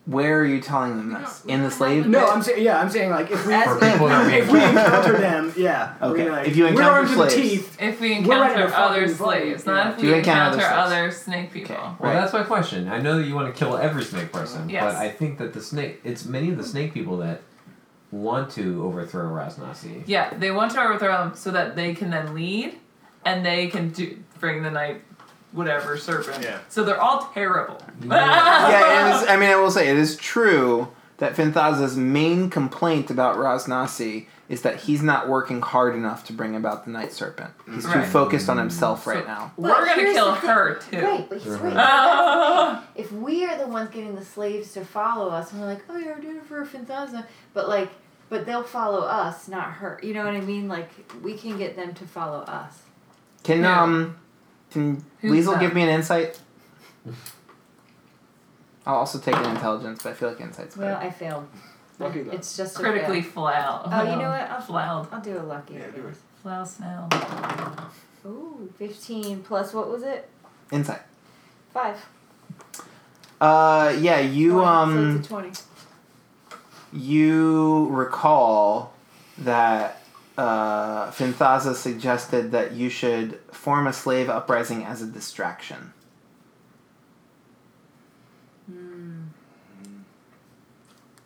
Speaker 1: where are you telling them
Speaker 4: No,
Speaker 1: this?
Speaker 4: we
Speaker 1: In the
Speaker 4: don't
Speaker 1: slave?
Speaker 4: have
Speaker 3: No, I'm saying yeah, I'm saying like if we
Speaker 5: For people that we
Speaker 3: if we
Speaker 5: encounter.
Speaker 3: encounter them, yeah. we're
Speaker 1: Okay,
Speaker 3: gonna, like,
Speaker 1: if you encounter
Speaker 3: we're armed
Speaker 1: slaves.
Speaker 3: to the teeth.
Speaker 6: If we
Speaker 3: We're ready to
Speaker 6: encounter other
Speaker 3: fucking fight,
Speaker 6: slaves,
Speaker 3: yeah.
Speaker 6: not if
Speaker 1: Do
Speaker 6: we
Speaker 1: you encounter
Speaker 6: encounter
Speaker 1: other
Speaker 6: other snake people.
Speaker 1: Okay.
Speaker 5: Well,
Speaker 1: Right.
Speaker 5: that's my question. I know that you want to kill every snake person,
Speaker 6: Yes.
Speaker 5: but I think that the snake—it's many of the snake people that want to overthrow Rasnasi.
Speaker 6: Yeah, they want to overthrow them so that they can then lead, and they can do bring the night, whatever serpent.
Speaker 3: Yeah.
Speaker 6: So they're all terrible.
Speaker 5: Yeah.
Speaker 1: yeah, it is, I mean, I will say it is true that Finthaz's main complaint about Rasnasi is that he's not working hard enough to bring about the Night Serpent. He's too
Speaker 6: Right. Mm.
Speaker 1: focused on himself right
Speaker 6: So-
Speaker 1: now.
Speaker 6: We're gonna
Speaker 7: here's
Speaker 6: kill
Speaker 7: the thing-
Speaker 6: her too.
Speaker 7: Right, but he's
Speaker 5: Mhm.
Speaker 7: right.
Speaker 6: Ah.
Speaker 7: if we are the ones getting the slaves to follow us, and we're like, oh, you're doing it for Fintaza, but like, but they'll follow us, not her. You know what I mean? Like, we can get them to follow us.
Speaker 1: Can
Speaker 6: Yeah.
Speaker 1: um, can
Speaker 6: Who's
Speaker 1: Liesel
Speaker 6: that?
Speaker 1: give me an insight? I'll also take an intelligence, but I feel like insight's better.
Speaker 7: Well, I failed.
Speaker 3: Lucky though.
Speaker 2: It's just a
Speaker 6: Critically
Speaker 2: fail.
Speaker 6: flail.
Speaker 2: Oh, you know what? I'll,
Speaker 6: Flailed.
Speaker 2: I'll do a lucky.
Speaker 9: Yeah, do it.
Speaker 6: Flail snail.
Speaker 2: Ooh, 15 plus what was it?
Speaker 1: Insight.
Speaker 2: Five.
Speaker 1: Uh, yeah, you
Speaker 2: So
Speaker 1: um,
Speaker 2: it's a 20.
Speaker 1: you recall that uh, Finthaza suggested that you should form a slave uprising as a distraction.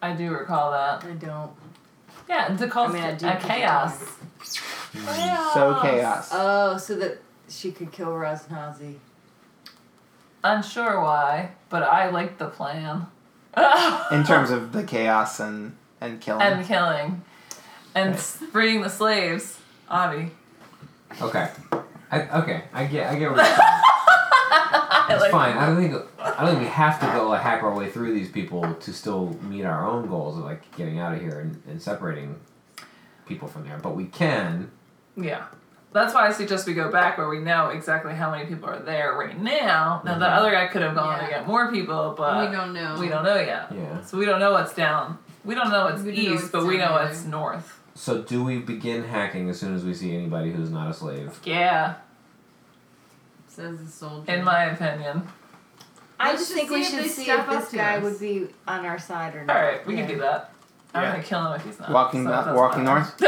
Speaker 6: I do recall that.
Speaker 2: I don't.
Speaker 6: Yeah, and to cause
Speaker 2: I mean, I do
Speaker 6: a
Speaker 2: think I
Speaker 6: chaos.
Speaker 1: So chaos.
Speaker 2: Oh, so that she could kill Rosnazi.
Speaker 6: Unsure why, but I liked the plan.
Speaker 1: In terms of the chaos and and killing.
Speaker 6: and killing, and s freeing the slaves. Avi.
Speaker 5: Okay. I, okay, I get, I get what you're saying.
Speaker 6: I
Speaker 5: It's
Speaker 6: like-
Speaker 5: fine. I don't think I don't think we have to go like, hack our way through these people to still meet our own goals of like getting out of here and, and separating people from there. But we can.
Speaker 6: Yeah. That's why I suggest we go back where we know exactly how many people are there right now. Now, the
Speaker 1: Mm-hmm.
Speaker 6: other guy could have gone to
Speaker 4: Yeah.
Speaker 6: get more people, but
Speaker 4: we don't know.
Speaker 6: we don't know yet.
Speaker 5: Yeah.
Speaker 6: So we don't know what's down. We don't know what's
Speaker 4: We don't know
Speaker 6: east,
Speaker 4: what's
Speaker 6: but we
Speaker 4: down
Speaker 6: know
Speaker 4: either.
Speaker 6: what's north.
Speaker 5: So do we begin hacking as soon as we see anybody who's not a slave?
Speaker 6: Yeah,
Speaker 4: Says the soldier.
Speaker 6: in my opinion.
Speaker 7: I
Speaker 4: Let's
Speaker 7: just
Speaker 4: just
Speaker 7: think we
Speaker 4: see if
Speaker 7: should
Speaker 4: they
Speaker 7: see
Speaker 4: step
Speaker 7: if
Speaker 4: up
Speaker 7: this
Speaker 4: to
Speaker 7: guy
Speaker 4: us.
Speaker 7: would be on our side or
Speaker 6: All
Speaker 7: not.
Speaker 6: right, we
Speaker 7: Yeah.
Speaker 6: can do that. I'm
Speaker 9: Yeah.
Speaker 6: gonna kill him if he's not.
Speaker 1: Walking
Speaker 6: so
Speaker 1: back-
Speaker 6: it doesn't
Speaker 1: walking
Speaker 6: matter.
Speaker 1: north?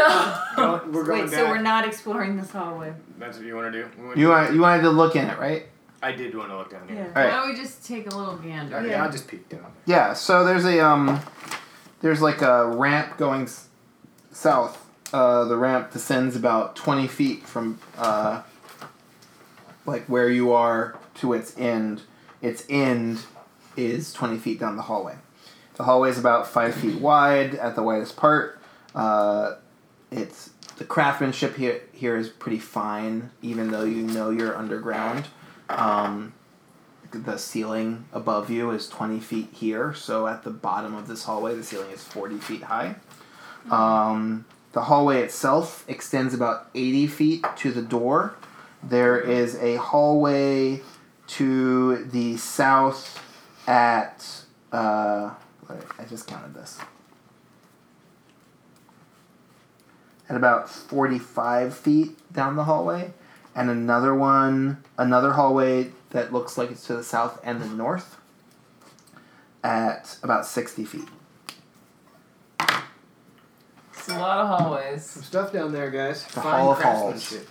Speaker 6: No.
Speaker 9: Go- we're going
Speaker 7: Wait,
Speaker 9: back.
Speaker 7: so we're not exploring this hallway.
Speaker 9: That's what you want to do. We want
Speaker 1: You
Speaker 9: to-
Speaker 1: want you wanted to look in it, right?
Speaker 9: I did want to look down here.
Speaker 1: All
Speaker 4: Why
Speaker 1: right.
Speaker 4: don't we just take a little gander?
Speaker 9: Okay,
Speaker 7: Yeah.
Speaker 9: I'll just peek down.
Speaker 1: Yeah. So there's a um, there's like a ramp going s- south. Uh, the ramp descends about twenty feet from uh, like where you are to its end. Its end is twenty feet down the hallway. The hallway is about five feet wide at the widest part. Uh, it's the craftsmanship here here is pretty fine, even though you know you're underground. Um, the ceiling above you is 20 feet here, so at the bottom of this hallway, the ceiling is 40 feet high. Um, the hallway itself extends about 80 feet to the door. There is a hallway to the south at. Uh, wait, I just counted this. At about 45 feet down the hallway and another one, another hallway that looks like it's to the south and the north at about 60 feet.
Speaker 6: It's a lot of
Speaker 9: Some
Speaker 6: hallways.
Speaker 9: stuff down there, guys.
Speaker 1: The
Speaker 9: Fine
Speaker 1: Hall of
Speaker 9: craftsmanship.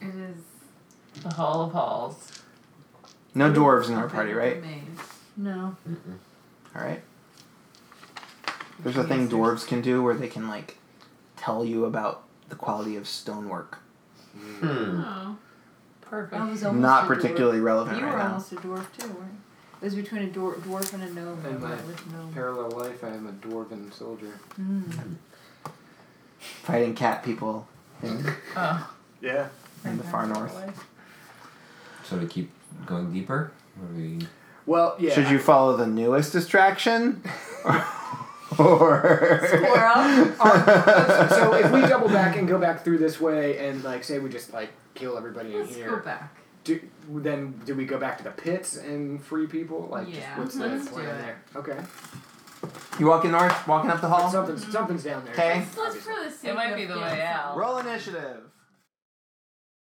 Speaker 4: It is.
Speaker 6: The hall of halls.
Speaker 1: No dwarves in our party, right?
Speaker 7: No.
Speaker 1: All right. There's a thing dwarves can do where they can, like, tell you about the quality of stonework.
Speaker 5: Hmm.
Speaker 4: Oh.
Speaker 6: Perfect.
Speaker 7: I was almost
Speaker 1: Not
Speaker 7: a dwarf.
Speaker 1: particularly relevant
Speaker 7: You
Speaker 1: right
Speaker 7: were
Speaker 1: now.
Speaker 7: almost a dwarf too, weren't you? It was between a dwarf, dwarf and a gnome.
Speaker 3: And
Speaker 7: I
Speaker 3: my-
Speaker 7: went with gnome.
Speaker 3: Parallel life, I am a dwarven soldier.
Speaker 7: Mm.
Speaker 1: Fighting cat people in,
Speaker 6: oh,
Speaker 9: Yeah.
Speaker 1: in the far north.
Speaker 5: So to keep going deeper, What do we
Speaker 3: Well, yeah.
Speaker 1: Should you follow the newest distraction? or.
Speaker 3: so, so if we double back and go back through this way and like say we just like kill everybody in
Speaker 4: Let's go
Speaker 3: here,
Speaker 4: back.
Speaker 3: do, then do we go back to the pits and free people? Like, just
Speaker 4: Yeah. Mm-hmm.
Speaker 3: what's
Speaker 4: Let's
Speaker 3: the
Speaker 4: do
Speaker 3: plan
Speaker 4: it.
Speaker 3: there? Okay,
Speaker 1: You walking north, walking up the hall?
Speaker 3: something, something's down there.
Speaker 1: Okay.
Speaker 4: Let's for the sake
Speaker 6: it might
Speaker 4: of
Speaker 6: be the
Speaker 4: getting
Speaker 6: way
Speaker 4: some-
Speaker 6: out.
Speaker 1: Roll initiative.